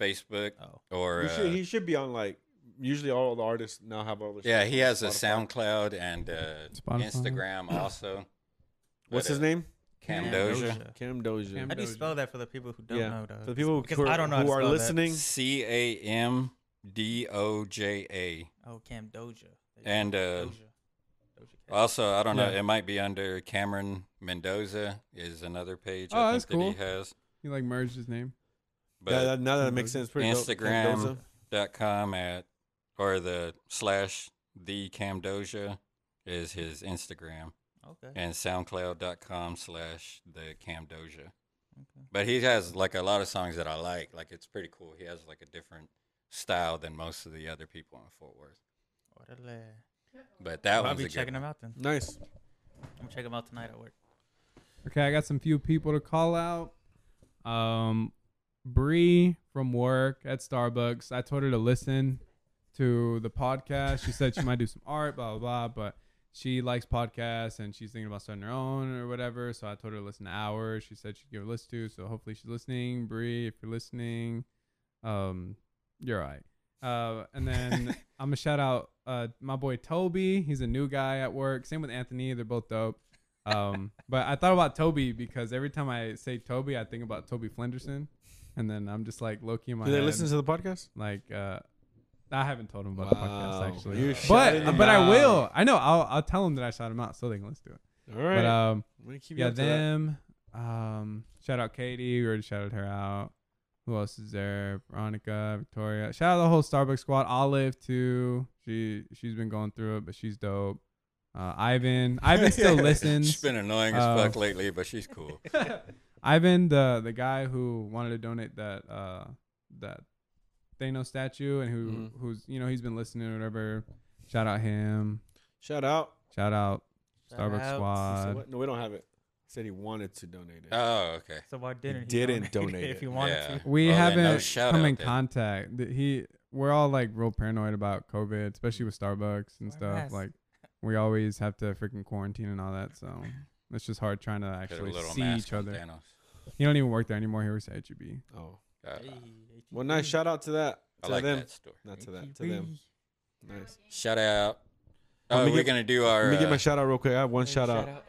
Speaker 3: Facebook
Speaker 2: oh,
Speaker 3: or
Speaker 1: He should,
Speaker 3: uh,
Speaker 1: he should be on like usually all the artists now have all their
Speaker 3: yeah,
Speaker 1: stuff
Speaker 3: he
Speaker 1: on
Speaker 3: has a
Speaker 1: Spotify.
Speaker 3: SoundCloud and uh,
Speaker 4: Spotify.
Speaker 3: Instagram
Speaker 2: [LAUGHS]
Speaker 3: also.
Speaker 1: What's
Speaker 3: But,
Speaker 1: his
Speaker 3: uh,
Speaker 1: name?
Speaker 3: Cam
Speaker 2: Cam
Speaker 3: Doja.
Speaker 2: Doja.
Speaker 1: Cam Doja.
Speaker 4: Cam
Speaker 2: How do you
Speaker 4: Doja.
Speaker 2: spell that for the people who don't
Speaker 1: Yeah.
Speaker 2: know? Though?
Speaker 1: For the people
Speaker 2: because
Speaker 1: who are,
Speaker 2: I don't know how
Speaker 1: who
Speaker 2: to
Speaker 1: are
Speaker 2: spell that.
Speaker 1: listening,
Speaker 3: C A M D O J A.
Speaker 2: Oh, Cam Doja. There you
Speaker 3: And,
Speaker 2: go.
Speaker 3: uh,
Speaker 2: Doja. Doja Cat.
Speaker 3: Also, I don't know.
Speaker 1: Yeah.
Speaker 3: It might be under Cameron Mendoza is another page.
Speaker 4: Oh,
Speaker 3: I
Speaker 4: that's
Speaker 3: think that he
Speaker 4: cool.
Speaker 3: has.
Speaker 4: He like merged his name.
Speaker 3: But
Speaker 1: Yeah, that- now that it makes
Speaker 4: Doja.
Speaker 1: sense. Pretty dope. Cam
Speaker 3: Instagram.
Speaker 1: Doja.
Speaker 3: dot com at or the slash the Camdoja is his Instagram
Speaker 2: okay.
Speaker 3: and SoundCloud.com slash the Camdoja.
Speaker 2: okay.
Speaker 3: But he has like a lot of songs that I like. Like it's pretty cool. He has like a different style than most of the other people in Fort Worth.
Speaker 2: Orale.
Speaker 3: But that
Speaker 2: I'll
Speaker 3: one's
Speaker 2: be
Speaker 3: a good
Speaker 2: checking
Speaker 3: one.
Speaker 2: him out then.
Speaker 1: Nice.
Speaker 2: I'm checking him out tonight at work.
Speaker 4: Okay, I got some few people to call out. Um, Bree from work at Starbucks. I told her to listen to the podcast. She said she might do some art, blah blah blah, but she likes podcasts and she's thinking about starting her own or whatever. So I told her to listen to ours. She said she'd give it a listen to. So hopefully she's listening. Bree, if you're listening, um, you're all right. Uh, and
Speaker 1: [LAUGHS]
Speaker 4: then I'm gonna shout out uh my boy Toby. He's a new guy at work. Same with Anthony. They're both dope.
Speaker 1: [LAUGHS]
Speaker 4: Um, but I thought about Toby because every time I say Toby, I think about Toby Flenderson, and then I'm just like low key in my
Speaker 1: Do they
Speaker 4: head,
Speaker 1: listen to the podcast?
Speaker 4: like uh, I haven't told him about the
Speaker 1: Wow.
Speaker 4: podcast actually.
Speaker 1: You're shouting
Speaker 4: but
Speaker 1: him
Speaker 4: but I
Speaker 1: out.
Speaker 4: will. I know. I'll I'll tell him that I shout him out so they can listen to it.
Speaker 1: All right.
Speaker 4: But
Speaker 2: uh,
Speaker 4: um,
Speaker 1: I'm gonna keep you
Speaker 4: yeah,
Speaker 1: up to that.
Speaker 4: them. Um, shout out Katie. We already shouted her out. Who else is there? Veronica, Victoria. Shout out the whole Starbucks squad. Olive too. She she's been going through it, but she's dope. Uh, Ivan.
Speaker 1: [LAUGHS]
Speaker 3: [LAUGHS]
Speaker 4: Ivan still
Speaker 3: She's
Speaker 4: listens.
Speaker 3: been annoying as
Speaker 4: Uh,
Speaker 3: fuck lately, but she's cool.
Speaker 4: Ivan, the the guy who wanted to donate that uh that Thanos statue and who
Speaker 3: Mm-hmm.
Speaker 1: Mhm.
Speaker 4: who's you know he's been listening or whatever. Shout out him.
Speaker 1: Shout out.
Speaker 4: Shout out
Speaker 2: Shout
Speaker 4: Starbucks
Speaker 2: out.
Speaker 1: So
Speaker 4: squad.
Speaker 1: what? No, we don't have it. He said he wanted to donate it.
Speaker 3: Oh, okay.
Speaker 2: So why didn't he
Speaker 1: didn't
Speaker 2: donate,
Speaker 1: donate
Speaker 2: [LAUGHS] if
Speaker 1: it.
Speaker 2: he wanted
Speaker 3: Oh, Yeah. Uh,
Speaker 2: to?
Speaker 4: We
Speaker 3: Well, then no
Speaker 4: haven't
Speaker 3: shout
Speaker 4: come
Speaker 3: out
Speaker 4: in
Speaker 3: then.
Speaker 4: contact. Th- He we're all like real paranoid about COVID, especially with Starbucks
Speaker 2: Wear
Speaker 4: and
Speaker 2: a
Speaker 4: stuff.
Speaker 2: mask.
Speaker 4: Like we always have to freaking quarantine and all that, so it's just hard trying to
Speaker 3: Put a
Speaker 4: actually
Speaker 3: little
Speaker 4: see
Speaker 3: mask
Speaker 4: each
Speaker 3: on
Speaker 4: other.
Speaker 3: Thanos.
Speaker 4: He don't even work there anymore. He works at HEB.
Speaker 1: Oh.
Speaker 3: Uh,
Speaker 2: Hey,
Speaker 1: Well, nice.
Speaker 2: ATB.
Speaker 1: Shout out to that.
Speaker 3: I
Speaker 1: To
Speaker 3: like
Speaker 1: them.
Speaker 3: that story.
Speaker 1: Not to that. To them. Nice.
Speaker 3: Shout out.
Speaker 1: Let
Speaker 3: Oh,
Speaker 1: me
Speaker 3: we're
Speaker 1: get-
Speaker 3: gonna do our.
Speaker 1: Let me get my
Speaker 3: uh,
Speaker 1: shout out real quick. I have one shout, out.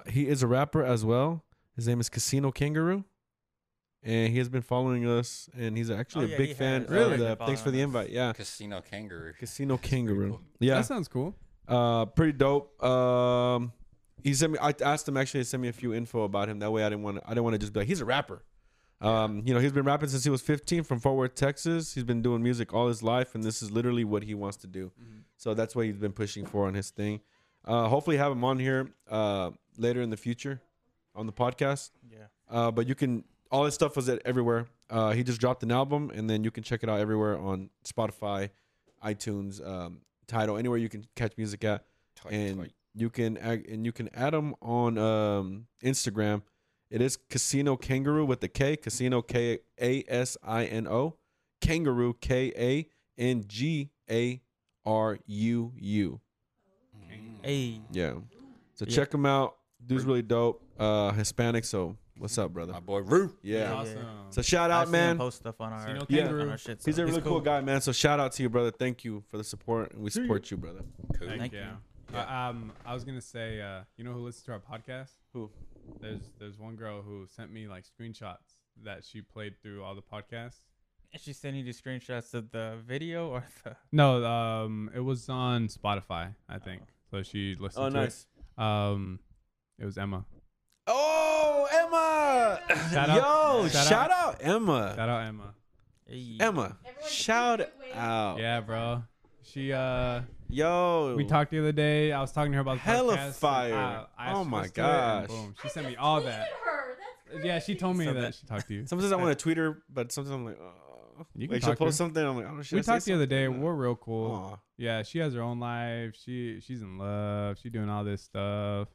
Speaker 1: Uh, he is a rapper as well. His name is Casino Kangaroo, and he has been following us, and he's actually
Speaker 2: Oh, yeah,
Speaker 1: a
Speaker 2: he
Speaker 1: big fan.
Speaker 2: has.
Speaker 4: Really?
Speaker 1: Of the,
Speaker 2: Been
Speaker 1: thanks for the
Speaker 2: following us.
Speaker 1: invite. Yeah,
Speaker 3: Casino Kangaroo.
Speaker 1: Casino
Speaker 3: That's pretty
Speaker 1: Kangaroo.
Speaker 3: cool.
Speaker 1: Yeah,
Speaker 4: That sounds cool.
Speaker 1: uh, pretty dope. Um, he sent me. I asked him actually to send me a few info about him. That way, I didn't want. I didn't want to just be like, he's a rapper. Um, you know, he's been rapping since he was 15 from Fort Worth, Texas. He's been doing music all his life, and this is literally what he wants to do. So that's what he's been pushing for on his thing. Uh, hopefully, have him on here uh, later in the future on the podcast.
Speaker 2: Yeah.
Speaker 1: Uh, but you can all his stuff was at everywhere. Uh, he just dropped an album, and then you can check it out everywhere on Spotify, iTunes, um, Title, anywhere you can catch music at,
Speaker 3: Tight,
Speaker 1: and
Speaker 3: tight.
Speaker 1: you can ag- and you can add him on um, Instagram. It is Casino Kangaroo with the K, Casino K A S I N O, Kangaroo K A N G A R U U.
Speaker 2: Hey.
Speaker 1: Yeah, so
Speaker 2: Yeah.
Speaker 1: check him out. Dude's really dope. Uh, Hispanic, so what's up,
Speaker 3: Mm, My
Speaker 1: brother?
Speaker 3: boy Roo.
Speaker 1: Yeah.
Speaker 2: Awesome.
Speaker 1: So shout
Speaker 2: I
Speaker 1: out,
Speaker 2: seen him
Speaker 1: man.
Speaker 2: Post stuff on our,
Speaker 4: Casino
Speaker 2: yeah.
Speaker 4: Kangaroo.
Speaker 2: on our shit.
Speaker 1: He's
Speaker 2: so
Speaker 1: a really
Speaker 2: it's
Speaker 1: cool. guy, man. So shout out to you, brother. Thank you for the support. and We support you, brother.
Speaker 3: Cool.
Speaker 2: Thank
Speaker 4: yeah.
Speaker 2: you.
Speaker 4: Uh, um, I was gonna say, uh, you know who listens to our podcast?
Speaker 1: Who?
Speaker 4: There's there's one girl who sent me like screenshots that she played through all the podcasts.
Speaker 2: Is she sending you screenshots of the video or the?
Speaker 4: No, um, it was on Spotify, I think. So she listened.
Speaker 1: Oh,
Speaker 4: to
Speaker 1: nice.
Speaker 4: It. Um, it was Emma.
Speaker 1: Oh, Emma.
Speaker 4: Shout out-
Speaker 1: Yo,
Speaker 4: shout
Speaker 1: shout,
Speaker 4: out-
Speaker 1: out. Emma.
Speaker 4: Shout out Emma.
Speaker 2: Hey.
Speaker 1: Emma.
Speaker 5: Everyone
Speaker 1: shout
Speaker 5: give her a quick wave.
Speaker 1: out.
Speaker 4: Yeah, bro. She uh,
Speaker 1: Yo.
Speaker 4: we talked the other day. I was talking to her about the
Speaker 1: Hella
Speaker 4: podcast, and
Speaker 1: fire.
Speaker 4: I- I
Speaker 1: Oh
Speaker 4: asked her
Speaker 1: my
Speaker 4: to do it, and
Speaker 1: gosh.
Speaker 4: Boom. She sent me all that.
Speaker 2: Uh,
Speaker 4: Yeah, she told me
Speaker 2: So
Speaker 4: that,
Speaker 2: that-
Speaker 4: she talked to you.
Speaker 1: Sometimes I want to tweet her, but sometimes I'm like, oh.
Speaker 4: You can
Speaker 1: like she'll
Speaker 4: talk to
Speaker 1: post
Speaker 4: her.
Speaker 1: something. I'm like, oh, should
Speaker 4: we
Speaker 1: I say
Speaker 4: talked the other
Speaker 1: something?
Speaker 4: day. We're real cool.
Speaker 1: Aw.
Speaker 4: Yeah, she has her own life. She she's in love. She doing all this stuff.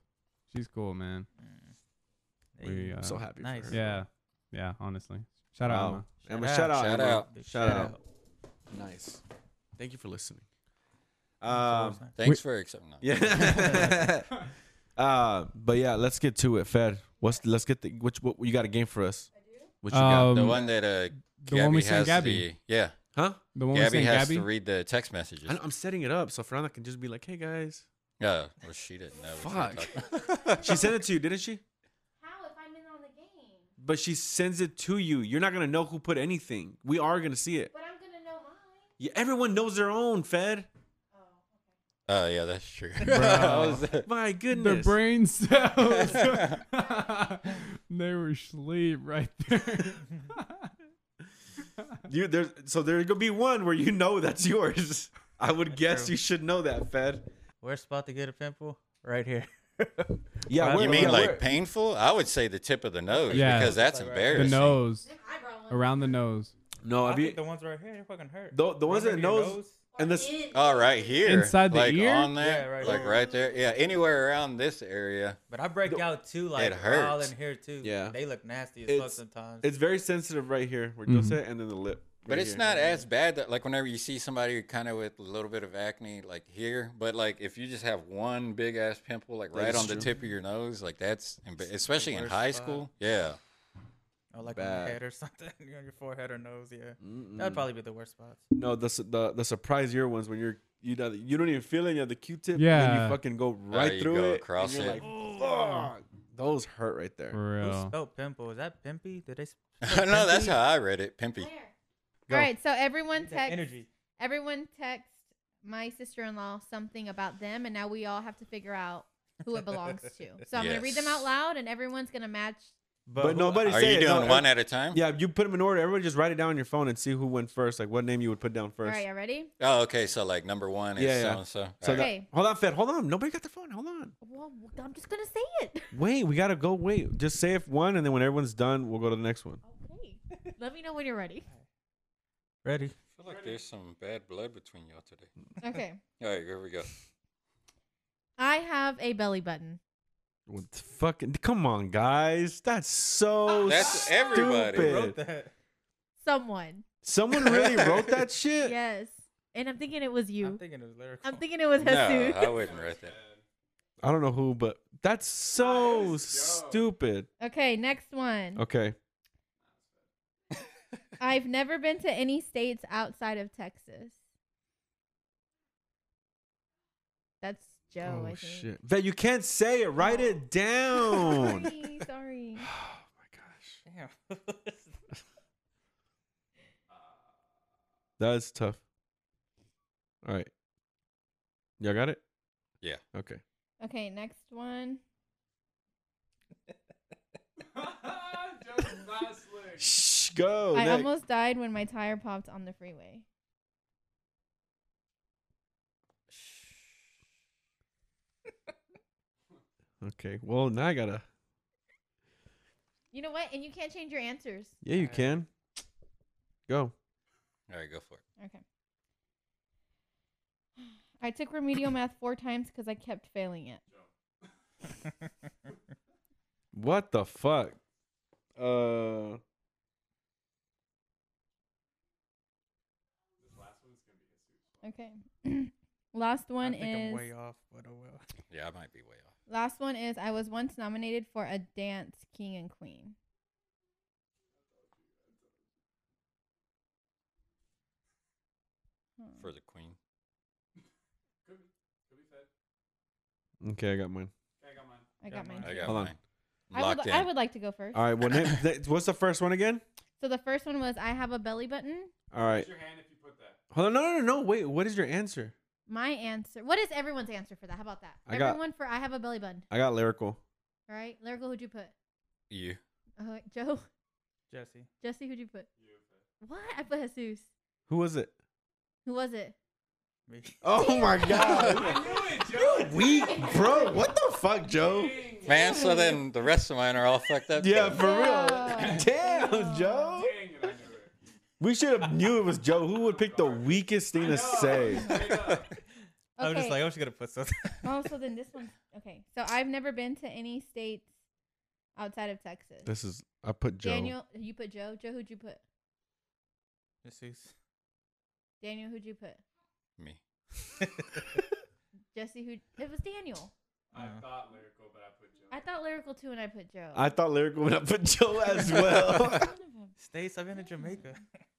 Speaker 4: She's cool, man.
Speaker 2: Hey.
Speaker 4: We, uh,
Speaker 1: I'm so happy.
Speaker 2: Nice.
Speaker 1: For her.
Speaker 4: Yeah, yeah. Honestly, shout out.
Speaker 1: Wow.
Speaker 4: Emma.
Speaker 1: Emma, shout out.
Speaker 3: Shout
Speaker 1: Emma.
Speaker 3: out.
Speaker 2: Big
Speaker 1: Shout out. Nice. Thank you for listening. Um,
Speaker 3: Thanks for accepting. that.
Speaker 1: yeah. [LAUGHS] Uh, but yeah, let's get to it, Fed. What's let's get the which what you got a game for us? What you
Speaker 4: Um,
Speaker 1: got?
Speaker 3: the one that uh,
Speaker 4: the
Speaker 3: Gabby
Speaker 4: one we
Speaker 3: has
Speaker 4: sent Gabby.
Speaker 3: the yeah.
Speaker 1: Huh?
Speaker 4: the one we
Speaker 3: Gabby
Speaker 4: sent
Speaker 3: has
Speaker 4: Gabby.
Speaker 3: to read the text messages.
Speaker 1: I, I'm setting it up so Fernanda can just be like, "Hey guys,"
Speaker 3: Yeah, Oh, well, she didn't know. what you were
Speaker 1: Fuck.
Speaker 3: talking-
Speaker 1: [LAUGHS] she sent it to you, didn't she?
Speaker 5: How if I'm in on the game?
Speaker 1: But she sends it to you. You're not gonna know who put anything. We are gonna see it.
Speaker 5: But I'm gonna know mine.
Speaker 1: Yeah, everyone knows their own, Fed.
Speaker 3: Oh yeah, that's
Speaker 4: [LAUGHS]
Speaker 3: true. [LAUGHS] uh,
Speaker 1: My
Speaker 4: Their
Speaker 1: goodness.
Speaker 4: brain cells. [LAUGHS] they were asleep right [LAUGHS] there.
Speaker 1: You there's so there's gonna be one where you know that's yours. [LAUGHS] I would guess
Speaker 2: true.
Speaker 1: you should know that, Fed.
Speaker 2: Where's spot to get a pimple? Right here.
Speaker 1: Yeah,
Speaker 2: Wow.
Speaker 1: we're-
Speaker 3: you mean
Speaker 1: yeah,
Speaker 3: like
Speaker 1: we're-
Speaker 3: painful? I would say the tip of the nose
Speaker 4: Yeah.
Speaker 3: because that's
Speaker 2: Like right-
Speaker 4: the
Speaker 3: embarrassing.
Speaker 4: nose,
Speaker 5: An eyebrow one.
Speaker 4: around the nose,
Speaker 1: no?
Speaker 2: I
Speaker 1: Oh, Have you
Speaker 2: think the ones right here, they fucking hurt.
Speaker 1: the, the ones that
Speaker 2: Remember your
Speaker 1: knows and this
Speaker 5: In.
Speaker 3: Oh, right here,
Speaker 4: Inside the
Speaker 3: like
Speaker 4: ear?
Speaker 3: on there,
Speaker 2: Yeah, right
Speaker 3: like
Speaker 2: here.
Speaker 3: right there. Yeah, anywhere around this area.
Speaker 2: But I break out too, like
Speaker 3: It
Speaker 2: all
Speaker 3: hurts.
Speaker 2: in here too.
Speaker 1: Yeah.
Speaker 2: they look nasty as fuck
Speaker 1: It's-
Speaker 2: sometimes.
Speaker 1: it's very sensitive right here where
Speaker 2: Mm-hmm.
Speaker 4: Mhm.
Speaker 1: Joe said, and then the lip.
Speaker 3: But
Speaker 1: right
Speaker 3: it's
Speaker 1: here.
Speaker 3: not as bad that like whenever you see somebody kind of with a little bit of acne like here, but like if you just have one big ass pimple like
Speaker 1: That
Speaker 3: right
Speaker 1: is
Speaker 3: on the
Speaker 1: true.
Speaker 3: tip of your nose, like that's emba- especially in
Speaker 2: worst
Speaker 3: high
Speaker 2: spot.
Speaker 3: school. Yeah, [LAUGHS]
Speaker 2: or like on your
Speaker 1: bad.
Speaker 2: head or [LAUGHS] something, on your forehead or nose. Yeah,
Speaker 1: Mm-mm.
Speaker 3: Mm.
Speaker 2: that'd probably be the worst spots.
Speaker 1: no the su- the the surprise ear ones when you're you know you don't even feel it. You have the Q-tip. and then
Speaker 4: Yeah.
Speaker 1: you fucking go right
Speaker 3: you
Speaker 1: through
Speaker 3: go
Speaker 1: it.
Speaker 3: across
Speaker 1: and you're
Speaker 3: it.
Speaker 1: Like, "Fuck." Those hurt right there.
Speaker 2: Who
Speaker 4: for real.
Speaker 2: spelled pimple? Is that pimpy?
Speaker 3: [LAUGHS]
Speaker 2: Did they? sp- spell
Speaker 3: no, that's
Speaker 2: pimpy?
Speaker 3: how I read it. Pimpy.
Speaker 5: Where?
Speaker 1: Go.
Speaker 6: All right, so everyone
Speaker 2: That
Speaker 6: text
Speaker 2: energy.
Speaker 6: everyone text my sister-in-law something about them and now we all have to figure out who
Speaker 1: [LAUGHS]
Speaker 6: it belongs to. So I'm going to read them
Speaker 3: Yes.
Speaker 6: out loud and everyone's going to match
Speaker 1: But
Speaker 2: who-
Speaker 1: nobody-
Speaker 3: Are
Speaker 1: say
Speaker 3: you
Speaker 1: it, no,
Speaker 3: doing one
Speaker 1: I-
Speaker 3: at a time?
Speaker 1: Yeah, you put them in order. Everybody just write it down on your phone and see who went first. Like what name you would put down
Speaker 6: All
Speaker 1: first.
Speaker 6: right, y'all ready?
Speaker 3: Oh, okay. So like number one is
Speaker 1: Yeah, yeah.
Speaker 3: so and so.
Speaker 1: So that-
Speaker 6: Okay.
Speaker 1: hold on, Fed. Hold on. Nobody got their phone. Hold on.
Speaker 6: Well, I'm just going to say it.
Speaker 1: Wait, we gotta go. Wait, just say if one, and then when everyone's done, we'll go to the next one.
Speaker 6: Okay. [LAUGHS] Let me know when you're ready.
Speaker 2: Ready?
Speaker 3: I feel like there's some bad blood between y'all today.
Speaker 6: Okay.
Speaker 3: All right, here we go.
Speaker 6: I have a belly button.
Speaker 1: What the fucking? Come on, guys. That's so.
Speaker 3: That's everybody.
Speaker 1: stupid.
Speaker 2: Wrote that.
Speaker 6: Someone.
Speaker 1: Someone really wrote
Speaker 6: [LAUGHS]
Speaker 1: that shit.
Speaker 6: Yes. And I'm thinking it was you.
Speaker 2: I'm
Speaker 6: I'm,
Speaker 2: thinking it was lyrical.
Speaker 6: thinking it was
Speaker 3: No,
Speaker 6: Jesus.
Speaker 3: I wouldn't write that.
Speaker 1: I don't know who, but that's so stupid.
Speaker 6: okay, next one.
Speaker 1: Okay.
Speaker 6: I've never been to any states outside of Texas. That's Joe, I
Speaker 1: oh
Speaker 6: think.
Speaker 1: shit. Oh That you can't say it. Write it [LAUGHS] down.
Speaker 6: Sorry, sorry.
Speaker 2: Damn. [LAUGHS]
Speaker 1: That's tough. All right. Y'all got it?
Speaker 3: Yeah.
Speaker 1: Okay.
Speaker 6: Okay, next one.
Speaker 1: Shh. Go.
Speaker 6: I
Speaker 1: Oh, next.
Speaker 6: almost died when my tire popped on the freeway.
Speaker 1: okay. Well, now I gotta.
Speaker 6: You know what? And you can't change your answers.
Speaker 1: Yeah, you can. Go.
Speaker 3: All right, go for it.
Speaker 6: Okay. [SIGHS] I took remedial math four times because I kept failing it.
Speaker 1: What the fuck? Uh.
Speaker 6: Okay. [CLEARS THROAT] last one
Speaker 2: I think I'm
Speaker 6: is
Speaker 2: way off, but oh well.
Speaker 3: Yeah, I might be way off.
Speaker 6: last one is I was once nominated for a dance king and queen. Hmm.
Speaker 3: For the queen.
Speaker 1: Okay, I got mine.
Speaker 6: I got mine.
Speaker 3: I
Speaker 6: too.
Speaker 3: got
Speaker 1: Hold on.
Speaker 3: mine.
Speaker 6: I
Speaker 3: Locked
Speaker 6: would
Speaker 3: in.
Speaker 6: I would like to go first.
Speaker 1: All right. Well, name, th- what's the first one again?
Speaker 6: So the first one was I have a belly button.
Speaker 1: All right. Hold on. No, no, no, no. Wait. What is your answer?
Speaker 6: My answer. What is everyone's answer for that? How about that?
Speaker 1: I got-
Speaker 6: Everyone for I have a belly button.
Speaker 1: I got lyrical.
Speaker 6: All right, lyrical. Who'd you put?
Speaker 1: [LAUGHS]
Speaker 3: You.
Speaker 6: Uh, [LAUGHS] Joe,
Speaker 2: Jesse.
Speaker 6: Jesse. Who'd you put? What? I put Jesus.
Speaker 1: Who was it?
Speaker 6: Who was it? [LAUGHS]
Speaker 2: Me. [LAUGHS]
Speaker 1: Oh my god. You're weak, bro. What the fuck, Joe?
Speaker 3: Man, so then the rest of mine are all fucked up.
Speaker 1: Yeah,
Speaker 3: too.
Speaker 1: for real.
Speaker 6: Yeah.
Speaker 1: Damn,
Speaker 6: Yeah.
Speaker 1: Joe. We should have knew it was Joe. Who would pick the weakest thing to say?
Speaker 2: I'm just
Speaker 6: Okay.
Speaker 2: like I'm just gonna put something.
Speaker 6: Oh, so then this one's okay. So I've never been to any states outside of Texas.
Speaker 1: [LAUGHS] This is I put Joe.
Speaker 6: Daniel, you put Joe. Joe, who'd you put?
Speaker 2: [LAUGHS] Jesus.
Speaker 6: Daniel, who'd you put?
Speaker 3: Me.
Speaker 6: Jesse, who? It was Daniel.
Speaker 2: [LAUGHS]
Speaker 4: I
Speaker 2: Uh.
Speaker 4: thought lyrical, but I put Joe.
Speaker 6: I thought lyrical too, and I put Joe.
Speaker 1: I thought lyrical when I put Joe as [LAUGHS] well.
Speaker 2: States, I've been to Jamaica.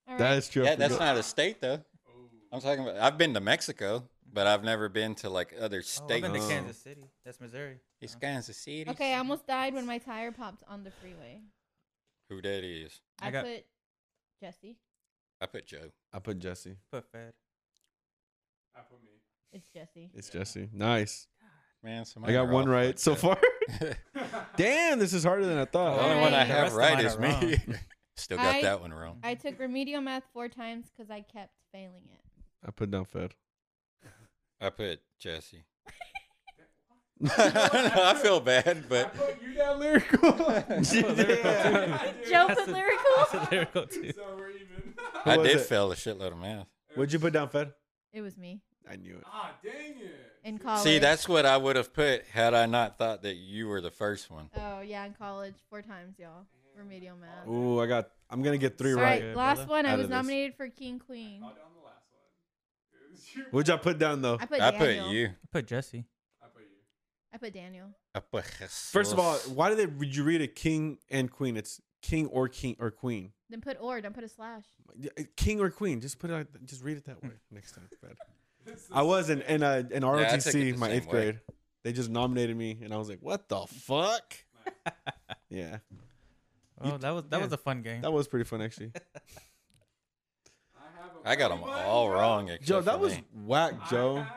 Speaker 6: All
Speaker 1: [LAUGHS] that
Speaker 6: right.
Speaker 1: is true. I
Speaker 3: Yeah, that's
Speaker 1: forgot.
Speaker 3: not a state though. I'm talking about. I've been to Mexico, but I've never been to like other
Speaker 2: Oh, I've
Speaker 3: states.
Speaker 2: been to
Speaker 1: Oh.
Speaker 2: Kansas City. That's Missouri.
Speaker 3: It's Kansas City.
Speaker 6: Okay, I almost died when my tire popped on the freeway.
Speaker 3: Who that is?
Speaker 2: I
Speaker 6: I,
Speaker 2: got-
Speaker 6: put Jesse.
Speaker 3: I put Joe.
Speaker 1: I put Jesse.
Speaker 2: Put fed.
Speaker 4: I put me.
Speaker 6: It's Jesse.
Speaker 1: It's Jesse. Nice.
Speaker 3: Man,
Speaker 1: I got one right so
Speaker 3: [LAUGHS]
Speaker 1: far. [LAUGHS]
Speaker 3: the
Speaker 1: Damn, this is harder than I thought.
Speaker 2: The
Speaker 3: only one I
Speaker 6: Alright.
Speaker 3: have
Speaker 2: Oh, The
Speaker 3: right
Speaker 2: rest
Speaker 3: is
Speaker 2: of mine are
Speaker 3: me. [LAUGHS] Still got
Speaker 6: I-
Speaker 3: that one wrong.
Speaker 6: I took remedial math four times because I kept failing it.
Speaker 1: I put down Fed.
Speaker 3: I put
Speaker 6: [LAUGHS]
Speaker 3: Jesse. [LAUGHS] I feel bad, but
Speaker 4: Put you down lyrical.
Speaker 6: Joe
Speaker 2: That's
Speaker 6: put
Speaker 2: a-
Speaker 6: lyrical.
Speaker 2: That's a lyrical too.
Speaker 4: so we're even.
Speaker 3: I
Speaker 1: was
Speaker 3: did
Speaker 1: it?
Speaker 3: fail a shitload of math.
Speaker 1: [LAUGHS] What'd you put down Fed?
Speaker 6: It was me
Speaker 1: I knew it.
Speaker 4: ah, dang it.
Speaker 6: in college.
Speaker 3: See, that's what I would have put had I not thought that you were the first one.
Speaker 6: Oh yeah, in college four times, y'all. Remedial math.
Speaker 1: Ooh, I got. I'm gonna get three
Speaker 6: All
Speaker 1: right.
Speaker 6: right,
Speaker 2: Yeah,
Speaker 6: last
Speaker 2: brother.
Speaker 6: one. I
Speaker 1: Out
Speaker 6: was
Speaker 1: of this.
Speaker 6: nominated for King Queen.
Speaker 4: Call down the last one. It was your-
Speaker 1: What'd I put down though?
Speaker 6: I put
Speaker 3: I
Speaker 6: Daniel.
Speaker 3: put you.
Speaker 2: Put Jesse.
Speaker 4: I put you.
Speaker 6: I put Daniel.
Speaker 3: I put
Speaker 1: First of all,
Speaker 3: Jesus.
Speaker 1: why did they? Would you read it king and queen? It's king or king or queen.
Speaker 6: Then put or. Don't put a slash.
Speaker 1: King or queen? Just put it. Like, just read it that
Speaker 3: [LAUGHS]
Speaker 1: way next time. Fed. I was in in, uh, in
Speaker 3: I took it
Speaker 1: ROTC
Speaker 3: the
Speaker 1: my
Speaker 3: same
Speaker 1: eighth
Speaker 3: way.
Speaker 1: grade. They just nominated me, and I was like, "What the
Speaker 3: [LAUGHS]
Speaker 1: fuck?" yeah,
Speaker 2: Oh, that was that was
Speaker 1: yeah.
Speaker 2: a fun game.
Speaker 1: that was pretty fun
Speaker 3: [LAUGHS]
Speaker 1: actually.
Speaker 4: I have a
Speaker 3: I got them
Speaker 4: funny one,
Speaker 3: all
Speaker 4: Joe.
Speaker 3: wrong. Except
Speaker 1: Joe, that
Speaker 3: for
Speaker 1: was
Speaker 3: me.
Speaker 1: whack,
Speaker 4: I
Speaker 1: Joe.
Speaker 4: have a-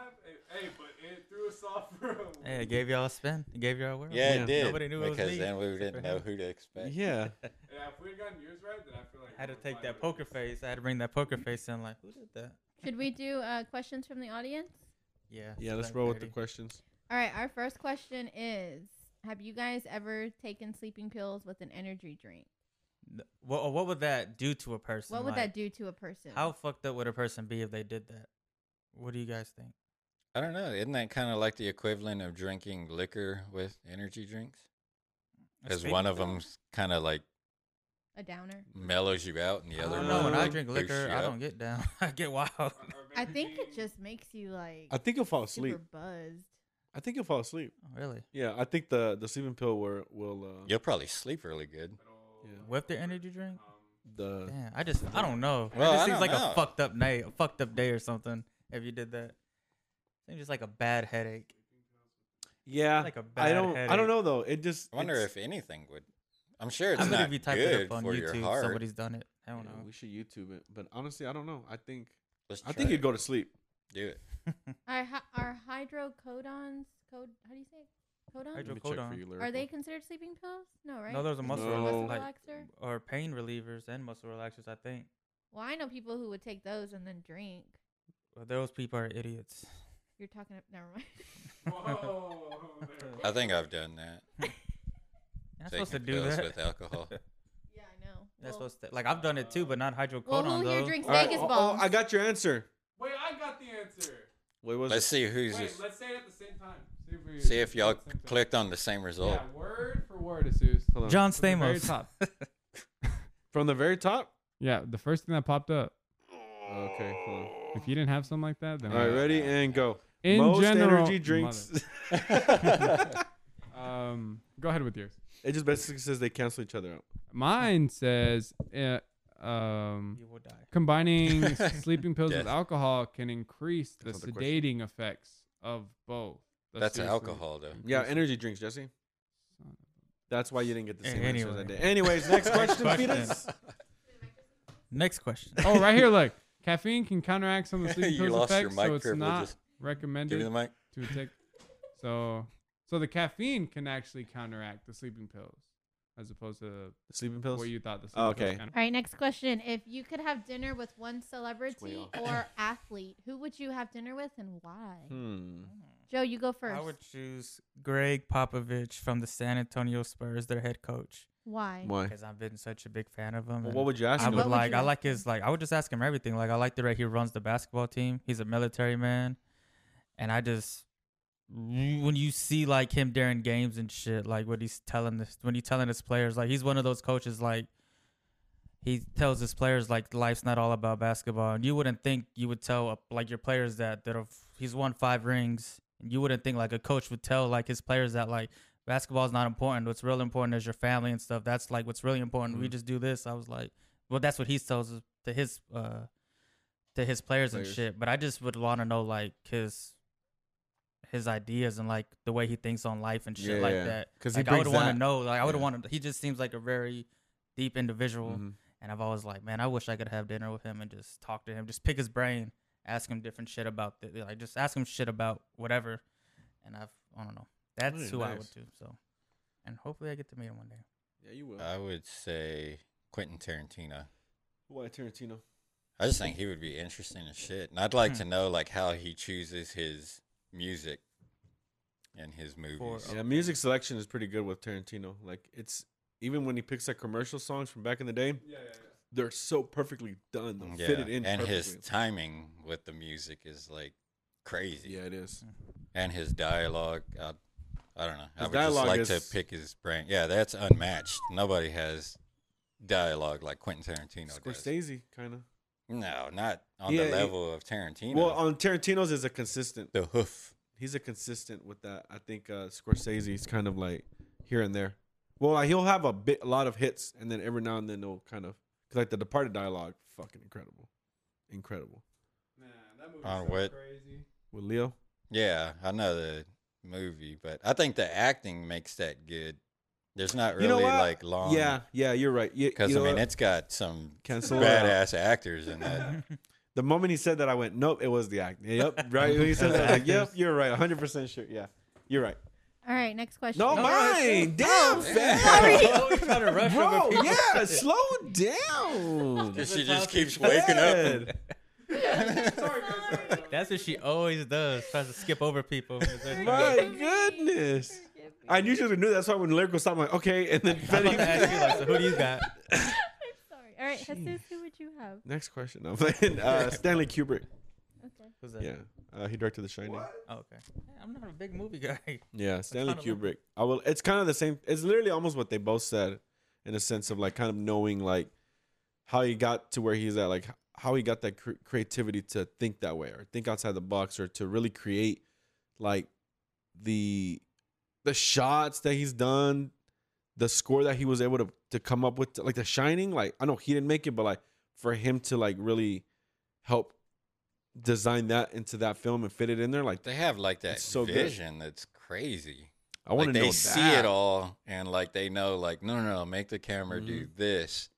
Speaker 4: hey, but it threw us off for a
Speaker 2: Hey, it gave y'all a spin. It gave y'all a whirl.
Speaker 3: Yeah,
Speaker 1: Yeah.
Speaker 3: it did.
Speaker 2: Nobody knew it was
Speaker 3: because
Speaker 2: me,
Speaker 3: then we
Speaker 2: except
Speaker 3: didn't
Speaker 2: for
Speaker 3: know
Speaker 2: him.
Speaker 3: who to expect.
Speaker 1: Yeah,
Speaker 4: Yeah, if we had gotten yours right, then I feel like
Speaker 2: I had
Speaker 4: we
Speaker 2: to
Speaker 4: were
Speaker 2: take
Speaker 4: fine
Speaker 2: that
Speaker 4: with
Speaker 2: poker face. I had to bring that poker face in. Like, who did that?
Speaker 6: Should we do uh, questions from the audience?
Speaker 2: Yeah.
Speaker 1: yeah. Let's
Speaker 2: 11:30.
Speaker 1: roll with the questions.
Speaker 6: All right. Our first question is: Have you guys ever taken sleeping pills with an energy drink?
Speaker 2: N- What what would that do to a person?
Speaker 6: What would
Speaker 2: Like,
Speaker 6: that do to a person?
Speaker 2: How fucked up would a person be if they did that? What do you guys think?
Speaker 3: I don't know. Isn't that kind of like the equivalent of drinking liquor with energy drinks?
Speaker 2: A
Speaker 3: Because
Speaker 2: sleeping
Speaker 3: one of
Speaker 2: pill?
Speaker 3: them's kind of like
Speaker 6: a downer.
Speaker 3: mellows you out, and the
Speaker 2: I
Speaker 3: other
Speaker 2: don't
Speaker 3: one.
Speaker 2: know. When I
Speaker 1: one
Speaker 2: drink
Speaker 3: boosts
Speaker 2: liquor,
Speaker 3: you
Speaker 2: I
Speaker 3: up.
Speaker 2: don't get down. [LAUGHS] I get wild.
Speaker 4: Or- or
Speaker 6: I
Speaker 4: maybe
Speaker 6: think it
Speaker 4: being-
Speaker 6: just makes you like
Speaker 1: I think you'll fall asleep.
Speaker 6: super buzzed.
Speaker 1: I think you'll fall asleep.
Speaker 2: Oh, really?
Speaker 1: Yeah, I think the the sleeping pill will will uh,
Speaker 3: You'll probably sleep really good.
Speaker 1: yeah,
Speaker 2: With the energy
Speaker 4: Um,
Speaker 2: drink?
Speaker 1: the
Speaker 2: Damn, I just I don't know.
Speaker 3: Well,
Speaker 2: it
Speaker 3: I
Speaker 2: just seems
Speaker 3: don't
Speaker 2: like
Speaker 3: know.
Speaker 2: a fucked up night, a fucked up day or something. If you did that, seems just like a bad headache.
Speaker 1: yeah.
Speaker 2: Like a
Speaker 1: I
Speaker 2: bad
Speaker 1: don't I don't
Speaker 2: headache.
Speaker 1: know though. It just
Speaker 3: I wonder
Speaker 1: it's-
Speaker 3: if anything would. I'm sure it's
Speaker 2: I bet
Speaker 3: not
Speaker 2: if you type
Speaker 3: good
Speaker 2: it up on
Speaker 3: for your
Speaker 2: YouTube,
Speaker 3: heart.
Speaker 2: somebody's done it. I don't
Speaker 1: Yeah,
Speaker 2: know.
Speaker 1: We should YouTube it, but honestly, I don't know. I think
Speaker 3: Let's
Speaker 1: I
Speaker 3: try
Speaker 1: think
Speaker 3: it.
Speaker 1: you'd go to sleep.
Speaker 3: do it.
Speaker 6: Are hy- are hydrocodones code? How do you say it?
Speaker 2: Hydro-
Speaker 6: codons?
Speaker 1: Let me check for
Speaker 2: Hydrocodone.
Speaker 1: you,
Speaker 6: Are
Speaker 1: Lyrical.
Speaker 6: they considered sleeping pills? No, right?
Speaker 2: No, there's a
Speaker 6: It's
Speaker 2: muscle,
Speaker 6: just a
Speaker 1: No.
Speaker 6: muscle
Speaker 2: like-
Speaker 6: relaxer.
Speaker 2: or pain relievers and muscle relaxers. I think.
Speaker 6: Well, I know people who would take those and then drink.
Speaker 2: Well, those people are idiots.
Speaker 6: You're talking. ab- Never mind. [LAUGHS]
Speaker 4: Whoa, there we
Speaker 3: I think I've done that.
Speaker 2: You're not supposed to
Speaker 3: Taking
Speaker 2: do
Speaker 3: pills
Speaker 2: that.
Speaker 3: with alcohol.
Speaker 6: yeah, I know.
Speaker 2: That's
Speaker 6: well,
Speaker 2: supposed to like I've done it too, but not
Speaker 6: well,
Speaker 2: hydrocodone.
Speaker 6: who here
Speaker 2: though.
Speaker 6: drinks
Speaker 1: All right,
Speaker 6: Vegas
Speaker 1: oh, oh,
Speaker 6: balls?
Speaker 1: I got your answer.
Speaker 4: Wait, I got the answer.
Speaker 1: Wait, what was
Speaker 3: [LAUGHS] Let's
Speaker 1: it?
Speaker 3: see who's
Speaker 4: Wait,
Speaker 3: just,
Speaker 4: let's say it at the same time. See if, we,
Speaker 3: see if y'all
Speaker 4: at the same time.
Speaker 3: clicked on the same result.
Speaker 4: Yeah, word for word, Asus.
Speaker 1: Hold on.
Speaker 2: John
Speaker 4: At the very
Speaker 2: Stamos.
Speaker 4: top.
Speaker 1: From the very top.
Speaker 4: Yeah, the first thing that popped up.
Speaker 1: Okay. Hold on.
Speaker 4: If you didn't have something like that,
Speaker 1: All
Speaker 4: then
Speaker 1: right, ready and go.
Speaker 4: In
Speaker 1: Most
Speaker 4: general,
Speaker 1: energy drinks.
Speaker 4: um, go ahead with yours.
Speaker 1: [LAUGHS] it just basically says they cancel each other out.
Speaker 4: Mine says, uh, um,
Speaker 2: [LAUGHS] You will die.
Speaker 1: [LAUGHS]
Speaker 4: combining sleeping pills
Speaker 3: Yes.
Speaker 4: with alcohol can increase the
Speaker 1: That's not the
Speaker 4: sedating effects of both.
Speaker 3: That's
Speaker 4: seriously-
Speaker 3: alcohol, though.
Speaker 1: Yeah,
Speaker 4: Increase-
Speaker 1: energy drinks, Jesse. That's why you didn't get the same answer as I
Speaker 2: Anyway.
Speaker 1: did. Anyways, next question,
Speaker 2: Question.
Speaker 1: Peters.
Speaker 2: Next
Speaker 6: [LAUGHS]
Speaker 2: question.
Speaker 4: Oh, right
Speaker 3: [LAUGHS]
Speaker 4: here, look. Caffeine can counteract some of the sleeping
Speaker 3: You
Speaker 4: pills
Speaker 3: lost your
Speaker 4: effects,
Speaker 3: mic
Speaker 4: so it's not
Speaker 3: privileges. Give me the
Speaker 4: recommended
Speaker 3: mic.
Speaker 4: to take. So, so the caffeine can actually counteract the sleeping pills, as opposed to
Speaker 1: Sleeping pills.
Speaker 4: what you thought the sleeping
Speaker 1: Oh, Okay.
Speaker 4: pills. Can.
Speaker 6: All right, next question. If you could have dinner with one celebrity
Speaker 1: off.
Speaker 6: or athlete, who would you have dinner with and why?
Speaker 1: Hmm.
Speaker 6: Joe, you go first.
Speaker 2: I would choose Greg Popovich from the San Antonio Spurs, their head coach,
Speaker 6: Why?
Speaker 1: Why?
Speaker 2: because I've been such a big fan of him.
Speaker 1: Well,
Speaker 2: and
Speaker 1: what would you ask
Speaker 2: I
Speaker 1: him?
Speaker 2: would
Speaker 6: would
Speaker 2: like.
Speaker 6: you
Speaker 2: I
Speaker 6: ask
Speaker 2: like his like. I would just ask him everything. Like I like the way he runs the basketball team. He's a military man, and I just when you see like him during games and shit, like what he's telling this when he's telling his players, like he's one of those coaches like he tells his players like life's not all about basketball, and you wouldn't think you would tell uh, like your players that that have, he's won five rings. You wouldn't think like a coach would tell like his players that like basketball is not important. What's real important is your family and stuff. That's like what's really important.
Speaker 1: Mm-hmm.
Speaker 2: We just do this. I was like, well, that's what he tells us to his uh to his players, and
Speaker 1: Players.
Speaker 2: shit. But I just would want to know like his his ideas and like the way he thinks on life and shit
Speaker 1: Yeah,
Speaker 2: like
Speaker 1: yeah.
Speaker 2: that.
Speaker 1: 'Cause he
Speaker 2: like, I would
Speaker 1: brings
Speaker 2: want
Speaker 1: that.
Speaker 2: to know. Like I would
Speaker 1: Yeah.
Speaker 2: want to. He just seems like a very deep individual.
Speaker 1: Mhm.
Speaker 2: And I've always like, man, I wish I could have dinner with him and just talk to him, just pick his brain, ask him different shit about, th- like, just ask him shit about whatever. And I've, I don't know. That's
Speaker 1: Really
Speaker 2: who I
Speaker 1: nice.
Speaker 2: would do. So, and hopefully I get to meet him one [LAUGHS] day.
Speaker 1: Yeah, you will.
Speaker 3: I would say Quentin Tarantino.
Speaker 1: Why Tarantino?
Speaker 3: I just think he would be interesting as shit, and I'd like
Speaker 2: Hmm.
Speaker 3: to know like how he chooses his music and his movies.
Speaker 1: Yeah, music selection is pretty good with Tarantino. Like it's even when he picks like commercial songs from back in the day,
Speaker 4: Yeah, yeah,
Speaker 1: they're so perfectly done. They'll
Speaker 3: Yeah,
Speaker 1: fit it in
Speaker 3: and his
Speaker 1: perfectly.
Speaker 3: timing with the music is like crazy.
Speaker 1: yeah, it is.
Speaker 3: and his dialogue. I, I don't know. I
Speaker 1: His
Speaker 3: would just
Speaker 1: dialogue
Speaker 3: like
Speaker 1: is-
Speaker 3: to pick his brain. Yeah, that's unmatched. Nobody has dialogue like Quentin Tarantino does.
Speaker 1: Scorsese kind of.
Speaker 3: No, not on
Speaker 1: Yeah,
Speaker 3: the
Speaker 1: he-
Speaker 3: level of Tarantino.
Speaker 1: Well, on Tarantino's is a consistent.
Speaker 3: the hoof.
Speaker 1: He's a consistent with that. I think uh, Scorsese's kind of like here and there. Well, like, he'll have a bit, a lot of hits, and then every now and then they'll kind of cause like the Departed dialogue, fucking incredible, incredible
Speaker 4: Nah, that movie's
Speaker 3: On
Speaker 4: so
Speaker 3: what?
Speaker 4: crazy.
Speaker 1: with Leo.
Speaker 3: Yeah, I know the movie, but I think the acting makes that good. There's not really
Speaker 1: you know what?
Speaker 3: like long.
Speaker 1: Yeah, yeah, you're right. Yeah,
Speaker 3: Um, Because
Speaker 1: you know
Speaker 3: I mean,
Speaker 1: what?
Speaker 3: it's got some
Speaker 1: Cancel it out.
Speaker 3: badass actors in
Speaker 1: [LAUGHS]
Speaker 3: that.
Speaker 1: The moment he said that, I went, nope, it was the act.
Speaker 2: [LAUGHS]
Speaker 1: Yep, right. When he said that, I was like, yep, you're right. 100% sure. Yeah, you're right.
Speaker 6: All right, next question.
Speaker 1: No,
Speaker 6: [LAUGHS]
Speaker 1: mine. Damn, fam.
Speaker 2: [LAUGHS] trying to
Speaker 1: [LAUGHS]
Speaker 2: rush
Speaker 1: Bro, yeah, slow down.
Speaker 3: she just keeps waking up. and-
Speaker 2: [LAUGHS] That's what she always does. Tries to skip over people. [LAUGHS]
Speaker 1: My goodness. I usually knew that's why when lyrical stopped, I'm like, okay, and then
Speaker 2: I'm about to
Speaker 1: Fetty.
Speaker 2: ask you, like, so who do you got?
Speaker 6: Sorry. All right, Jesus, who would you have?
Speaker 1: [LAUGHS] Next question. I'm playing [LAUGHS] uh, Stanley Kubrick.
Speaker 2: [LAUGHS] Who's that?
Speaker 1: Yeah, uh, he directed The Shining.
Speaker 2: Oh, okay. Yeah, I'm not a big movie guy. [LAUGHS]
Speaker 1: Yeah, Stanley
Speaker 2: kind of
Speaker 1: Kubrick. I will. It's kind of the same. It's literally almost what they both said, in a sense of like kind of knowing like how he got to where he's at, like h- how he got that cr- creativity to think that way or think outside the box or to really create like the the shots that he's done, the score that he was able to to come up with, like The Shining. Like I know he didn't make it, but like for him to like really help design that into that film and fit it in there, like
Speaker 3: They have like that
Speaker 1: It's so good.
Speaker 3: vision that's crazy.
Speaker 1: I want
Speaker 3: like,
Speaker 1: to
Speaker 3: they
Speaker 1: know
Speaker 3: see
Speaker 1: that.
Speaker 3: it all and like they know like no no no make the camera do
Speaker 1: Mm-hmm.
Speaker 3: this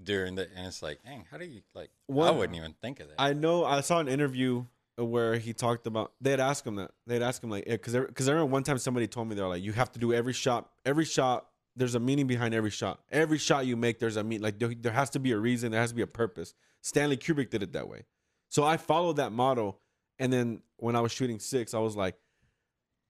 Speaker 3: during the and it's like dang how do you like I
Speaker 1: One-
Speaker 3: wouldn't even think of that.
Speaker 1: I know I saw an interview where he talked about they had asked him that they had asked him like because because I remember one time somebody told me they're like you have to do every shot every shot there's a meaning behind every shot every shot you make there's a mean like there, there has to be a reason there has to be a purpose Stanley Kubrick did it that way so I followed that model and then when I was shooting six I was like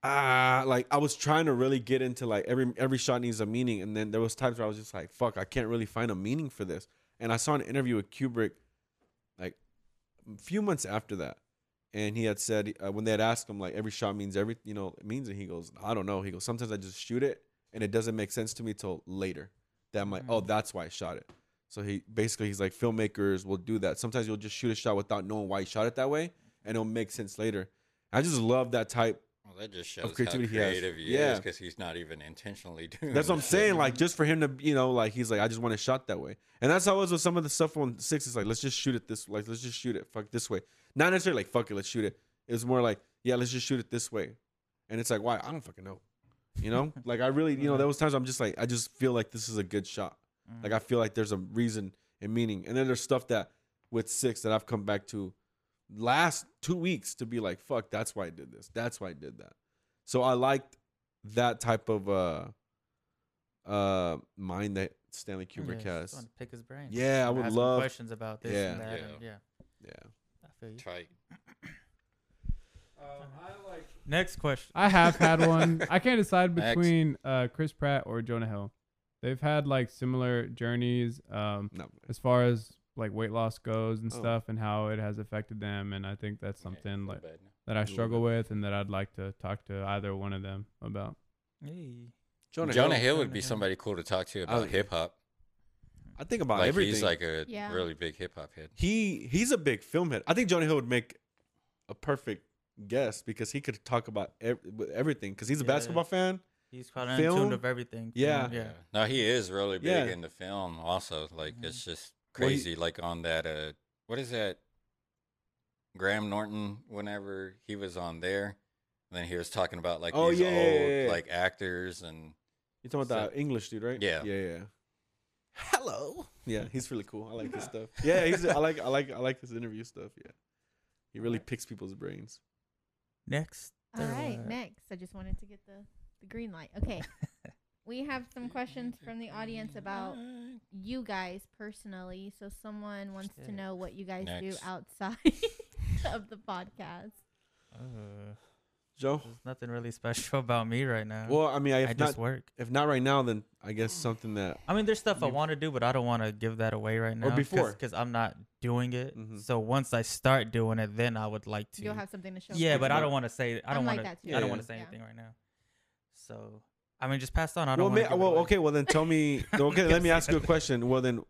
Speaker 1: ah like I was trying to really get into like every every shot needs a meaning and then there was times where I was just like fuck I can't really find a meaning for this and I saw an interview with Kubrick like few months after that, and he had said uh, when they had asked him like every shot means every you know it means, and he goes, I don't know. He goes, sometimes I just shoot it and it doesn't make sense to me till later. That I'm like, oh, that's why I shot it. So he basically he's like filmmakers will do that. Sometimes you'll just shoot a shot without knowing why you shot it that way, and it'll make sense later. I just love that type
Speaker 3: well, that just shows
Speaker 1: creativity he
Speaker 3: how
Speaker 1: has.
Speaker 3: creative he,
Speaker 1: Yeah.
Speaker 3: is because he's not even intentionally [LAUGHS]
Speaker 1: [LAUGHS]
Speaker 3: doing.
Speaker 1: That's what I'm
Speaker 3: the
Speaker 1: saying.
Speaker 3: shit. [LAUGHS]
Speaker 1: Like just for him to, you know, like he's like, I just want to shot that way, and that's how it was with some of the stuff on six. It's like let's just shoot it this, like let's just shoot it, fuck this way. Not necessarily like fuck it, let's shoot it. It's more like yeah, let's just shoot it this way, and it's like why I don't fucking know, you know. like I really, you know, there was times I'm just like I just feel like this is a good shot.
Speaker 2: Mm.
Speaker 1: Like I feel like there's a reason and meaning, and then there's stuff that with six that I've come back to last two weeks to be like fuck, that's why I did this, that's why I did that. So I liked that type of uh uh mind that Stanley Kubrick
Speaker 2: Oh, Yeah, just
Speaker 1: has.
Speaker 2: wanna pick his brain.
Speaker 1: Yeah, I
Speaker 2: Ask
Speaker 1: would
Speaker 2: him
Speaker 1: love.
Speaker 2: questions about this and
Speaker 1: Yeah.
Speaker 2: that.
Speaker 3: Yeah.
Speaker 2: and- yeah,
Speaker 1: Yeah,
Speaker 2: I feel you.
Speaker 3: Trite.
Speaker 4: Um, I like.
Speaker 2: Next question.
Speaker 4: [LAUGHS] I have had [LAUGHS] one. I can't decide
Speaker 3: Next.
Speaker 4: between uh, Chris Pratt or Jonah Hill. They've had like similar journeys um,
Speaker 1: no,
Speaker 4: as far as like weight loss goes and
Speaker 1: Oh.
Speaker 4: stuff, and how it has affected them. And I think that's something like
Speaker 3: Bad.
Speaker 4: that I
Speaker 1: little
Speaker 4: struggle with, and that I'd like to talk to either one of them about.
Speaker 2: Hey.
Speaker 1: Jonah,
Speaker 3: Jonah
Speaker 1: Hill.
Speaker 3: Hill
Speaker 2: Jonah
Speaker 3: would be
Speaker 2: Hill.
Speaker 3: somebody cool to talk to
Speaker 1: Oh,
Speaker 3: about
Speaker 1: yeah.
Speaker 3: hip hop.
Speaker 1: I think about
Speaker 3: like
Speaker 1: everything.
Speaker 3: he's like a
Speaker 6: Yeah.
Speaker 3: really big hip hop head.
Speaker 1: he he's a big film head. I think Jonah Hill would make a perfect guest because he could talk about ev- with everything because he's a
Speaker 2: Yeah.
Speaker 1: basketball fan.
Speaker 2: He's probably in
Speaker 1: Film?
Speaker 2: tune of everything.
Speaker 1: Yeah.
Speaker 2: yeah.
Speaker 3: No, he is really big
Speaker 1: Yeah. Mm-hmm.
Speaker 3: in the film. Also, like
Speaker 2: Mhm.
Speaker 3: it's just
Speaker 1: Well, he-
Speaker 3: crazy. like on that, uh, what is that? Graham Norton. Whenever he was on there, and then he was talking about like
Speaker 1: Oh,
Speaker 3: these
Speaker 1: yeah,
Speaker 3: old
Speaker 1: yeah, yeah, yeah.
Speaker 3: like actors and
Speaker 1: You talking about the English dude, right?
Speaker 3: Yeah.
Speaker 1: yeah, yeah.
Speaker 3: hello.
Speaker 1: [LAUGHS] Yeah, he's really cool. I like his stuff. Yeah, he's. I like. I like. I like his interview stuff. Yeah, he really picks people's brains.
Speaker 2: Next.
Speaker 6: All right,
Speaker 2: uh,
Speaker 6: next. I just wanted to get the, the green light. Okay.
Speaker 2: [LAUGHS]
Speaker 6: we have some questions from the audience about you guys personally. So someone wants to
Speaker 2: Yeah.
Speaker 6: know what you guys do
Speaker 3: Next.
Speaker 6: outside [LAUGHS] of the podcast.
Speaker 2: Uh,
Speaker 1: Joe.
Speaker 2: there's nothing really special [LAUGHS] about me right now.
Speaker 1: Well, I mean, I- if
Speaker 2: I
Speaker 1: not,
Speaker 2: just work.
Speaker 1: if not right now, then I guess something that.
Speaker 2: I mean, there's stuff I
Speaker 1: You-
Speaker 2: want to do, but I don't want to give that away right now.
Speaker 1: before.
Speaker 2: because I'm not doing it.
Speaker 1: Mhm.
Speaker 2: So once I start doing it, then I would like to.
Speaker 6: You'll have something to show.
Speaker 2: yeah,
Speaker 6: for
Speaker 2: but
Speaker 6: it.
Speaker 2: I don't want to say. I
Speaker 6: I'm
Speaker 2: don't
Speaker 6: like
Speaker 2: want to.
Speaker 6: that too.
Speaker 2: I
Speaker 1: Yeah.
Speaker 2: don't want to say
Speaker 6: Yeah.
Speaker 2: anything right now. So I mean, just pass on. I
Speaker 1: Well,
Speaker 2: don't.
Speaker 1: may,
Speaker 2: want to
Speaker 1: well, okay. Well, then tell
Speaker 2: [LAUGHS]
Speaker 1: me.
Speaker 2: I'm
Speaker 1: Okay,
Speaker 2: not
Speaker 1: let me
Speaker 2: gonna
Speaker 1: ask
Speaker 2: say
Speaker 1: you a
Speaker 2: nothing.
Speaker 1: question. Well, then,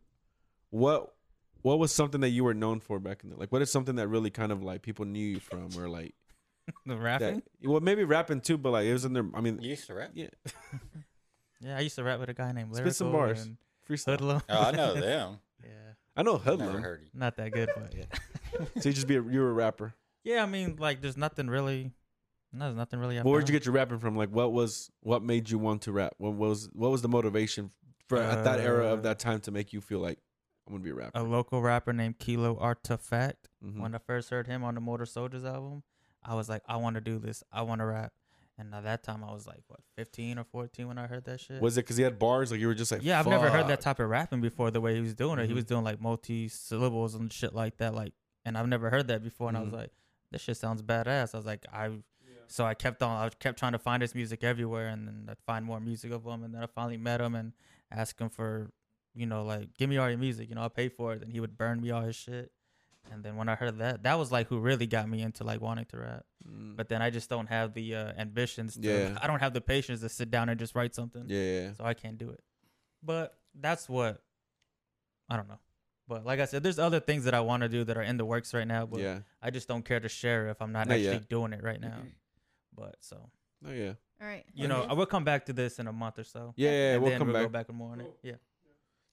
Speaker 1: what what was something that you were known for back in the like? What is something that really kind of like people knew you from, or like
Speaker 2: The
Speaker 1: that?
Speaker 2: rapping.
Speaker 1: Well, maybe rapping too, but like it was in there. I mean,
Speaker 3: You used to rap.
Speaker 1: yeah,
Speaker 2: Yeah, I used to rap with a guy named Lyrical.
Speaker 1: Spit some bars.
Speaker 2: and
Speaker 1: freestyle.
Speaker 2: Hoodlum.
Speaker 3: Oh, I
Speaker 1: [LAUGHS]
Speaker 3: know them.
Speaker 2: [LAUGHS] yeah,
Speaker 1: I know
Speaker 3: Never
Speaker 1: hoodlum.
Speaker 3: heard of you.
Speaker 2: not that good, but yeah.
Speaker 1: So you just be a, you were a rapper.
Speaker 2: Yeah, I mean, like, there's nothing really. No, there's nothing really. I've
Speaker 1: Well, where'd you
Speaker 2: done.
Speaker 1: get your rapping from? Like, what was what made you want to rap? What was what was the motivation for at that era
Speaker 2: Uh,
Speaker 1: of that time to make you feel like I'm gonna be a rapper?
Speaker 2: a local rapper named Kilo Artifact?
Speaker 1: Mhm.
Speaker 2: When I first heard him on the Motor Soldiers album, I was like, I want to do this. I want to rap. And at that time, I was like, what, 15 or 14 when I heard that shit?
Speaker 1: Was it because he had bars? Like you were just like,
Speaker 2: yeah, I've never heard that
Speaker 1: "Fuck."
Speaker 2: type of rapping before. The way he was doing it, he
Speaker 1: Mhm.
Speaker 2: was doing like multi syllables and shit like that. Like, and I've never heard that before. And I was
Speaker 1: Mhm.
Speaker 2: like, this shit sounds badass. I was like, I. So I kept on. I kept trying to find his music everywhere, and then I'd find more music of him. And then I finally met him and asked him for, you know, like, give me all your music. You know, I'll pay for it. And he would burn me all his shit. And then when I heard that, that was like who really got me into like wanting to rap.
Speaker 1: Mm.
Speaker 2: But then I just don't have the uh, ambitions. To,
Speaker 1: Yeah.
Speaker 2: I don't have the patience to sit down and just write something
Speaker 1: Yeah, yeah, yeah.
Speaker 2: so I can't do it. But that's what I don't know. But like I said, there's other things that I want to do that are in the works right now, but
Speaker 1: yeah.
Speaker 2: I just don't care to share if I'm not,
Speaker 1: Not
Speaker 2: actually
Speaker 1: yet.
Speaker 2: doing it right now.
Speaker 3: Mm-hmm.
Speaker 2: But so
Speaker 1: Oh yeah,
Speaker 6: All right.
Speaker 2: you know,
Speaker 6: okay.
Speaker 2: I will come back to this in a month or so.
Speaker 1: yeah. yeah,
Speaker 2: and
Speaker 1: we'll
Speaker 2: then
Speaker 1: come
Speaker 2: we'll
Speaker 1: back.
Speaker 2: go back and more on it. Yeah.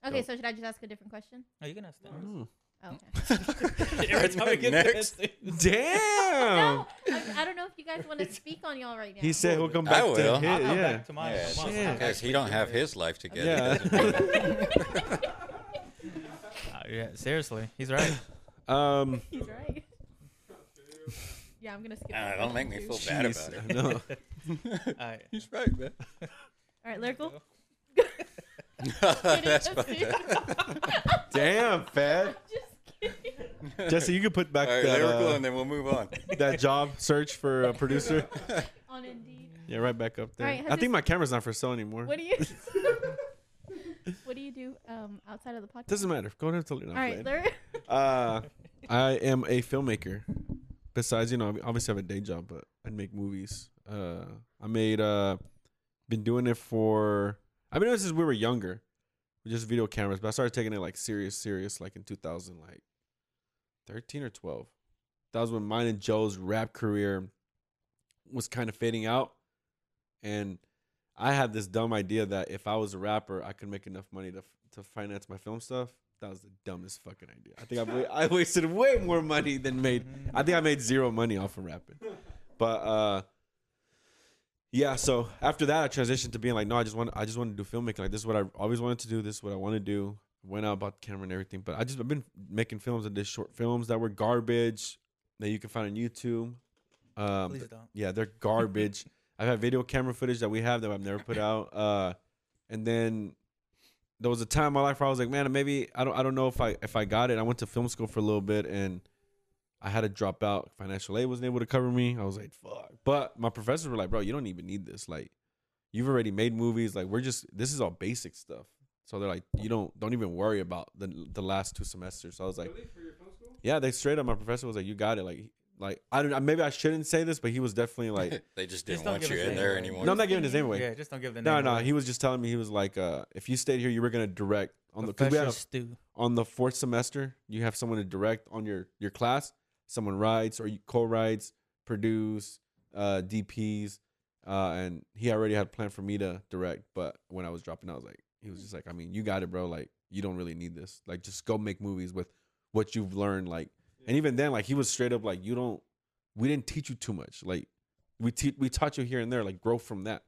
Speaker 6: Okay, so should I just ask a different question?
Speaker 2: Oh, you can ask
Speaker 3: [LAUGHS]
Speaker 1: Mm.
Speaker 2: them.
Speaker 6: Oh,
Speaker 2: [LAUGHS]
Speaker 6: okay.
Speaker 2: Every time we get to
Speaker 3: Next.
Speaker 2: this-
Speaker 1: Damn.
Speaker 3: [LAUGHS]
Speaker 6: No, I, I don't know if you guys
Speaker 2: [LAUGHS]
Speaker 6: want to speak on y'all right now.
Speaker 1: He said he'll come
Speaker 3: I
Speaker 1: back to
Speaker 3: will.
Speaker 1: hit.
Speaker 2: I'll come
Speaker 1: Yeah.
Speaker 2: back to mine in a
Speaker 3: Yeah.
Speaker 2: month.
Speaker 1: Yeah.
Speaker 3: Because he don't have his life
Speaker 1: Yeah.
Speaker 3: together.
Speaker 1: [LAUGHS]
Speaker 3: He [LAUGHS] doesn't-
Speaker 2: Uh, yeah, seriously,
Speaker 1: [LAUGHS]
Speaker 2: he's right.
Speaker 1: Um.
Speaker 6: He's right. [LAUGHS] yeah, I'm gonna skip.
Speaker 3: Uh,
Speaker 6: that
Speaker 3: don't make me
Speaker 6: question,
Speaker 3: feel
Speaker 6: too.
Speaker 3: bad
Speaker 1: jeez,
Speaker 3: about
Speaker 1: [LAUGHS]
Speaker 3: it.
Speaker 1: No.
Speaker 3: [LAUGHS]
Speaker 2: All right.
Speaker 3: He's right, man.
Speaker 6: All right, lyrical.
Speaker 3: [LAUGHS]
Speaker 6: [LAUGHS]
Speaker 3: That's
Speaker 6: Just
Speaker 3: fucked
Speaker 6: kidding.
Speaker 3: up.
Speaker 1: Damn, Fed.
Speaker 6: Just kidding. [LAUGHS]
Speaker 1: Jesse, you can put back
Speaker 3: All right,
Speaker 1: that,
Speaker 3: lyrical,
Speaker 1: uh,
Speaker 3: and then we'll move on.
Speaker 1: that job search for
Speaker 3: [LAUGHS]
Speaker 1: a producer.
Speaker 6: On Indeed.
Speaker 1: Yeah, right back up there.
Speaker 6: All right,
Speaker 1: I
Speaker 6: has
Speaker 1: think
Speaker 6: this-
Speaker 1: my camera's not for sale anymore.
Speaker 6: What
Speaker 3: [LAUGHS]
Speaker 6: do you? [LAUGHS] what do you do um, outside of the podcast?
Speaker 1: Doesn't matter. Go ahead and tell you.
Speaker 6: All right, lyric.
Speaker 1: uh, I am a filmmaker. Besides, you know, I obviously have a day job, but I make movies. Uh, I made, uh, been doing it for, I've been doing this since we were younger, with just video cameras. But I started taking it like serious, serious, like in 2000, like 13 or 12. That was when mine and Joe's rap career was kind of fading out, and I had this dumb idea that if I was a rapper, I could make enough money to f- to finance my film stuff. That was the dumbest fucking idea. I think I, wa- I wasted way more money than made. I think I made zero money off of rapping. But uh, yeah, so after that, I transitioned to being like, no, I just want I just want to do filmmaking. Like this is what I always wanted to do. This is what I want to do. Went out bought the camera and everything. But I just I've been making films and did short films that were garbage that you can find on YouTube. Um,
Speaker 2: Please don't.
Speaker 1: yeah, they're garbage. I've had video camera footage that we have that I've never put out. Uh, and then there was a time in my life where I was like, man, maybe I don't I don't know if I if I got it. I went to film school for a little bit and I had to drop out. Financial aid wasn't able to cover me. I was like, fuck. But my professors were like, bro, you don't even need this. Like, you've already made movies. Like, we're just this is all basic stuff. So they're like, you don't don't even worry about the the last two semesters. So I was like, yeah, they straight up. My professor was like, you got it. Like, like I don't maybe I shouldn't say this, but he was definitely like,
Speaker 3: they
Speaker 2: Just
Speaker 3: just didn't
Speaker 2: don't
Speaker 3: want
Speaker 2: give
Speaker 3: you
Speaker 2: us
Speaker 3: in
Speaker 2: any
Speaker 3: there
Speaker 2: more.
Speaker 3: anymore.
Speaker 1: no, I'm not giving his name away.
Speaker 2: Yeah, just don't give the
Speaker 1: No,
Speaker 2: name
Speaker 1: no,
Speaker 2: away.
Speaker 1: he was just telling me he was like, uh, if you stayed here, you were gonna direct on the because we had a,
Speaker 2: Professor Stu.
Speaker 1: on the fourth semester you have someone to direct on your your class, someone writes or you co-writes, produce, uh, DPs, uh, and he already had planned for me to direct. But when I was dropping, out, I was like, he was just like, I mean, you got it, bro. Like, you don't really need this. Like, just go make movies with what you've learned. Like, and even then, like, he was straight up like, you don't. We didn't teach you too much. Like, we te- we taught you here and there. Like, grow from that.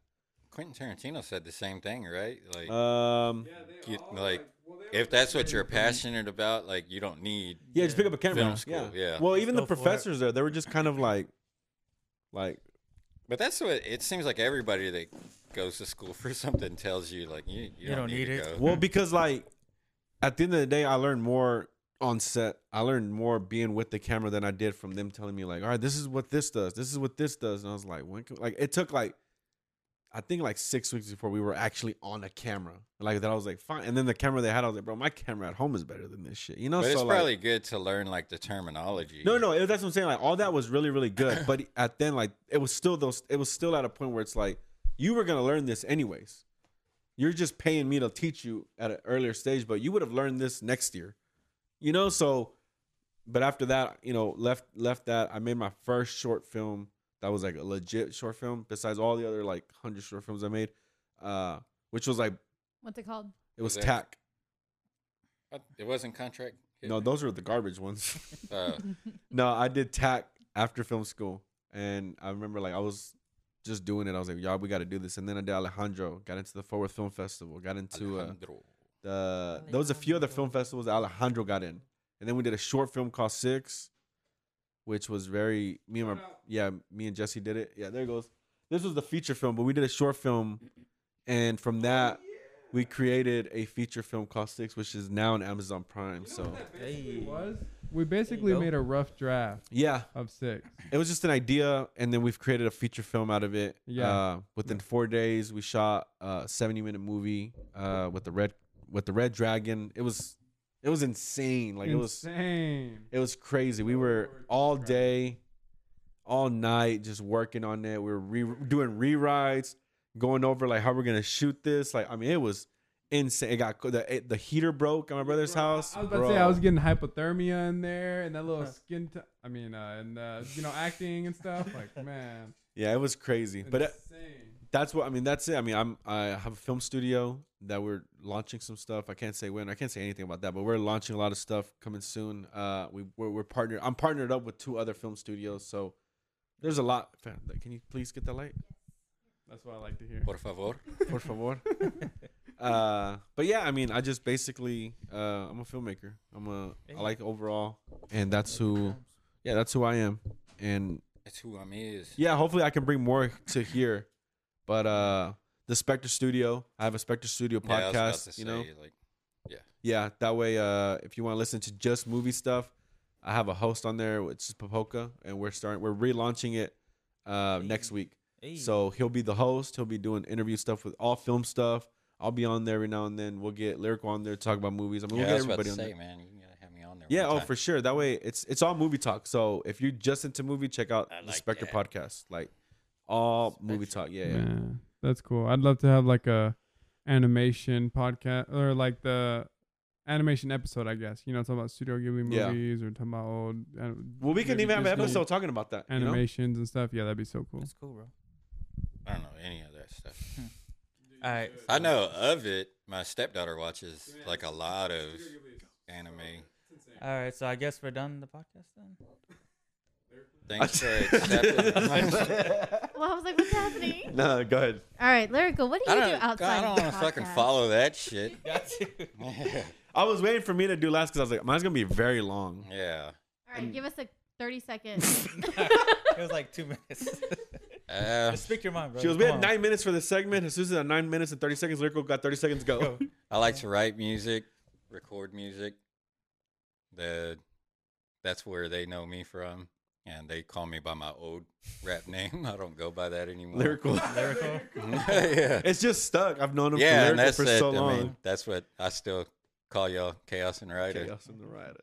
Speaker 3: Quentin Tarantino said the same thing, right? Like,
Speaker 1: Um,
Speaker 3: you- like if that's what you're passionate about, like you don't need.
Speaker 1: yeah, just pick up a camera.
Speaker 3: Film school, yeah.
Speaker 1: Well, even the
Speaker 2: Go for it.
Speaker 1: professors there, they were just kind of like, like
Speaker 3: But that's what it seems like. Everybody that goes to school [LAUGHS] for something tells you like you you, don't, need, to
Speaker 2: it.
Speaker 3: go.
Speaker 1: Well, because like at the end of the day, I learned more on set. I learned more being with the camera than I did from them telling me like, all right, this is what this does, this is what this does, and I was like, when? Can, like it took like I think like six weeks before we were actually on a camera. Like that, I was like, fine. And then the camera they had, I was like, bro, my camera at home is better than this shit, you know?
Speaker 3: but it's
Speaker 1: like-
Speaker 3: probably good to learn like the terminology.
Speaker 1: no, no, it, that's what I'm saying. Like all that was really, really [CLEARS THROAT] good, but at then like it was still those. It was still at a point where it's like you were gonna learn this anyways. You're just paying me to teach you at an earlier stage, but you would have learned this next year, you know. So, but after that, you know, left left that. I made my first short film that was like a legit short film. Besides all the other like hundred short films I made, uh, which was like
Speaker 6: [LAUGHS] What's it called?
Speaker 1: it was
Speaker 3: Exactly.
Speaker 1: tack.
Speaker 3: Uh, it wasn't contract. Kid.
Speaker 1: No, those were the garbage ones. [LAUGHS]
Speaker 3: Uh,
Speaker 1: No, I did tack after film school, and I remember like I was just doing it. I was like, "Y'all, we got to do this." And then I did Alejandro. Got into the Forward Film Festival. Got into uh,
Speaker 3: Alejandro.
Speaker 1: the there was a few other film festivals that Alejandro got in, and then we did a short film called Six, which was very me and my yeah me and Jesse did it. Yeah, there it goes. This was the feature film, but we did a short film, and from that. We created a feature film called Six, which is now on Amazon Prime. So,
Speaker 2: Hey.
Speaker 4: was we basically
Speaker 2: go.
Speaker 4: made a rough draft
Speaker 1: yeah,
Speaker 4: of six.
Speaker 1: it was just an idea and then we've created a feature film out of it
Speaker 4: Yeah.
Speaker 1: uh, within four days we shot a 70 minute movie uh, with the red with the red dragon it was it was insane like it was
Speaker 4: insane.
Speaker 1: it was crazy we were all day all night just working on it we were re- doing rewrites going over like how we're gonna shoot this like i mean it was insane it got co- the, it, the heater broke at my brother's house
Speaker 4: I was about to say I was getting hypothermia in there, and that little skin. T- I mean, uh, and uh, you know, acting and stuff. Like, man,
Speaker 1: yeah it was crazy but it,
Speaker 4: insane.
Speaker 1: that's what I mean. That's it. I mean, I'm I have a film studio that we're launching some stuff. I can't say when. I can't say anything about that, but we're launching a lot of stuff coming soon. Uh, we we're, we're partnered. I'm partnered up with two other film studios, so there's a lot. Fam, like, Can you please get that light,
Speaker 4: That's what I like to hear.
Speaker 3: Por favor.
Speaker 1: por favor? uh, but yeah, I mean, I just basically uh, I'm a filmmaker. I'm a I like overall, and that's who. Yeah, that's who I am, and
Speaker 3: That's who I'm is.
Speaker 1: yeah hopefully i can bring more to here but uh the spectre studio i have a spectre studio
Speaker 3: Yeah, I was about
Speaker 1: podcast
Speaker 3: to
Speaker 1: you know
Speaker 3: say, like
Speaker 1: yeah that way uh if you want to listen to just movie stuff i have a host on there which is papoka and we're starting we're relaunching it uh next week
Speaker 2: Hey.
Speaker 1: so he'll be the host he'll be doing interview stuff with all film stuff i'll be on there every now and then we'll get lyrical on there talk about movies i mean
Speaker 3: yeah,
Speaker 1: we'll get
Speaker 3: I was about
Speaker 1: everybody
Speaker 3: to
Speaker 1: on
Speaker 3: say,
Speaker 1: there
Speaker 3: man, you gotta have me on there.
Speaker 1: yeah
Speaker 3: one
Speaker 1: oh
Speaker 3: time.
Speaker 1: for sure that way it's it's all movie talk so if you're just into movie check out
Speaker 3: I
Speaker 1: the
Speaker 3: like
Speaker 1: spectre
Speaker 3: that.
Speaker 1: podcast like all movie
Speaker 3: Spectre.
Speaker 1: talk yeah, yeah.
Speaker 4: Man, that's cool. I'd love to have like a animation podcast or like the animation episode, I guess. You know, talking about Studio Ghibli
Speaker 1: Yeah.
Speaker 4: movies or talking about old. an-
Speaker 1: Well, we can
Speaker 4: maybe
Speaker 1: even have an
Speaker 4: Disney
Speaker 1: episode talking about that. You
Speaker 3: [LAUGHS]
Speaker 1: know?
Speaker 4: animations and stuff. Yeah, that'd be so cool.
Speaker 2: That's cool, bro.
Speaker 3: I don't know any of that stuff.
Speaker 2: All right.
Speaker 3: I know of it. My stepdaughter watches like a lot of anime.
Speaker 2: All right. So I guess we're done the podcast
Speaker 3: [LAUGHS]
Speaker 2: then.
Speaker 3: Thanks for
Speaker 1: [LAUGHS]
Speaker 3: accepting.
Speaker 6: Well, I was like,
Speaker 3: [LAUGHS]
Speaker 6: what's happening?
Speaker 1: No, go ahead.
Speaker 6: All right, Lyrical, what do
Speaker 3: I
Speaker 6: you
Speaker 3: don't,
Speaker 6: do outside
Speaker 3: I don't
Speaker 6: of the
Speaker 3: want to fucking
Speaker 6: podcast?
Speaker 3: follow that
Speaker 6: [LAUGHS]
Speaker 3: shit. [LAUGHS]
Speaker 2: Got you.
Speaker 1: I was waiting for me to do last because I was like, mine's gonna be very long.
Speaker 3: yeah.
Speaker 6: All right, give us a
Speaker 3: [LAUGHS]
Speaker 6: 30 seconds.
Speaker 2: [LAUGHS] It was like two minutes.
Speaker 3: Uh,
Speaker 2: Just speak your mind, bro.
Speaker 1: She was we
Speaker 2: Come
Speaker 1: had
Speaker 2: on.
Speaker 1: nine minutes for this segment. As soon as at nine minutes and thirty seconds, lyrical got thirty seconds. Go.
Speaker 3: [LAUGHS]
Speaker 2: Go.
Speaker 3: Uh, I like to write music, record music. The that's where they know me from, and they call me by my old rap [LAUGHS] name. I don't go by that anymore.
Speaker 1: Lyrical.
Speaker 2: Lyrical.
Speaker 3: [LAUGHS] yeah.
Speaker 1: [LAUGHS] it's just stuck. I've known him
Speaker 3: yeah,
Speaker 1: for
Speaker 3: and
Speaker 1: lyrical
Speaker 3: that's
Speaker 1: for
Speaker 3: it.
Speaker 1: so
Speaker 3: I
Speaker 1: long.
Speaker 3: mean, that's what I still call y'all chaos and writer.
Speaker 1: Chaos in the riot.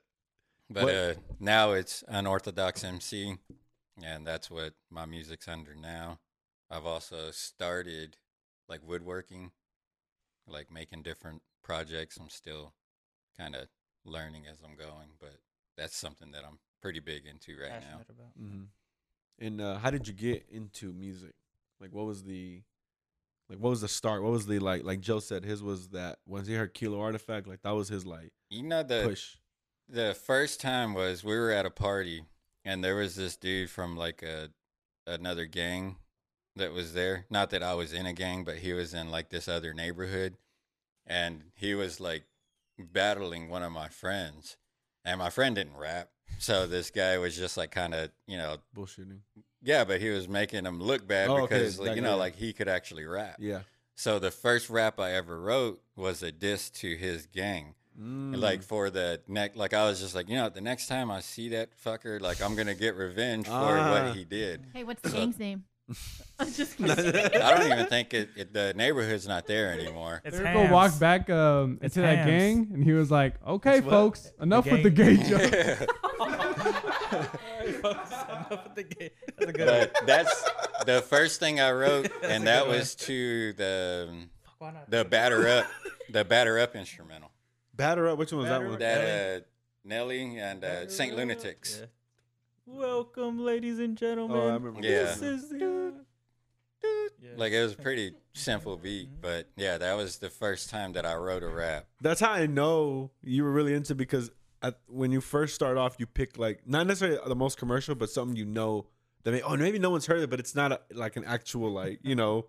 Speaker 3: But
Speaker 1: What-
Speaker 3: uh, now it's unorthodox MC, and that's what my music's under now. I've also started like woodworking, like making different projects. I'm still kind of learning as I'm going, but that's something that I'm pretty big into right now.
Speaker 2: Passionate about.
Speaker 1: Mhm. And uh, how did you get into music? Like, what was the, like, what was the start? What was the like? Like Joe said, his was that once he heard Kilo Artifact, like that was his like
Speaker 3: You know the
Speaker 1: push.
Speaker 3: the first time was we were at a party and there was this dude from like a another gang that was there. Not that I was in a gang, but he was in like this other neighborhood and he was like battling one of my friends. And my friend didn't rap. So this guy was just like kind of, you know,
Speaker 1: Bullshitting.
Speaker 3: yeah, but he was making him look bad
Speaker 1: Oh, okay,
Speaker 3: because like,
Speaker 1: that
Speaker 3: you know,
Speaker 1: guy.
Speaker 3: like he could actually rap.
Speaker 1: Yeah.
Speaker 3: So the first rap I ever wrote was a diss to his gang.
Speaker 1: Mm.
Speaker 3: Like for the neck, like I was just like, you know, the next time I see that fucker, like I'm gonna get revenge for
Speaker 1: Ah.
Speaker 3: what he did.
Speaker 6: Hey, what's the
Speaker 3: [LAUGHS]
Speaker 6: gang's name? [LAUGHS] I'm just kidding.
Speaker 3: I don't even think it, it the neighborhood's not there anymore.
Speaker 2: It's
Speaker 4: Lyrical
Speaker 2: [LAUGHS]
Speaker 4: walked
Speaker 2: hams.
Speaker 4: back um,
Speaker 2: It's
Speaker 4: into that
Speaker 2: hams.
Speaker 4: gang, and he was like, "Okay,
Speaker 1: It's what?
Speaker 4: folks, enough with the gay
Speaker 1: [LAUGHS]
Speaker 4: joke."
Speaker 2: That's a good one.
Speaker 3: [LAUGHS] But that's the first thing I wrote, and that was to the um,
Speaker 2: Why not?
Speaker 3: the batter up, the batter up [LAUGHS] instrumental.
Speaker 1: Batter up. Which one was
Speaker 2: Batter Up.
Speaker 1: that one?
Speaker 3: That uh, Nelly and uh, Saint Lunatics.
Speaker 2: Yeah. Welcome, ladies and gentlemen.
Speaker 1: Oh, I remember.
Speaker 3: Yeah.
Speaker 2: This is the. Yeah.
Speaker 3: Like it was a pretty simple beat, but yeah, that was the first time that I wrote a rap.
Speaker 1: That's how I know you were really into because at, when you first start off, you pick like not necessarily the most commercial, but something you know that may, oh maybe no one's heard it, but it's not a, like an actual like you know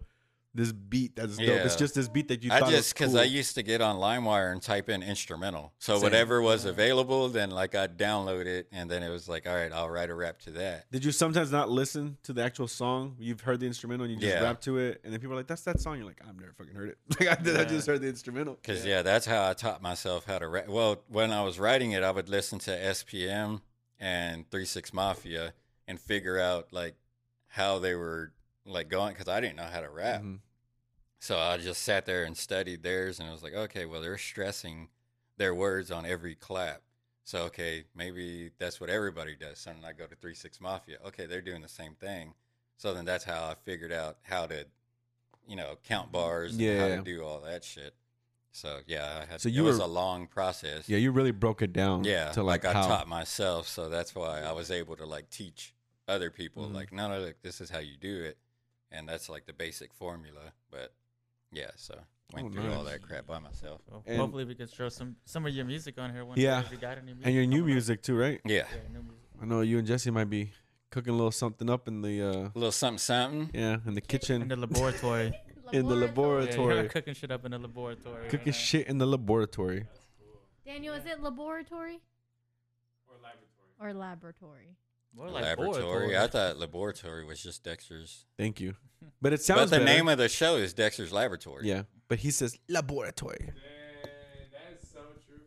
Speaker 1: this beat that's dope. It's
Speaker 3: Yeah.
Speaker 1: just this beat that you.
Speaker 3: I
Speaker 1: thought
Speaker 3: just
Speaker 1: because
Speaker 3: because I used to get on LimeWire and type in instrumental, so
Speaker 1: Same.
Speaker 3: whatever was available, then like I'd download it, and then it was like, all right, I'll write a rap to that.
Speaker 1: Did you sometimes not listen to the actual song? You've heard the instrumental and you just
Speaker 3: Yeah.
Speaker 1: rap to it, and then people are like, "That's that song." You're like, "I've never fucking heard it." [LAUGHS] Like I, did, I
Speaker 2: Yeah.
Speaker 1: just heard the instrumental.
Speaker 3: Because yeah. that's how I taught myself how to rap. Well, when I was writing it, I would listen to SPM and Three Six Mafia and figure out like how they were like going because I didn't know how to rap.
Speaker 1: Mhm.
Speaker 3: So I just sat there and studied theirs, and I was like, okay, well, they're stressing their words on every clap. So okay, maybe that's what everybody does. So then I go to Three Six Mafia. Okay, they're doing the same thing. So then that's how I figured out how to, you know, count bars and how
Speaker 1: Yeah.
Speaker 3: to do all that shit. So yeah, I had,
Speaker 1: So
Speaker 3: so
Speaker 1: you
Speaker 3: it was
Speaker 1: were-
Speaker 3: a long process.
Speaker 1: Yeah, you really broke it down.
Speaker 3: Yeah,
Speaker 1: to like,
Speaker 3: I
Speaker 1: how
Speaker 3: taught myself, so that's why I was able to like teach other people.
Speaker 1: Mhm.
Speaker 3: Like, no, no, look, this is how you do it, and that's like the basic formula. But yeah, so went
Speaker 1: Oh,
Speaker 3: through all
Speaker 1: nice.
Speaker 3: that crap by myself.
Speaker 2: Well,
Speaker 1: And-
Speaker 2: hopefully we can throw some some of your music on here one
Speaker 1: Yeah.
Speaker 2: day if you got any music
Speaker 1: and your new
Speaker 2: coming up.
Speaker 1: music too, right?
Speaker 3: Yeah,
Speaker 2: Yeah, new music.
Speaker 1: I know you and Jesse might be cooking a little something up in the uh
Speaker 3: a little something, something.
Speaker 1: yeah in the kitchen.
Speaker 2: In the laboratory.
Speaker 1: in the
Speaker 2: yeah, you
Speaker 1: laboratory.
Speaker 2: cooking shit up in the laboratory.
Speaker 1: Cooking shit in the laboratory.
Speaker 6: Daniel, is it laboratory? Or laboratory.
Speaker 2: More like
Speaker 3: laboratory.
Speaker 2: laboratory.
Speaker 3: I thought laboratory was just Dexter's,
Speaker 1: Thank you. But it
Speaker 3: but
Speaker 1: sounds
Speaker 3: the
Speaker 1: better.
Speaker 3: name of the show is Dexter's Laboratory.
Speaker 1: yeah. But he says laboratory.
Speaker 4: that is so true,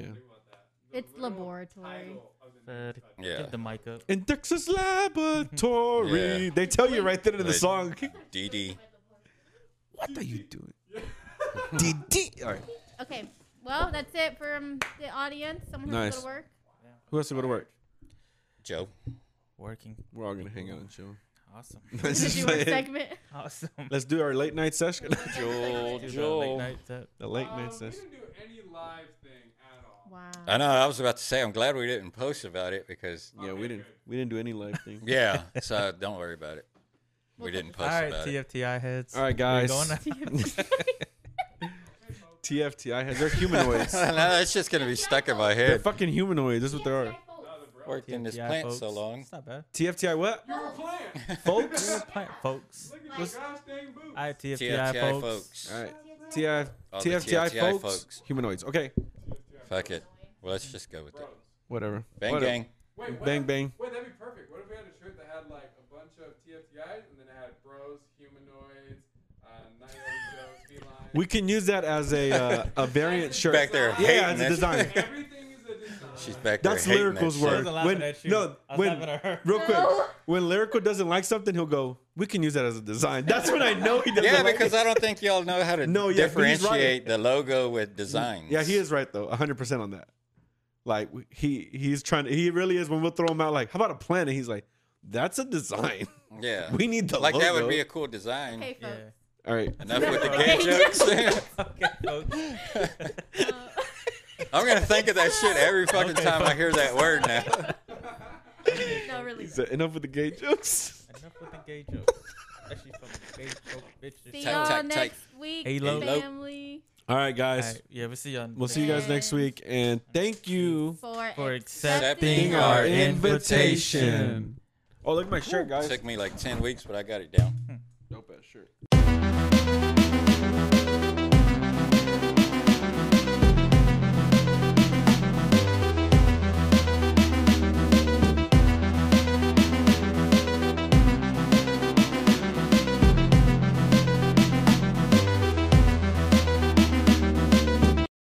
Speaker 1: Yeah.
Speaker 6: It's laboratory.
Speaker 2: Uh,
Speaker 3: Yeah.
Speaker 2: Get the mic up.
Speaker 1: In Texas laboratory,
Speaker 3: Yeah.
Speaker 1: they tell you right then in the
Speaker 3: Like-
Speaker 1: song.
Speaker 3: DD.
Speaker 1: What are you
Speaker 3: [LAUGHS]
Speaker 1: doing? DD. All right.
Speaker 6: Okay. Well, that's it from the audience. Someone has to
Speaker 1: Nice.
Speaker 6: go to work. [LAUGHS]
Speaker 1: Who has to go to work?
Speaker 3: Joe.
Speaker 2: Working.
Speaker 1: We're all gonna hang out and
Speaker 3: [LAUGHS]
Speaker 1: chill.
Speaker 2: Awesome.
Speaker 1: [LAUGHS]
Speaker 2: [LAUGHS]
Speaker 1: Let's,
Speaker 6: Did
Speaker 1: just
Speaker 6: you work
Speaker 1: like-
Speaker 6: segment?
Speaker 2: Awesome.
Speaker 1: let's do our late night
Speaker 3: [LAUGHS]
Speaker 1: session.
Speaker 3: Joel.
Speaker 2: Dude, that late
Speaker 3: Joel.
Speaker 2: night tip.
Speaker 1: the late
Speaker 4: Um,
Speaker 1: night
Speaker 4: we
Speaker 1: session.
Speaker 4: didn't do any live thing at all.
Speaker 6: [LAUGHS] Wow.
Speaker 3: I know. I was about to say, I'm glad we didn't post about it because,
Speaker 1: Yeah, we didn't we didn't do any
Speaker 3: [LAUGHS]
Speaker 1: live thing.
Speaker 3: Um, yeah.
Speaker 1: [LAUGHS]
Speaker 3: so don't worry about it. We didn't
Speaker 2: All
Speaker 3: post
Speaker 2: right,
Speaker 3: about it.
Speaker 2: TFTI heads.
Speaker 1: All right,
Speaker 2: We're
Speaker 1: guys.
Speaker 2: going to-
Speaker 1: TFTI has they're
Speaker 3: [LAUGHS]
Speaker 1: humanoids.
Speaker 3: no, that's just gonna be stuck in my
Speaker 1: they're
Speaker 3: head.
Speaker 1: fucking humanoids. That's what they are.
Speaker 3: Worked in this
Speaker 2: TFTI
Speaker 3: plant
Speaker 2: folks.
Speaker 3: so long.
Speaker 2: It's not bad.
Speaker 1: TFTI what?
Speaker 4: You're a plant.
Speaker 1: [LAUGHS]
Speaker 3: [LAUGHS]
Speaker 1: Folks.
Speaker 2: Plant folks.
Speaker 4: Look at your gosh dang boots.
Speaker 2: All right, TFTI,
Speaker 3: TFTI
Speaker 1: All right.
Speaker 2: folks.
Speaker 3: folks.
Speaker 1: TF,
Speaker 3: All the
Speaker 1: TFTI,
Speaker 3: TFTI
Speaker 1: folks,
Speaker 3: folks.
Speaker 1: Humanoids. Okay.
Speaker 3: Fuck it. Well, let's just go with it.
Speaker 1: Whatever.
Speaker 3: Bang
Speaker 1: Whatever.
Speaker 3: gang.
Speaker 4: Wait, what
Speaker 1: Bang,
Speaker 4: if-
Speaker 1: bang.
Speaker 4: Wait, that'd be perfect. What if we had a shirt that had like a bunch of TFTIs and then it had bros, humanoids, uh, night joes, felines.
Speaker 1: We can use that as a uh, a variant shirt.
Speaker 3: Back there
Speaker 1: Yeah,
Speaker 3: hating
Speaker 1: it's a
Speaker 3: that
Speaker 1: design.
Speaker 3: shit.
Speaker 4: Everything is a design.
Speaker 3: She's back there
Speaker 1: That's
Speaker 3: hating that
Speaker 1: Lyrical's
Speaker 3: shit.
Speaker 2: I
Speaker 1: word.
Speaker 2: wasn't laughing
Speaker 1: When-
Speaker 2: at you.
Speaker 1: no,
Speaker 2: I was
Speaker 1: when-
Speaker 2: laughing at her.
Speaker 1: Real quick. When Lyrical doesn't like something, he'll go, we can use that as a design. That's when I know he doesn't [LAUGHS]
Speaker 3: Yeah,
Speaker 1: like
Speaker 3: because
Speaker 1: it.
Speaker 3: I don't think y'all know how to
Speaker 1: No, yeah, he's right.
Speaker 3: differentiate the logo with design.
Speaker 1: Yeah, he is right, though. 100% on that. Like, he he's trying to, he really is. When we'll throw him out, like, how about a planet? He's like, that's a design. [LAUGHS]
Speaker 3: Yeah.
Speaker 1: We need the
Speaker 3: like that would be a
Speaker 1: logo.
Speaker 3: cool design.
Speaker 6: Okay,
Speaker 2: Yeah.
Speaker 6: folks.
Speaker 1: All right.
Speaker 3: Enough with the gay [LAUGHS] jokes.
Speaker 2: [LAUGHS] Okay, folks.
Speaker 6: Uh, [LAUGHS]
Speaker 3: I'm gonna think of that shit every fucking
Speaker 2: Okay,
Speaker 3: time I
Speaker 1: [LAUGHS]
Speaker 2: fuck.
Speaker 3: hear that word now.
Speaker 6: No, really.
Speaker 1: He said, enough with the gay jokes. [LAUGHS]
Speaker 2: Enough with the gay jokes. Especially from the gay joke bitches.
Speaker 6: See
Speaker 3: Tight,
Speaker 6: y'all
Speaker 3: tight, tight.
Speaker 6: next week,
Speaker 2: Halo.
Speaker 3: Halo.
Speaker 6: family.
Speaker 1: All right,
Speaker 2: All
Speaker 1: guys.
Speaker 2: right, yeah, we'll see you on
Speaker 1: We'll see you guys next week, and thank you.
Speaker 6: For,
Speaker 2: for
Speaker 3: Accepting
Speaker 2: accepting
Speaker 3: our
Speaker 2: our invitation.
Speaker 1: invitation. Oh, look at my shirt, guys.
Speaker 3: Took me like 10 weeks, but I got it down.
Speaker 1: Dope ass shirt.